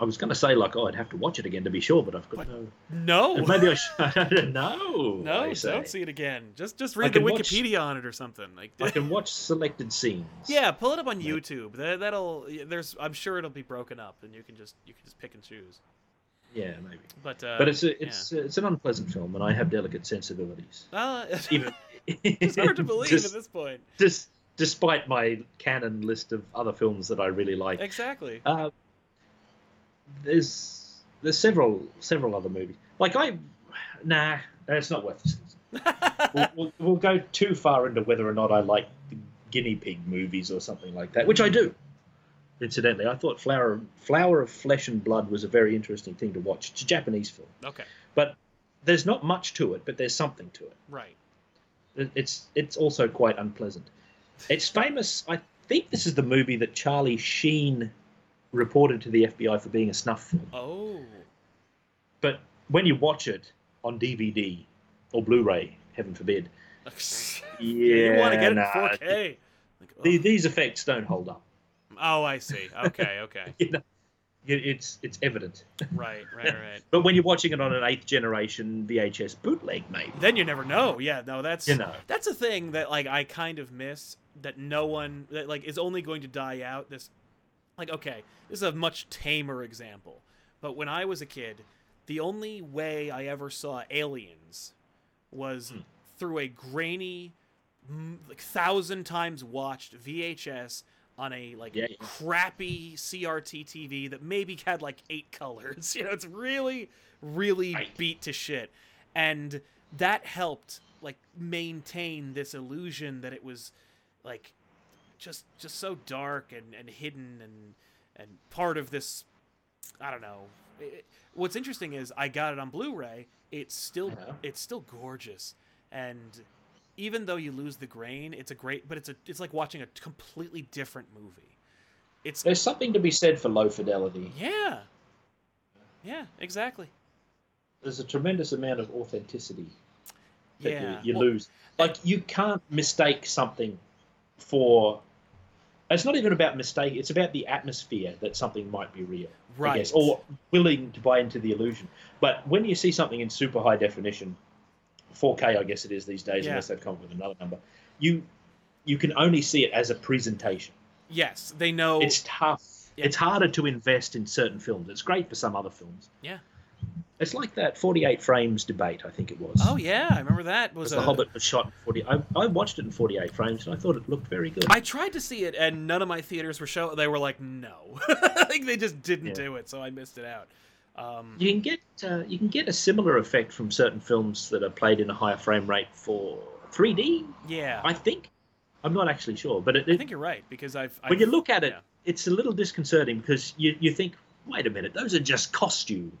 [SPEAKER 4] I was going to say like, oh, I'd have to watch it again to be sure, but I've got
[SPEAKER 1] But-
[SPEAKER 4] no.
[SPEAKER 1] No.
[SPEAKER 4] and Maybe I should. no,
[SPEAKER 1] No,
[SPEAKER 4] I
[SPEAKER 1] don't
[SPEAKER 4] say.
[SPEAKER 1] see it again. Just just read the
[SPEAKER 4] can watch-
[SPEAKER 1] Wikipedia on it or something. Like,
[SPEAKER 4] I can watch selected scenes.
[SPEAKER 1] yeah, pull it up on YouTube. That, that'll there's I'm sure it'll be broken up and you can just you can just pick and choose.
[SPEAKER 4] yeah, maybe.
[SPEAKER 1] But uh,
[SPEAKER 4] But it's
[SPEAKER 1] yeah.
[SPEAKER 4] a, it's it's an unpleasant film, and I have delicate sensibilities.
[SPEAKER 1] Uh,
[SPEAKER 4] Even
[SPEAKER 1] it's hard to believe
[SPEAKER 4] Just-
[SPEAKER 1] at this point.
[SPEAKER 4] Dis despite my canon list of other films that I really like.
[SPEAKER 1] Exactly.
[SPEAKER 4] Uh, there's there's several several other movies. Like I, nah, it's not worth. It. we'll, we'll, we'll go too far into whether or not I like the guinea pig movies or something like that, which I do. Incidentally, I thought Flower Flower of Flesh and Blood was a very interesting thing to watch. It's a Japanese film,
[SPEAKER 1] Okay.
[SPEAKER 4] but there's not much to it, but there's something to it
[SPEAKER 1] Right.
[SPEAKER 4] it- it's it's also quite unpleasant. It's famous. I think this is the movie that Charlie Sheen reported to the FBI for being a snuff film.
[SPEAKER 1] Oh.
[SPEAKER 4] But when you watch it on DVD or Blu-ray, heaven forbid,
[SPEAKER 1] you want to
[SPEAKER 4] Yeah,
[SPEAKER 1] get
[SPEAKER 4] nah.
[SPEAKER 1] it in 4K? Like, oh.
[SPEAKER 4] the, these effects don't hold up.
[SPEAKER 1] oh, I see. Okay. Okay.
[SPEAKER 4] It- It's it's evident.
[SPEAKER 1] right. Right. Right.
[SPEAKER 4] But when you're watching it on an eighth generation VHS bootleg, mate,
[SPEAKER 1] then you never know. Yeah, no, that's
[SPEAKER 4] You know.
[SPEAKER 1] that's a thing that like I kind of miss that no one that like is only going to die out. This like okay, this is a much tamer example, but when I was a kid, the only way I ever saw aliens was through a grainy, m- like thousand times watched VHS on a like
[SPEAKER 4] Yeah, yeah.
[SPEAKER 1] crappy CRT TV that maybe had like eight colors. You know, it's really, really
[SPEAKER 4] Right.
[SPEAKER 1] beat to shit, and that helped like maintain this illusion that it was like just just so dark and, and hidden and and part of this I don't know. It- what's interesting is I got it on Blu-ray. It's still
[SPEAKER 4] Uh-huh.
[SPEAKER 1] it's still gorgeous, and even though you lose the grain, it's a great. But it's a it's like watching a completely different movie. It's
[SPEAKER 4] there's something to be said for low fidelity.
[SPEAKER 1] yeah, yeah, exactly.
[SPEAKER 4] There's a tremendous amount of authenticity that
[SPEAKER 1] Yeah,
[SPEAKER 4] you, you
[SPEAKER 1] Well,
[SPEAKER 4] lose. Like you can't mistake something for. It's not even about mistake. It's about the atmosphere that something might be real, I
[SPEAKER 1] right.
[SPEAKER 4] guess, or willing to buy into the illusion. But when you see something in super high definition, 4K, I guess it is these days,
[SPEAKER 1] Yeah.
[SPEAKER 4] unless they've come up with another number, you you can only see it as a presentation.
[SPEAKER 1] yes, they know.
[SPEAKER 4] It's tough.
[SPEAKER 1] Yeah.
[SPEAKER 4] It's harder to invest in certain films. It's great for some other films.
[SPEAKER 1] Yeah.
[SPEAKER 4] It's like that 48 frames debate, I think it was.
[SPEAKER 1] Oh yeah, I remember that was
[SPEAKER 4] Because
[SPEAKER 1] a,
[SPEAKER 4] The Hobbit was shot in 40. I, I watched it in 48 frames and I thought it looked very good.
[SPEAKER 1] I tried to see it, and none of my theaters were show. They were like, no, I think they just didn't
[SPEAKER 4] Yeah.
[SPEAKER 1] do it, so I missed it out. Um,
[SPEAKER 4] You can get uh, you can get a similar effect from certain films that are played in a higher frame rate for 3D.
[SPEAKER 1] yeah, I,
[SPEAKER 4] I think I'm not actually sure, but it, it,
[SPEAKER 1] think you're right because I've,
[SPEAKER 4] when
[SPEAKER 1] I've-
[SPEAKER 4] you look at it,
[SPEAKER 1] yeah,
[SPEAKER 4] it's a little disconcerting because you you think, wait a minute, those are just costumes.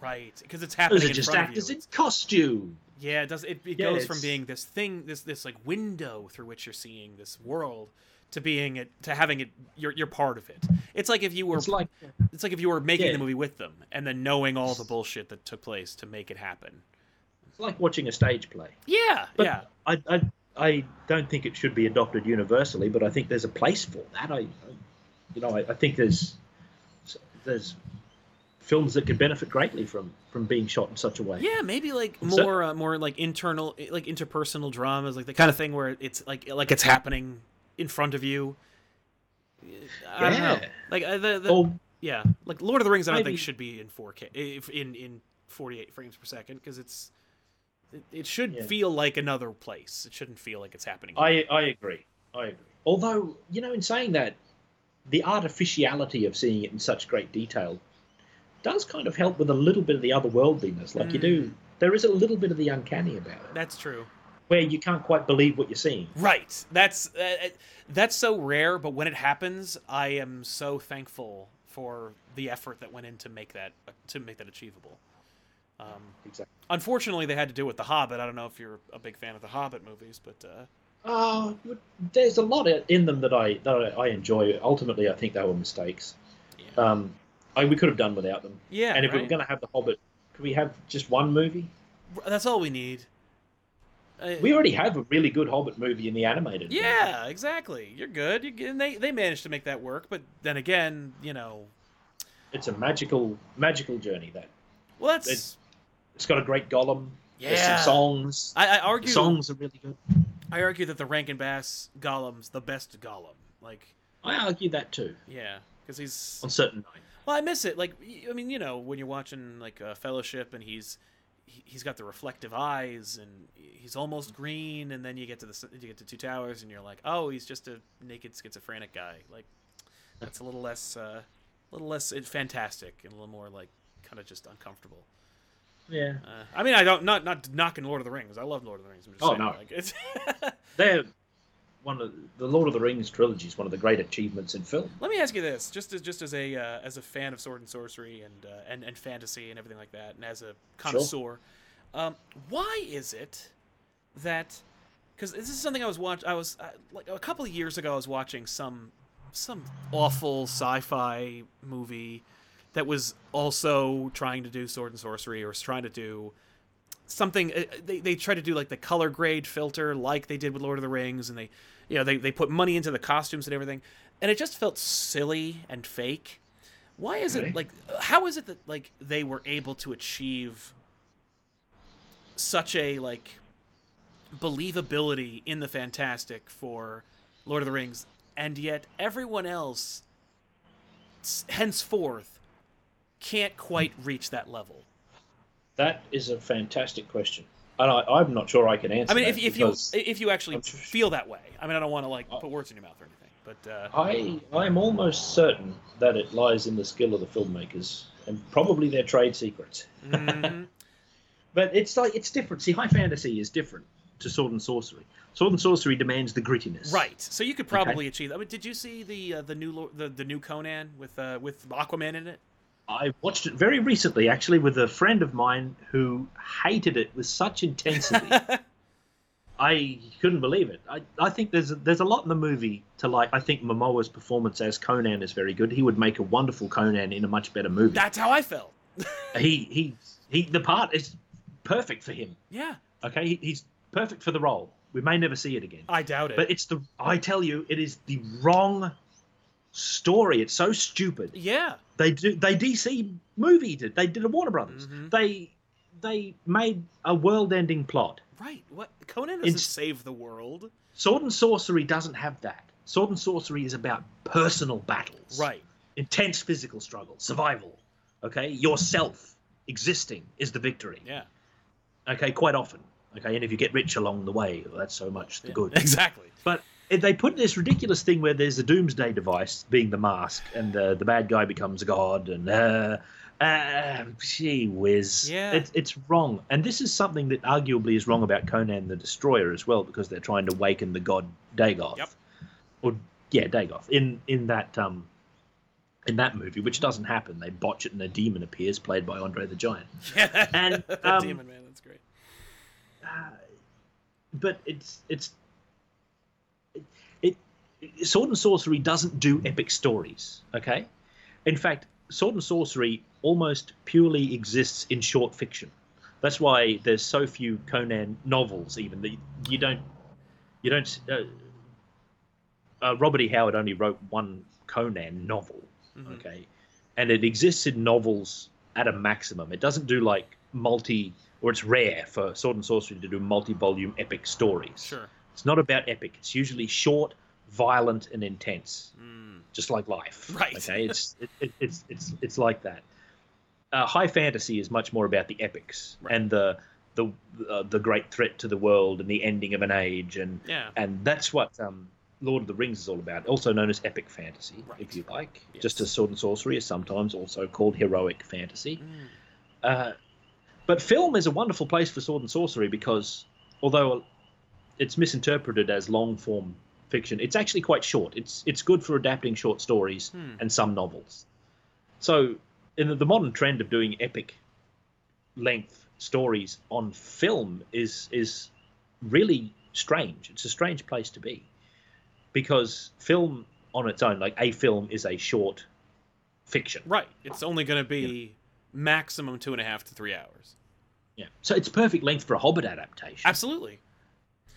[SPEAKER 1] right, because it's
[SPEAKER 4] Those
[SPEAKER 1] happening
[SPEAKER 4] are
[SPEAKER 1] in
[SPEAKER 4] Oh, just
[SPEAKER 1] front of you.
[SPEAKER 4] actors in
[SPEAKER 1] It's-
[SPEAKER 4] costume.
[SPEAKER 1] Yeah, it does. It, it
[SPEAKER 4] Yeah,
[SPEAKER 1] goes from
[SPEAKER 4] it's-
[SPEAKER 1] being this thing, this this like window through which you're seeing this world, to being it, to having it. You're you're part of it. It's like if you were,
[SPEAKER 4] It's like
[SPEAKER 1] it's like if you were making
[SPEAKER 4] Yeah.
[SPEAKER 1] the movie with them, and then knowing all the bullshit that took place to make it happen.
[SPEAKER 4] it's like watching a stage play.
[SPEAKER 1] Yeah,
[SPEAKER 4] But
[SPEAKER 1] yeah.
[SPEAKER 4] I, I I don't think it should be adopted universally, but I think there's a place for that. I, I you know I, I think there's there's films that could benefit greatly from from being shot in such a way.
[SPEAKER 1] Yeah, maybe like
[SPEAKER 4] So-
[SPEAKER 1] more, uh, more like internal, like interpersonal dramas, like the kind of thing where it's like, like it's happening in front of you. I don't know.
[SPEAKER 4] Yeah.
[SPEAKER 1] Like uh, the, the
[SPEAKER 4] Or
[SPEAKER 1] yeah, like Lord of the Rings, I don't
[SPEAKER 4] Oh. maybe-
[SPEAKER 1] think should be in 4K, if in in 48 frames per second, because it's it, it should
[SPEAKER 4] Yeah.
[SPEAKER 1] feel like another place. It shouldn't feel like it's happening.
[SPEAKER 4] I I agree. I agree. Although you know, in saying that, the artificiality of seeing it in such great detail does kind of help with a little bit of the otherworldliness. Like
[SPEAKER 1] Mm.
[SPEAKER 4] you do, there is a little bit of the uncanny about it,
[SPEAKER 1] That's true.
[SPEAKER 4] where you can't quite believe what you're seeing.
[SPEAKER 1] Right. That's uh, that's so rare, but when it happens, I am so thankful for the effort that went in to make that uh, to make that achievable. Um,
[SPEAKER 4] Exactly.
[SPEAKER 1] unfortunately, they had to do it with The Hobbit. I don't know if you're a big fan of the Hobbit movies, but uh,
[SPEAKER 4] Oh, but there's a lot in them that I that I enjoy. Ultimately, I think they were mistakes.
[SPEAKER 1] yeah,
[SPEAKER 4] Um, I, we could have done without them.
[SPEAKER 1] yeah
[SPEAKER 4] and if we were
[SPEAKER 1] right?
[SPEAKER 4] going to have the Hobbit, could we have just one movie?
[SPEAKER 1] that's all we need. Uh,
[SPEAKER 4] We already have a really good Hobbit movie in the animated. one.
[SPEAKER 1] Yeah, exactly. You're good. You and they they managed to make that work, but then again, you know,
[SPEAKER 4] it's a magical magical journey. That
[SPEAKER 1] well, that's
[SPEAKER 4] It's- It's got a great golem. There's some
[SPEAKER 1] Yeah.
[SPEAKER 4] songs.
[SPEAKER 1] I, I
[SPEAKER 4] The
[SPEAKER 1] argue
[SPEAKER 4] songs are really good.
[SPEAKER 1] I argue that the Rankin Bass Gollum's the best Gollum. Like,
[SPEAKER 4] I argue that too
[SPEAKER 1] yeah, because he's
[SPEAKER 4] on certain nights.
[SPEAKER 1] Well, I miss it. Like, y- I mean, you know, when you're watching like uh, Fellowship, and he's he- he's got the reflective eyes, and he's almost green, and then you get to the s- you get to Two Towers, and you're like, oh, he's just a naked schizophrenic guy. Like, that's a little less, uh, a little less uh, fantastic, and a little more like kind of just uncomfortable.
[SPEAKER 4] Yeah,
[SPEAKER 1] Uh, I mean, I don't not not knocking Lord of the Rings. I love Lord of the Rings. I'm just
[SPEAKER 4] Oh,
[SPEAKER 1] saying,
[SPEAKER 4] no.
[SPEAKER 1] like, it's
[SPEAKER 4] they're one of the Lord of the Rings trilogy is one of the great achievements in film.
[SPEAKER 1] Let me ask you this, just as just as a uh, as a fan of sword and sorcery and uh, and and fantasy and everything like that, and as a connoisseur, um, why is it that? Because this is something I was watch. I was uh, like a couple of years ago. I was watching some some awful sci-fi movie that was also trying to do sword and sorcery or was trying to do something uh, they, they try to do like the color grade filter like they did with lord of the rings and they you know they, they put money into the costumes and everything and it just felt silly and fake why is
[SPEAKER 4] Okay.
[SPEAKER 1] it like how is it that like they were able to achieve such a like believability in the fantastic for lord of the rings and yet everyone else s- henceforth can't quite reach that level
[SPEAKER 4] That is a fantastic question, and I, I'm not sure I can answer.
[SPEAKER 1] I mean,
[SPEAKER 4] that
[SPEAKER 1] if, if you
[SPEAKER 4] because
[SPEAKER 1] if you actually
[SPEAKER 4] I'm sure-
[SPEAKER 1] feel that way, I mean, I don't want to like
[SPEAKER 4] Oh.
[SPEAKER 1] put words in your mouth or anything, but uh,
[SPEAKER 4] I I'm almost certain that it lies in the skill of the filmmakers and probably their trade secrets.
[SPEAKER 1] mhm.
[SPEAKER 4] But it's like it's different. See, high fantasy is different to sword and sorcery. Sword and sorcery demands the grittiness.
[SPEAKER 1] right. So you could probably achieve. I mean, did you see the uh, the new Lo- the, the new Conan with uh, with Aquaman in it?
[SPEAKER 4] I watched it very recently, actually, with a friend of mine who hated it with such intensity. I couldn't believe it. I, I think there's a, there's a lot in the movie to like. I think Momoa's performance as Conan is very good. He would make a wonderful Conan in a much better movie.
[SPEAKER 1] That's how I felt.
[SPEAKER 4] he he he. The part is perfect for him.
[SPEAKER 1] Yeah,
[SPEAKER 4] Okay, he, he's perfect for the role. We may never see it again.
[SPEAKER 1] I doubt it.
[SPEAKER 4] But it's the I tell you, it is the wrong story. It's so stupid.
[SPEAKER 1] yeah,
[SPEAKER 4] They do they DC movie did. They did a Warner Brothers.
[SPEAKER 1] Mhm.
[SPEAKER 4] They they made a world-ending plot.
[SPEAKER 1] right. What Conan doesn't
[SPEAKER 4] It's-
[SPEAKER 1] save the world,
[SPEAKER 4] Sword and Sorcery doesn't have that. Sword and Sorcery is about personal battles.
[SPEAKER 1] right?
[SPEAKER 4] Intense physical struggle, survival. Okay? Yourself existing is the victory.
[SPEAKER 1] Yeah.
[SPEAKER 4] Okay, quite often. Okay, and if you get rich along the way, well, that's so much the good.
[SPEAKER 1] Exactly.
[SPEAKER 4] But if they put this ridiculous thing where there's a doomsday device being the mask, and the the bad guy becomes a god, and uh, uh, gee whiz,
[SPEAKER 1] Yeah.
[SPEAKER 4] it's it's wrong. And this is something that arguably is wrong about Conan the Destroyer as well, because they're trying to waken the god Dagoth,
[SPEAKER 1] Yep.
[SPEAKER 4] or yeah, Dagoth in in that um in that movie, which doesn't happen. They botch it, and a demon appears, played by Andre the Giant.
[SPEAKER 1] Yeah.
[SPEAKER 4] And,
[SPEAKER 1] the
[SPEAKER 4] um,
[SPEAKER 1] demon man, that's great.
[SPEAKER 4] but it's it's it, it sword and sorcery doesn't do epic stories okay in fact sword and sorcery almost purely exists in short fiction that's why there's so few conan novels even that you don't you don't uh, uh, robert e howard only wrote one conan novel
[SPEAKER 1] Mhm.
[SPEAKER 4] okay and it exists in novels at a maximum it doesn't do like multi or it's rare for sword and sorcery to do multi-volume epic stories
[SPEAKER 1] Sure.
[SPEAKER 4] it's not about epic it's usually short violent and intense
[SPEAKER 1] Mm.
[SPEAKER 4] just like life
[SPEAKER 1] Right.
[SPEAKER 4] okay it's it, it, it's it's it's like that uh, high fantasy is much more about the epics
[SPEAKER 1] Right.
[SPEAKER 4] and the the uh, the great threat to the world and the ending of an age and
[SPEAKER 1] Yeah.
[SPEAKER 4] and that's what um, Lord of the Rings is all about, also known as epic fantasy,
[SPEAKER 1] Right.
[SPEAKER 4] if you like.
[SPEAKER 1] Yes.
[SPEAKER 4] Just as sword and sorcery is sometimes also called heroic fantasy.
[SPEAKER 1] Mm.
[SPEAKER 4] Uh, but film is a wonderful place for sword and sorcery because, although it's misinterpreted as long form fiction, it's actually quite short. It's it's good for adapting short stories
[SPEAKER 1] Hmm.
[SPEAKER 4] and some novels. So, in the, the modern trend of doing epic length stories on film is is really strange. It's a strange place to be because film on its own, like a film, is a short fiction.
[SPEAKER 1] Right. It's only going to be maximum two and a half to three hours.
[SPEAKER 4] Yeah. So it's perfect length for a Hobbit adaptation.
[SPEAKER 1] Absolutely.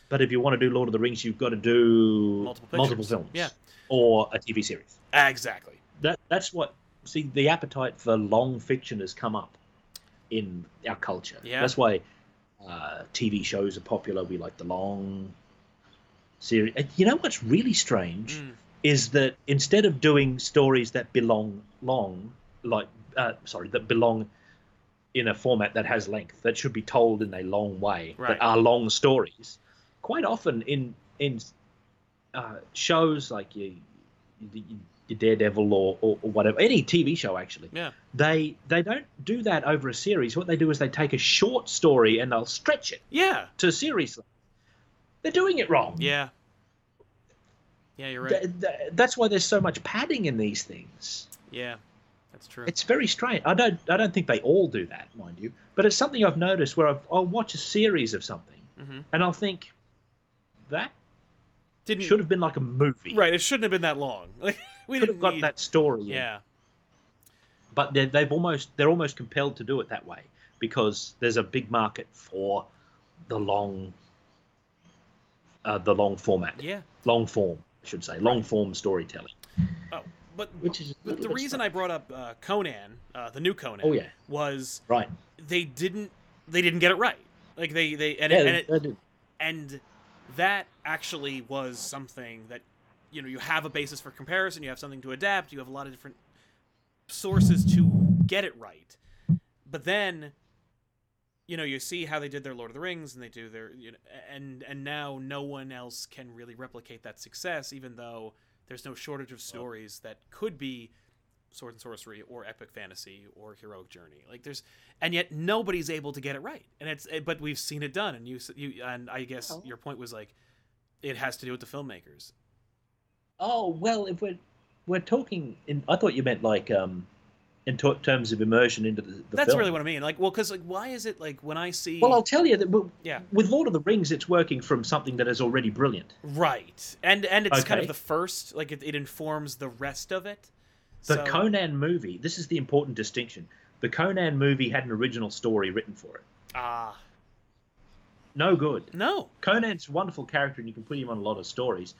[SPEAKER 4] But if you want to do Lord of the Rings, you've got to do
[SPEAKER 1] Multiple
[SPEAKER 4] multiple,
[SPEAKER 1] pictures.
[SPEAKER 4] films,
[SPEAKER 1] Yeah.
[SPEAKER 4] or a TV series.
[SPEAKER 1] Exactly.
[SPEAKER 4] That that's what see the appetite for long fiction has come up in our culture.
[SPEAKER 1] Yeah.
[SPEAKER 4] That's why uh, TV shows are popular. We like the long series. And you know what's really strange
[SPEAKER 1] Mm.
[SPEAKER 4] is that instead of doing stories that belong long, like uh, sorry, that belong in a format that has length, that should be told in a long way,
[SPEAKER 1] Right.
[SPEAKER 4] that are long stories. Quite often in in uh, shows like you, you, you Daredevil or, or, or whatever, any TV show actually,
[SPEAKER 1] Yeah.
[SPEAKER 4] they they don't do that over a series. What they do is they take a short story and they'll stretch it
[SPEAKER 1] Yeah.
[SPEAKER 4] to a series. length. They're doing it wrong.
[SPEAKER 1] Yeah. Yeah, you're right.
[SPEAKER 4] Th- th- that's why there's so much padding in these things.
[SPEAKER 1] yeah. That's true.
[SPEAKER 4] It's very strange. I don't I don't think they all do that, mind you. But it's something I've noticed where I've, I'll watch a series of something
[SPEAKER 1] hmm
[SPEAKER 4] and I'll think that
[SPEAKER 1] Didn't
[SPEAKER 4] should have been like a movie.
[SPEAKER 1] Right, it shouldn't have been that long. Like we
[SPEAKER 4] Could
[SPEAKER 1] didn't
[SPEAKER 4] have got
[SPEAKER 1] need-
[SPEAKER 4] that story. in.
[SPEAKER 1] Yeah.
[SPEAKER 4] But they're, they've almost they're almost compelled to do it that way because there's a big market for the long uh, the long format,
[SPEAKER 1] Yeah.
[SPEAKER 4] long form, I should say, long form storytelling.
[SPEAKER 1] Oh, but
[SPEAKER 4] Which is a
[SPEAKER 1] but the
[SPEAKER 4] little bit
[SPEAKER 1] reason
[SPEAKER 4] strange.
[SPEAKER 1] I brought up uh, Conan, uh, the new Conan,
[SPEAKER 4] Oh, yeah.
[SPEAKER 1] was
[SPEAKER 4] Right.
[SPEAKER 1] they didn't they didn't get it right. Like they they and
[SPEAKER 4] yeah,
[SPEAKER 1] it, and, it,
[SPEAKER 4] they do.
[SPEAKER 1] and that actually was something that you know you have a basis for comparison you have something to adapt you have a lot of different sources to get it right but then you know you see how they did their lord of the rings and they do their you know and and now no one else can really replicate that success even though there's no shortage of stories that could be sword and sorcery or epic fantasy or heroic journey like there's and yet nobody's able to get it right and it's eh, but we've seen it done and you s- you and i guess your point was like it has to do with the filmmakers
[SPEAKER 4] Oh well, if we're we're talking in, I thought you meant like um, in t- terms of immersion into the, the
[SPEAKER 1] that's
[SPEAKER 4] film.
[SPEAKER 1] really what i mean like well because like why is it like when i see
[SPEAKER 4] Well, I'll tell you that w-
[SPEAKER 1] Yeah.
[SPEAKER 4] with Lord of the Rings, it's working from something that is already brilliant.
[SPEAKER 1] right and and it's kind of
[SPEAKER 4] Okay.
[SPEAKER 1] the first like it, it informs the rest of it
[SPEAKER 4] The
[SPEAKER 1] so,
[SPEAKER 4] Conan movie. This is the important distinction. The Conan movie had an original story written for it.
[SPEAKER 1] ah
[SPEAKER 4] No good.
[SPEAKER 1] no
[SPEAKER 4] Conan's a wonderful character, and you can put him on a lot of stories,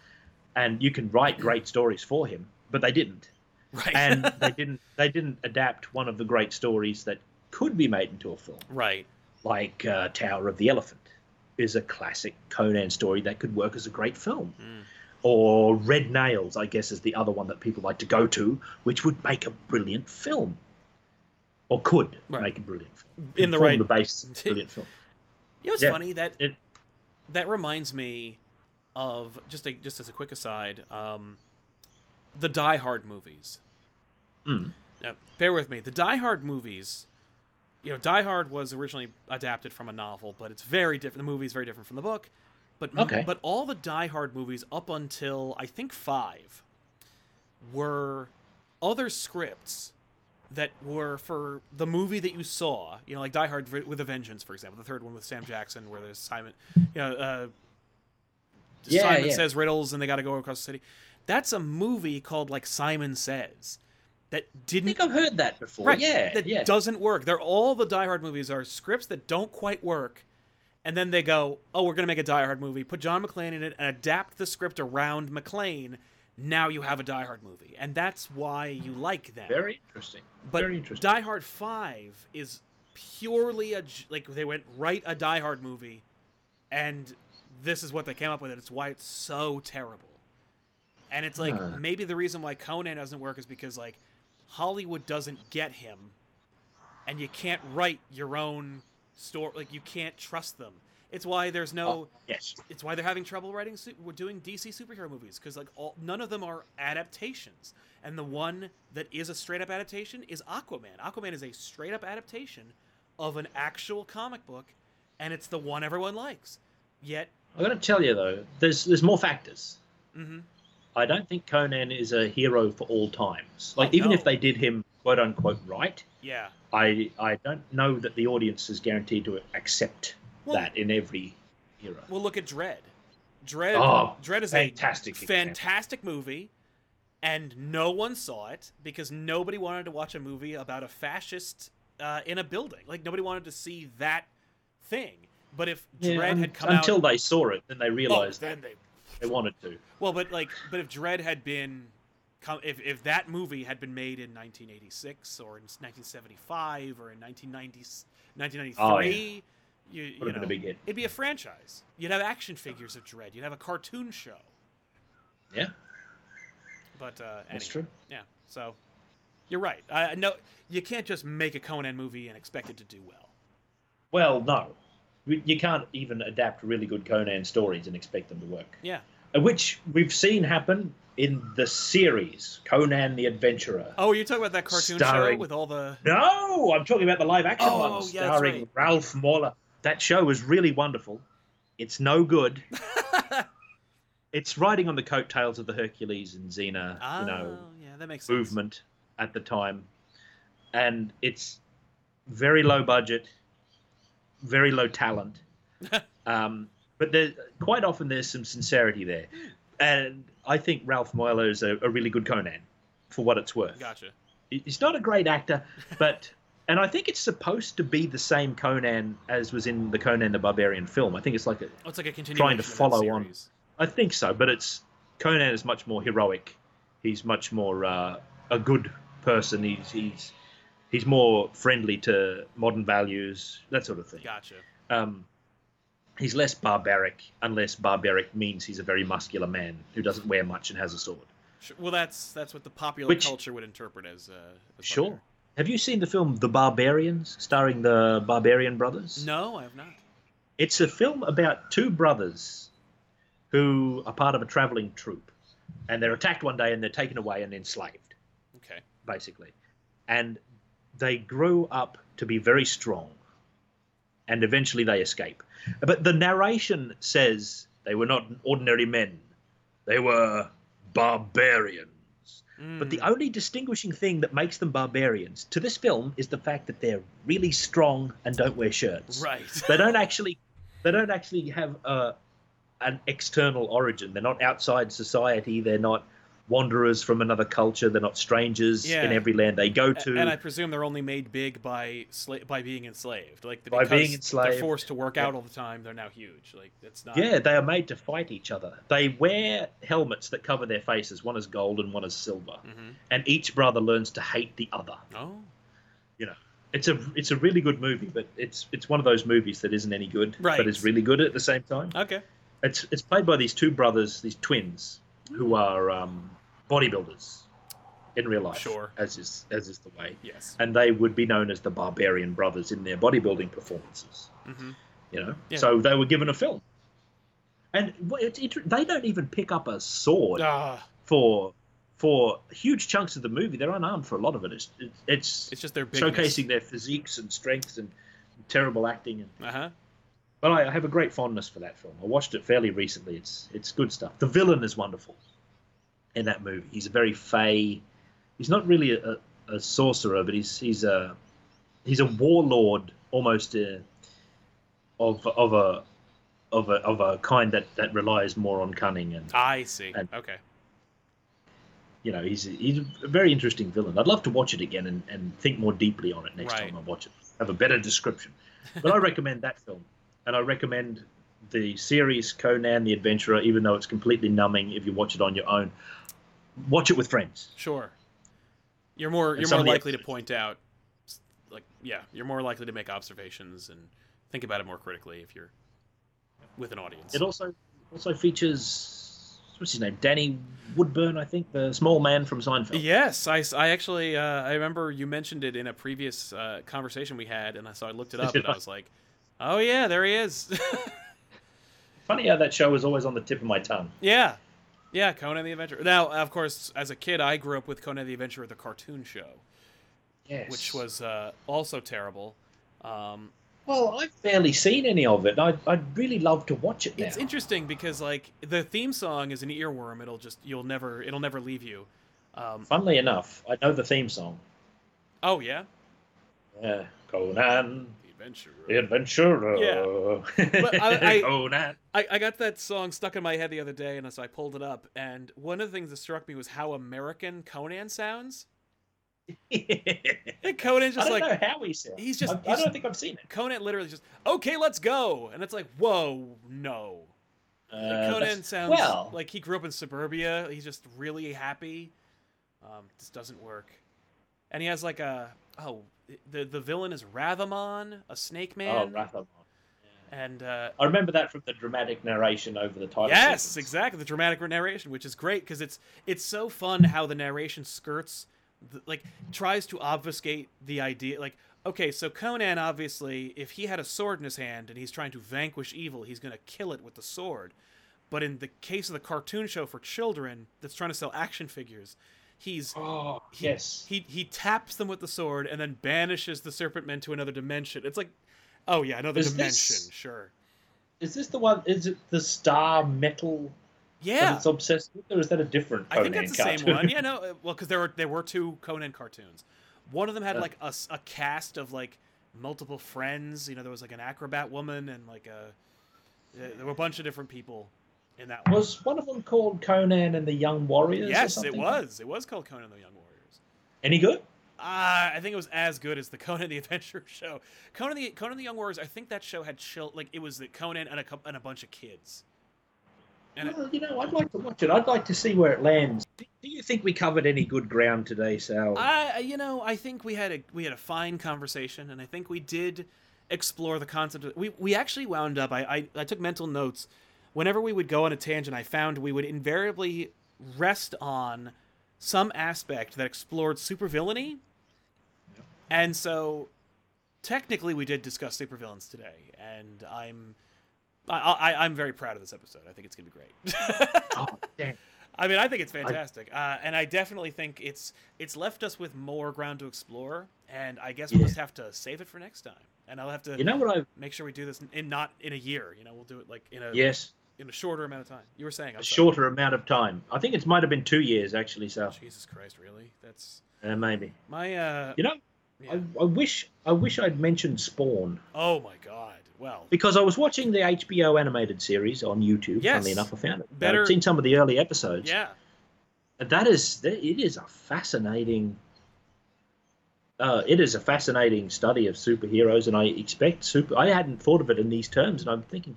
[SPEAKER 4] and you can write great stories for him. But they didn't,
[SPEAKER 1] right
[SPEAKER 4] and they didn't. They didn't adapt one of the great stories that could be made into a film.
[SPEAKER 1] right
[SPEAKER 4] like uh, Tower of the Elephant is a classic Conan story that could work as a great film.
[SPEAKER 1] Mm.
[SPEAKER 4] Or Red Nails, I guess, is the other one that people like to go to, which would make a brilliant film. or could
[SPEAKER 1] Right.
[SPEAKER 4] make a brilliant film.
[SPEAKER 1] In the
[SPEAKER 4] Form
[SPEAKER 1] right-
[SPEAKER 4] the base of a brilliant film.
[SPEAKER 1] You know what's
[SPEAKER 4] Yeah.
[SPEAKER 1] funny that
[SPEAKER 4] It,
[SPEAKER 1] that reminds me of just a, just as a quick aside, um, the Die Hard movies.
[SPEAKER 4] Mm.
[SPEAKER 1] Now, bear with me. The Die Hard movies, you know, Die Hard was originally adapted from a novel, but it's very different. The movie's very different from the book. But
[SPEAKER 4] Okay.
[SPEAKER 1] but all the Die Hard movies up until I think five were other scripts that were for the movie that you saw. You know, like Die Hard v- with a Vengeance, for example, the third one with Sam Jackson, where there's Simon, you know, uh,
[SPEAKER 4] Yeah,
[SPEAKER 1] Simon
[SPEAKER 4] yeah.
[SPEAKER 1] says riddles and they got to go across the city. That's a movie called like Simon Says that
[SPEAKER 4] I
[SPEAKER 1] didn't
[SPEAKER 4] think I've heard that before.
[SPEAKER 1] right
[SPEAKER 4] Yeah,
[SPEAKER 1] that
[SPEAKER 4] yeah.
[SPEAKER 1] doesn't work. They're all the Die Hard movies are scripts that don't quite work, and then they go, "Oh, we're gonna make a Die Hard movie. Put John McClane in it and adapt the script around McClane. Now you have a Die Hard movie, and that's why you like them.
[SPEAKER 4] Very interesting.
[SPEAKER 1] but
[SPEAKER 4] Very interesting.
[SPEAKER 1] Die Hard Five is purely a j- like they went right a Die Hard movie, and this is what they came up with. and It's why it's so terrible. And it's like
[SPEAKER 4] Huh.
[SPEAKER 1] maybe the reason why Conan doesn't work is because like Hollywood doesn't get him, and you can't write your own story. Like you can't trust them. It's why there's
[SPEAKER 4] Oh.
[SPEAKER 1] no.
[SPEAKER 4] yes.
[SPEAKER 1] It's why they're having trouble writing. su- We're doing DC superhero movies because like all, none of them are adaptations, and the one that is a straight up adaptation is Aquaman. Aquaman is a straight up adaptation of an actual comic book, and it's the one everyone likes. Yet,
[SPEAKER 4] I've got to tell you though, there's there's more factors.
[SPEAKER 1] hmm
[SPEAKER 4] I don't think Conan is a hero for all times. Like
[SPEAKER 1] Oh,
[SPEAKER 4] even
[SPEAKER 1] no.
[SPEAKER 4] if they did him quote unquote right,
[SPEAKER 1] yeah,
[SPEAKER 4] I I don't know that the audience is guaranteed to accept
[SPEAKER 1] Well-
[SPEAKER 4] that in every era.
[SPEAKER 1] Well, look at Dread. Dread.
[SPEAKER 4] Oh,
[SPEAKER 1] Dread is
[SPEAKER 4] fantastic
[SPEAKER 1] a
[SPEAKER 4] example.
[SPEAKER 1] fantastic movie, and no one saw it because nobody wanted to watch a movie about a fascist uh, in a building. Like nobody wanted to see that thing. But if
[SPEAKER 4] Yeah,
[SPEAKER 1] Dread
[SPEAKER 4] un-
[SPEAKER 1] had come
[SPEAKER 4] until
[SPEAKER 1] out
[SPEAKER 4] they saw it, then they
[SPEAKER 1] Oh,
[SPEAKER 4] realized
[SPEAKER 1] then they
[SPEAKER 4] they wanted to.
[SPEAKER 1] well, but like, but if Dread had been, com- if if that movie had been made in 1986 or in 1975 or in 1990, 1993, you, you
[SPEAKER 4] Would have Oh, been
[SPEAKER 1] know,
[SPEAKER 4] a big hit.
[SPEAKER 1] it'd be a franchise. You'd have action figures of Dread. You'd have a cartoon show.
[SPEAKER 4] Yeah,
[SPEAKER 1] But uh, anyway,
[SPEAKER 4] that's true.
[SPEAKER 1] Yeah. So you're right. Uh, no, you can't just make a Conan movie and expect it to do well.
[SPEAKER 4] Well, no, You- you can't even adapt really good Conan stories and expect them to work. Uh,
[SPEAKER 1] Yeah.
[SPEAKER 4] which we've seen happen in the series Conan the Adventurer.
[SPEAKER 1] Oh, you're talking about that cartoon
[SPEAKER 4] Starring-
[SPEAKER 1] show with all the
[SPEAKER 4] No, I'm talking about the live action
[SPEAKER 1] Oh,
[SPEAKER 4] one
[SPEAKER 1] yeah, that's
[SPEAKER 4] starring
[SPEAKER 1] right.
[SPEAKER 4] Ralph Mahler. That show was really wonderful. It's no good. it's riding on the coattails of the Hercules and Xena,
[SPEAKER 1] ah,
[SPEAKER 4] you know,
[SPEAKER 1] yeah, that makes sense.
[SPEAKER 4] movement at the time. And it's very low budget, very low talent. um, but there, quite often there's some sincerity there. And I think Ralph Moiler is a, a really good Conan for what it's worth.
[SPEAKER 1] Gotcha.
[SPEAKER 4] He- He's not a great actor, but. And I think it's supposed to be the same Conan as was in the Conan the Barbarian film. I think it's like a,
[SPEAKER 1] Oh, it's like a continuation. of that
[SPEAKER 4] follow on.
[SPEAKER 1] series.
[SPEAKER 4] I think so, but it's Conan is much more heroic. He's much more uh, a good person. He's he's he's more friendly to modern values, that sort of thing.
[SPEAKER 1] Gotcha.
[SPEAKER 4] Um, he's less barbaric, unless barbaric means he's a very muscular man who doesn't wear much and has a sword.
[SPEAKER 1] Sure. Well, that's that's what the popular
[SPEAKER 4] Which-
[SPEAKER 1] culture would interpret as. Uh, as
[SPEAKER 4] Sure. Have you seen the film The Barbarians, starring the Barbarian brothers?
[SPEAKER 1] barbarian. No, I have not.
[SPEAKER 4] It's a film about two brothers who are part of a traveling troupe, and they're attacked one day and they're taken away and enslaved.
[SPEAKER 1] Okay.
[SPEAKER 4] basically. And they grow up to be very strong. And eventually they escape. But the narration says they were not ordinary men, they were barbarians. But the
[SPEAKER 1] Mm.
[SPEAKER 4] only distinguishing thing that makes them barbarians to this film is the fact that they're really strong and don't wear shirts.
[SPEAKER 1] Hmm. right.
[SPEAKER 4] They don't actually they don't actually have a an external origin. They're not outside society. They're not wanderers from another culture. They're not strangers
[SPEAKER 1] Yeah.
[SPEAKER 4] in every land they go to.
[SPEAKER 1] and I presume they're only made big by sla- by being enslaved. Like
[SPEAKER 4] By
[SPEAKER 1] because
[SPEAKER 4] being
[SPEAKER 1] they're
[SPEAKER 4] enslaved.
[SPEAKER 1] forced to work
[SPEAKER 4] Yeah.
[SPEAKER 1] out all the time. They're now huge. Like that's not.
[SPEAKER 4] yeah, they are made to fight each other. They wear helmets that cover their faces. One is gold and one is silver.
[SPEAKER 1] Mhm.
[SPEAKER 4] And each brother learns to hate the other.
[SPEAKER 1] Oh.
[SPEAKER 4] It's a it's a really good movie, but it's it's one of those movies that isn't any good,
[SPEAKER 1] Right.
[SPEAKER 4] but is really good at the same time.
[SPEAKER 1] Okay.
[SPEAKER 4] It's
[SPEAKER 1] Hmm.
[SPEAKER 4] it's played by these two brothers, these twins, who are um, bodybuilders. in real life.
[SPEAKER 1] Sure.
[SPEAKER 4] As is as is the way.
[SPEAKER 1] Yes.
[SPEAKER 4] And they would be known as the Barbarian Brothers in their bodybuilding performances.
[SPEAKER 1] hmm
[SPEAKER 4] You know.
[SPEAKER 1] Yeah.
[SPEAKER 4] So they were given a film. And wha- it's inter- they don't even pick up a sword
[SPEAKER 1] Ah,
[SPEAKER 4] for for huge chunks of the movie. They're unarmed for a lot of it. It's it's,
[SPEAKER 1] it's just their bigness.
[SPEAKER 4] showcasing their physiques and strengths and terrible acting and
[SPEAKER 1] Uh huh.
[SPEAKER 4] but I, I have a great fondness for that film. I watched it fairly recently. It's it's good stuff. The villain is wonderful in that movie. He's a very fey. He's not really a, a sorcerer, but he's he's a he's a warlord almost uh, of of a of a of a kind that that relies more on cunning and
[SPEAKER 1] I see.
[SPEAKER 4] And-
[SPEAKER 1] okay.
[SPEAKER 4] you know he's he's a very interesting villain. I'd love to watch it again and, and think more deeply on it next
[SPEAKER 1] Right.
[SPEAKER 4] time I watch it. Have a better description. But I recommend that film, and I recommend the series Conan the Adventurer, even though it's completely numbing if you watch it on your own. Watch it with friends.
[SPEAKER 1] Sure. You're more you're
[SPEAKER 4] some
[SPEAKER 1] more
[SPEAKER 4] of the
[SPEAKER 1] likely to
[SPEAKER 4] episodes.
[SPEAKER 1] point out s- like yeah, you're more likely to make observations and think about it more critically if you're with an audience.
[SPEAKER 4] It also also features what's his name, Danny Woodburn, I think, the small man from Seinfeld.
[SPEAKER 1] Yes, I, s- I actually uh, I remember you mentioned it in a previous uh, conversation we had, and I so I looked it up and I was like, oh yeah, there he is.
[SPEAKER 4] Funny how that show was always on the tip of my tongue.
[SPEAKER 1] yeah, yeah, Conan the Adventurer. Now, of course, as a kid, I grew up with Conan the Adventurer, the cartoon show,
[SPEAKER 4] Yes.
[SPEAKER 1] which was uh, also terrible. Um,
[SPEAKER 4] well, I've barely seen any of it. and I I'd really love to watch it now.
[SPEAKER 1] It's interesting because like the theme song is an earworm. It'll just you'll never it'll never leave you. Um,
[SPEAKER 4] Funnily enough, I know the theme song.
[SPEAKER 1] oh yeah,
[SPEAKER 4] Yeah, Conan
[SPEAKER 1] the adventurer.
[SPEAKER 4] the Adventurer. Yeah.
[SPEAKER 1] But I- I-
[SPEAKER 4] Conan.
[SPEAKER 1] I, I got that song stuck in my head the other day, and so I pulled it up. And one of the things that struck me was how American Conan sounds.
[SPEAKER 4] I
[SPEAKER 1] And Conan's just
[SPEAKER 4] don't
[SPEAKER 1] like
[SPEAKER 4] know how he sounds.
[SPEAKER 1] he's just-
[SPEAKER 4] I, I
[SPEAKER 1] he's-
[SPEAKER 4] don't think I've seen it.
[SPEAKER 1] Conan literally just okay, let's go, and it's like whoa, no.
[SPEAKER 4] Uh,
[SPEAKER 1] Like, Conan
[SPEAKER 4] that's-
[SPEAKER 1] sounds
[SPEAKER 4] well.
[SPEAKER 1] like he grew up in suburbia. He's just really happy. Um, this doesn't work. And he has like a oh the the villain is Rathamon, a snake
[SPEAKER 4] oh,
[SPEAKER 1] man.
[SPEAKER 4] Rathamon. Yeah.
[SPEAKER 1] And uh,
[SPEAKER 4] I remember that from the dramatic narration over the title.
[SPEAKER 1] yes,
[SPEAKER 4] sequence.
[SPEAKER 1] exactly the dramatic narration, which is great because it's it's so fun how the narration skirts, the, like tries to obfuscate the idea. Like okay, so Conan obviously, if he had a sword in his hand and he's trying to vanquish evil, he's gonna kill it with the sword. But in the case of the cartoon show for children that's trying to sell action figures, he's
[SPEAKER 4] Oh,
[SPEAKER 1] he,
[SPEAKER 4] yes.
[SPEAKER 1] He he taps them with the sword and then banishes the serpent men to another dimension. It's like, oh yeah, another
[SPEAKER 4] Is
[SPEAKER 1] dimension,
[SPEAKER 4] this-
[SPEAKER 1] sure.
[SPEAKER 4] Is this the one? Is it the star metal that
[SPEAKER 1] Yeah.
[SPEAKER 4] it's obsessed with, or is that a different
[SPEAKER 1] I
[SPEAKER 4] Conan
[SPEAKER 1] think that's the
[SPEAKER 4] cartoon?
[SPEAKER 1] same one. Yeah, no, uh, well, because there were there were two Conan cartoons. One of them had
[SPEAKER 4] Yeah.
[SPEAKER 1] like a, s- a cast of like multiple friends. You know, there was like an acrobat woman and like a uh, there there were a bunch of different people in that one.
[SPEAKER 4] Was one of them called Conan and the Young Warriors? or
[SPEAKER 1] yes, it
[SPEAKER 4] something?
[SPEAKER 1] was. It was called Conan the Young Warriors.
[SPEAKER 4] Any good?
[SPEAKER 1] Uh, I think it was as good as the Conan the Adventurer show. Conan the Conan the Young Warriors. I think that show had chill like it was the Conan and a cou- and a bunch of kids. And it-
[SPEAKER 4] Well, you know, I'd like to watch it. I'd like to see where it lands. Do you think we covered any good ground today, Sal?
[SPEAKER 1] I, I- you know, I think we had a we had a fine conversation, and I think we did explore the concept. Of, we we actually wound up. I, I I took mental notes. Whenever we would go on a tangent, I found we would invariably rest on some aspect that explored supervillainy, and so technically we did discuss supervillains today, and I'm. I, I, I'm very proud of this episode. I think it's gonna be great.
[SPEAKER 4] oh, damn.
[SPEAKER 1] I mean, I think it's fantastic, uh, and I definitely think it's it's left us with more ground to explore. And I guess we'll
[SPEAKER 4] Yeah.
[SPEAKER 1] just have to save it for next time. And I'll have to
[SPEAKER 4] You know what I?
[SPEAKER 1] make sure we do this in, in not in a year. You know, we'll do it like in a
[SPEAKER 4] Yes,
[SPEAKER 1] in a shorter amount of time. You were saying I'm
[SPEAKER 4] a
[SPEAKER 1] sorry.
[SPEAKER 4] shorter amount of time. I think it might have been two years actually, Sal.
[SPEAKER 1] Jesus Christ, really? That's
[SPEAKER 4] Uh, maybe.
[SPEAKER 1] my. uh
[SPEAKER 4] You know,
[SPEAKER 1] yeah.
[SPEAKER 4] I, I wish I wish I'd mentioned Spawn
[SPEAKER 1] Oh my God. Well,
[SPEAKER 4] because I was watching the HBO animated series on YouTube.
[SPEAKER 1] Yes.
[SPEAKER 4] Funnily enough, I found it.
[SPEAKER 1] Better-
[SPEAKER 4] I've seen some of the early episodes.
[SPEAKER 1] yeah.
[SPEAKER 4] And that is that- it is a fascinating uh, it is a fascinating study of superheroes and i expect super i hadn't thought of it in these terms and i'm thinking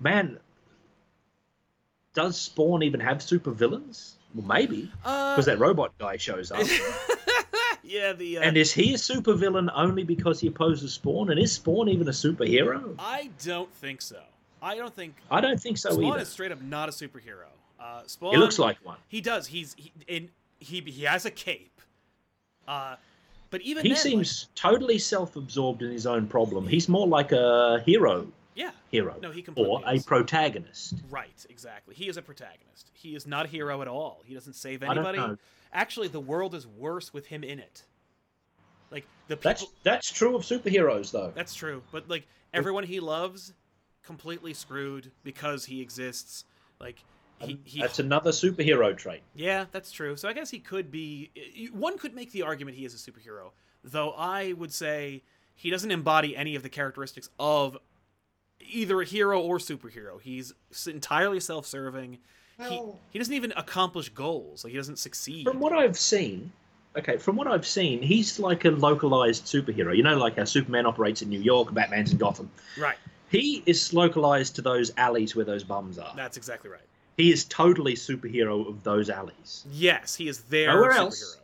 [SPEAKER 4] man does spawn even have supervillains well maybe
[SPEAKER 1] Uh,
[SPEAKER 4] because that robot guy shows up
[SPEAKER 1] yeah. The uh,
[SPEAKER 4] and is he a supervillain only because he opposes spawn and is spawn even a superhero
[SPEAKER 1] I don't think so. I don't think
[SPEAKER 4] i don't think so
[SPEAKER 1] Spawn
[SPEAKER 4] either
[SPEAKER 1] is straight up not a superhero. Uh, Spawn.
[SPEAKER 4] he looks like one
[SPEAKER 1] He does. He's he, in he he has a cape. Uh, but even then,
[SPEAKER 4] He
[SPEAKER 1] like-
[SPEAKER 4] seems totally self-absorbed in his own problem. He's more like a hero,
[SPEAKER 1] yeah,
[SPEAKER 4] hero,
[SPEAKER 1] No, he completely
[SPEAKER 4] or a
[SPEAKER 1] is.
[SPEAKER 4] protagonist.
[SPEAKER 1] Right, exactly. He is a protagonist. He is not a hero at all. He doesn't save
[SPEAKER 4] I don't
[SPEAKER 1] anybody.
[SPEAKER 4] know.
[SPEAKER 1] Actually, the world is worse with him in it. Like the people.
[SPEAKER 4] That's that's true of superheroes, though.
[SPEAKER 1] That's true. But like everyone he loves, completely screwed because he exists. Like he, he
[SPEAKER 4] Um, That's another superhero trait.
[SPEAKER 1] yeah, that's true. So I guess he could be. y- One could make the argument he is a superhero, though I would say he doesn't embody any of the characteristics of either a hero or superhero. He's s- entirely self-serving.
[SPEAKER 4] Well-
[SPEAKER 1] he, he doesn't even accomplish goals. Like he doesn't succeed.
[SPEAKER 4] From what I've seen, okay, from what I've seen, he's like a localized superhero. You know, like how Superman operates in New York, Batman's in Gotham.
[SPEAKER 1] right.
[SPEAKER 4] He is localized to those alleys where those bums are.
[SPEAKER 1] That's exactly right.
[SPEAKER 4] He is totally superhero of those alleys.
[SPEAKER 1] Yes, he is their
[SPEAKER 4] Nowhere
[SPEAKER 1] superhero.
[SPEAKER 4] else.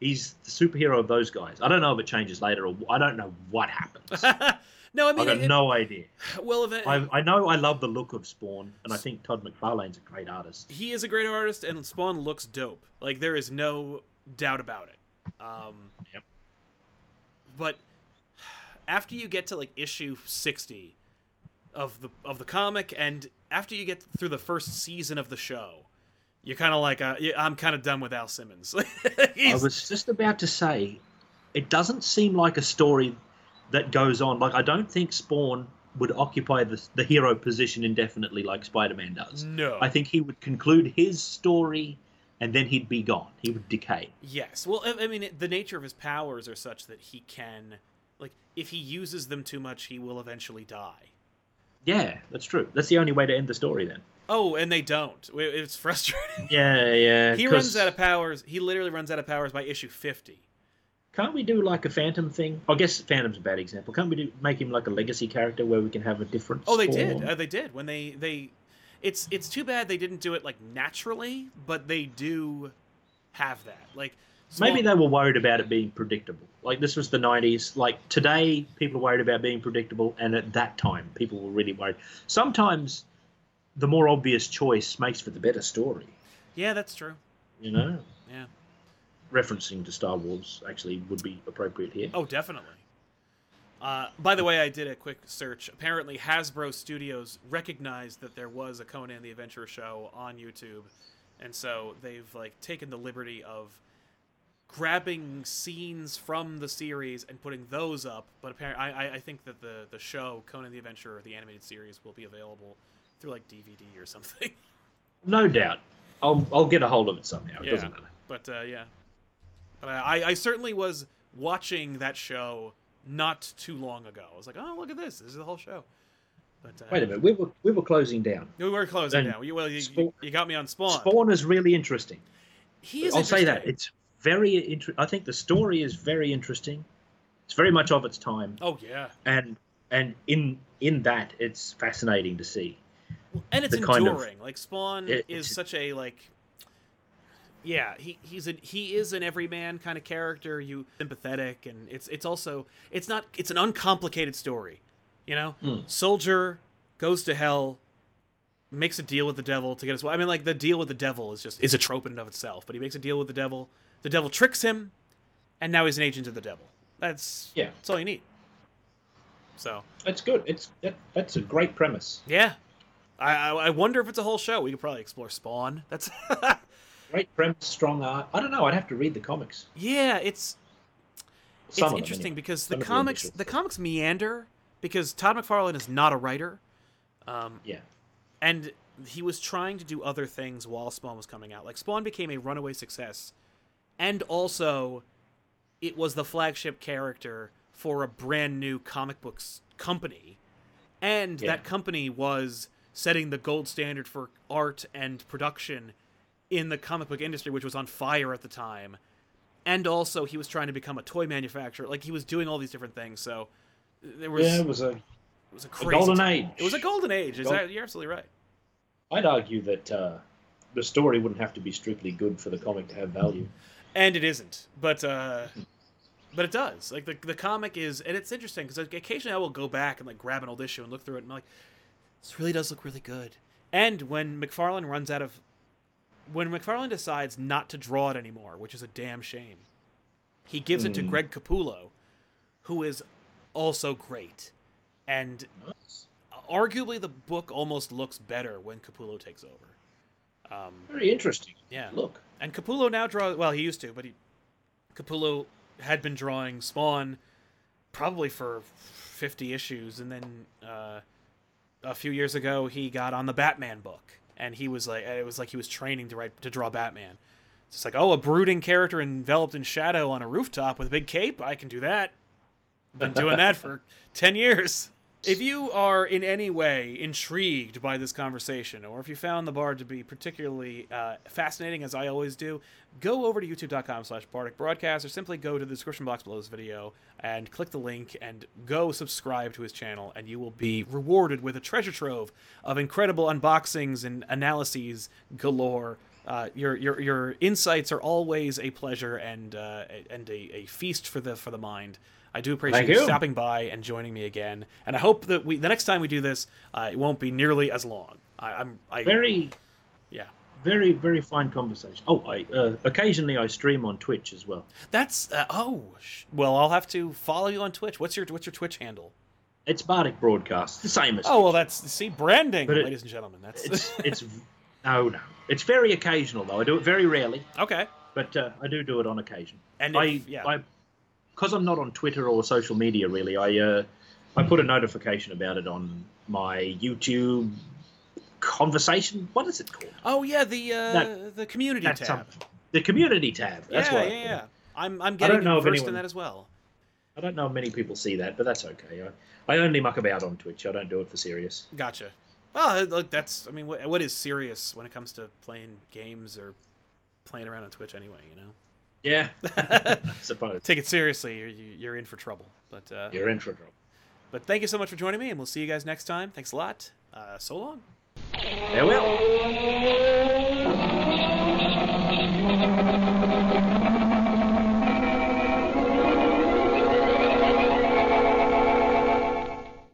[SPEAKER 4] He's the superhero of those guys. I don't know if it changes later, or I don't know what happens. I've
[SPEAKER 1] no, I mean,
[SPEAKER 4] got
[SPEAKER 1] it-
[SPEAKER 4] no idea.
[SPEAKER 1] well, if it-
[SPEAKER 4] I, I know I love the look of Spawn, and I think Todd McFarlane's a great artist.
[SPEAKER 1] he is a great artist and spawn looks dope like there is no doubt about it um
[SPEAKER 4] Yep.
[SPEAKER 1] but after you get to like issue 60 of the of the comic and after you get through the first season of the show you're kind of like uh, yeah, i'm kind of done with al simmons
[SPEAKER 4] I
[SPEAKER 1] He's-
[SPEAKER 4] was just about to say, it doesn't seem like a story that goes on. Like I don't think Spawn would occupy the, the hero position indefinitely like Spider-Man does.
[SPEAKER 1] no
[SPEAKER 4] I think he would conclude his story, and then he'd be gone. He would decay.
[SPEAKER 1] Yes. Well, I, I mean, it- the nature of his powers are such that he can, like, if he uses them too much, he will eventually die.
[SPEAKER 4] Yeah, that's true. That's the only way to end the story then.
[SPEAKER 1] Oh, and they don't. It- It's frustrating.
[SPEAKER 4] Yeah, yeah.
[SPEAKER 1] he
[SPEAKER 4] 'cause
[SPEAKER 1] runs out of powers. He literally runs out of powers by issue fifty.
[SPEAKER 4] Can't we do like a Phantom thing? I guess Phantom's a bad example. Can't we do make him like a legacy character where we can have a different?
[SPEAKER 1] Oh, they
[SPEAKER 4] Spawn?
[SPEAKER 1] did. Uh, they did when they they. It's it's too bad they didn't do it like naturally, but they do have that. Like
[SPEAKER 4] Maybe
[SPEAKER 1] Spawn-
[SPEAKER 4] they were worried about it being predictable. Like this was the '90s. Like today, people are worried about being predictable, and at that time, people were really worried. Sometimes, the more obvious choice makes for the better story.
[SPEAKER 1] Yeah, that's true.
[SPEAKER 4] You know,
[SPEAKER 1] Yeah.
[SPEAKER 4] referencing to Star Wars actually would be appropriate here.
[SPEAKER 1] Oh, definitely. Uh, by the way, I did a quick search. Apparently, Hasbro Studios recognized that there was a Conan the Adventurer show on YouTube, and so they've like taken the liberty of grabbing scenes from the series and putting those up. But apparently, I, I- I think that the the show Conan the Adventurer, the animated series, will be available through like DVD or something.
[SPEAKER 4] No doubt, I'll I'll get a hold of it somehow. It
[SPEAKER 1] Yeah.
[SPEAKER 4] doesn't matter.
[SPEAKER 1] But uh, yeah, but I, I certainly was watching that show not too long ago. I was like, oh, look at this! This is the whole show. But uh,
[SPEAKER 4] Wait a minute, we were we were closing down.
[SPEAKER 1] we were closing
[SPEAKER 4] Then
[SPEAKER 1] now. You, well, you,
[SPEAKER 4] Spawn-
[SPEAKER 1] you got me on Spawn.
[SPEAKER 4] Spawn is really interesting.
[SPEAKER 1] He is
[SPEAKER 4] I'll say that
[SPEAKER 1] interesting.
[SPEAKER 4] it's very interesting. I think the story is very interesting. It's very much of its time.
[SPEAKER 1] Oh yeah,
[SPEAKER 4] and and in in that it's fascinating to see
[SPEAKER 1] and it's
[SPEAKER 4] the kind of-
[SPEAKER 1] enduring. like Spawn
[SPEAKER 4] It-
[SPEAKER 1] is
[SPEAKER 4] it's-
[SPEAKER 1] such a like. Yeah, he, he's an he is an everyman kind of character. You sympathetic, and it's it's also it's not it's an uncomplicated story, you know.
[SPEAKER 4] Hmm.
[SPEAKER 1] Soldier goes to hell, makes a deal with the devil to get his. I mean, like the deal with the devil is just is a trope in and of itself. But he makes a deal with the devil. The devil tricks him, and now he's an agent of the devil. That's
[SPEAKER 4] Yeah.
[SPEAKER 1] That's all you need. So
[SPEAKER 4] that's good it's that, that's a great premise
[SPEAKER 1] yeah, I, I I wonder if it's a whole show. We could probably explore Spawn. That's
[SPEAKER 4] great premise strong art i don't know i'd have to read the comics
[SPEAKER 1] yeah. It's
[SPEAKER 4] Some
[SPEAKER 1] it's
[SPEAKER 4] of them,
[SPEAKER 1] interesting
[SPEAKER 4] anyway.
[SPEAKER 1] because
[SPEAKER 4] Some
[SPEAKER 1] the
[SPEAKER 4] of the
[SPEAKER 1] comics
[SPEAKER 4] initials.
[SPEAKER 1] the comics meander because Todd McFarlane is not a writer. Um,
[SPEAKER 4] yeah
[SPEAKER 1] and he was trying to do other things while Spawn was coming out. Like Spawn became a runaway success, and also it was the flagship character for a brand new comic books company, and
[SPEAKER 4] Yeah.
[SPEAKER 1] that company was setting the gold standard for art and production in the comic book industry, which was on fire at the time. And also, he was trying to become a toy manufacturer. Like he was doing all these different things. So there was
[SPEAKER 4] yeah it
[SPEAKER 1] it
[SPEAKER 4] was a
[SPEAKER 1] was a
[SPEAKER 4] a
[SPEAKER 1] crazy
[SPEAKER 4] golden
[SPEAKER 1] time.
[SPEAKER 4] age
[SPEAKER 1] It was a golden age. Is
[SPEAKER 4] Gold-
[SPEAKER 1] that- you're absolutely right.
[SPEAKER 4] i'd argue that uh the story wouldn't have to be strictly good for the comic to have value
[SPEAKER 1] and it isn't but uh but it does like the, the comic is and it's interesting because occasionally i will go back and like grab an old issue and look through it and i'm like this really does look really good and when mcfarlane runs out of when McFarlane decides not to draw it anymore, which is a damn shame, he gives it to Greg Capullo, who is also great. And arguably the book almost looks better when Capullo takes over. Um,
[SPEAKER 4] Very interesting.
[SPEAKER 1] Yeah.
[SPEAKER 4] Look.
[SPEAKER 1] and Capullo now draws. Well, he used to, but he Capullo had been drawing Spawn probably for fifty issues, and then uh, a few years ago he got on the Batman book, and he was like, it was like he was training to write to draw Batman. It's just like, oh, a brooding character enveloped in shadow on a rooftop with a big cape. I can do that. I've been doing that for ten years. If you are in any way intrigued by this conversation, or if you found the bar to be particularly uh, fascinating, as I always do, go over to youtube.com slash bardic broadcast, or simply go to the description box below this video and click the link and go subscribe to his channel, and you will be rewarded with a treasure trove of incredible unboxings and analyses galore. Uh, your, your your insights are always a pleasure and uh, and a, a feast for the for the mind. I do appreciate
[SPEAKER 4] Thank
[SPEAKER 1] you
[SPEAKER 4] you.
[SPEAKER 1] stopping stopping by and joining me again. And I hope that we the next time we do this, uh, it won't be nearly as long. I, I'm I,
[SPEAKER 4] Very,
[SPEAKER 1] yeah.
[SPEAKER 4] very, very fine conversation. Oh, I uh, occasionally I stream on Twitch as well.
[SPEAKER 1] That's uh, oh sh- well, I'll have to follow you on Twitch. What's your what's your Twitch handle?
[SPEAKER 4] It's Bardic Broadcast, the same as.
[SPEAKER 1] Oh well, that's see branding,
[SPEAKER 4] But it-
[SPEAKER 1] ladies and gentlemen. That's
[SPEAKER 4] It's it's no no. It's very occasional though. I do it very rarely,
[SPEAKER 1] okay.
[SPEAKER 4] but uh, I do do it on occasion.
[SPEAKER 1] And
[SPEAKER 4] I
[SPEAKER 1] if- yeah.
[SPEAKER 4] I because I'm not on Twitter or social media really. I uh, I put a notification about it on my YouTube conversation. What is it called?
[SPEAKER 1] Oh yeah, the uh,
[SPEAKER 4] That-
[SPEAKER 1] the community
[SPEAKER 4] That's
[SPEAKER 1] tab.
[SPEAKER 4] something. The community tab. That's
[SPEAKER 1] yeah,
[SPEAKER 4] what I
[SPEAKER 1] yeah,
[SPEAKER 4] put it.
[SPEAKER 1] yeah. I'm I'm
[SPEAKER 4] don't
[SPEAKER 1] getting
[SPEAKER 4] know if
[SPEAKER 1] versed in
[SPEAKER 4] anyone-
[SPEAKER 1] that as well.
[SPEAKER 4] I don't know if many people see that, but that's okay. I, I only muck about on Twitch. I don't do it for serious.
[SPEAKER 1] Gotcha. Well, uh, look, that's I mean, what, what is serious when it comes to playing games or playing around on Twitch anyway? You know,
[SPEAKER 4] Yeah, I suppose
[SPEAKER 1] take it seriously, you're, you're in for trouble. But uh,
[SPEAKER 4] you're in for trouble.
[SPEAKER 1] But thank you so much for joining me, and we'll see you guys next time. Thanks a lot. Uh, so long.
[SPEAKER 4] Farewell.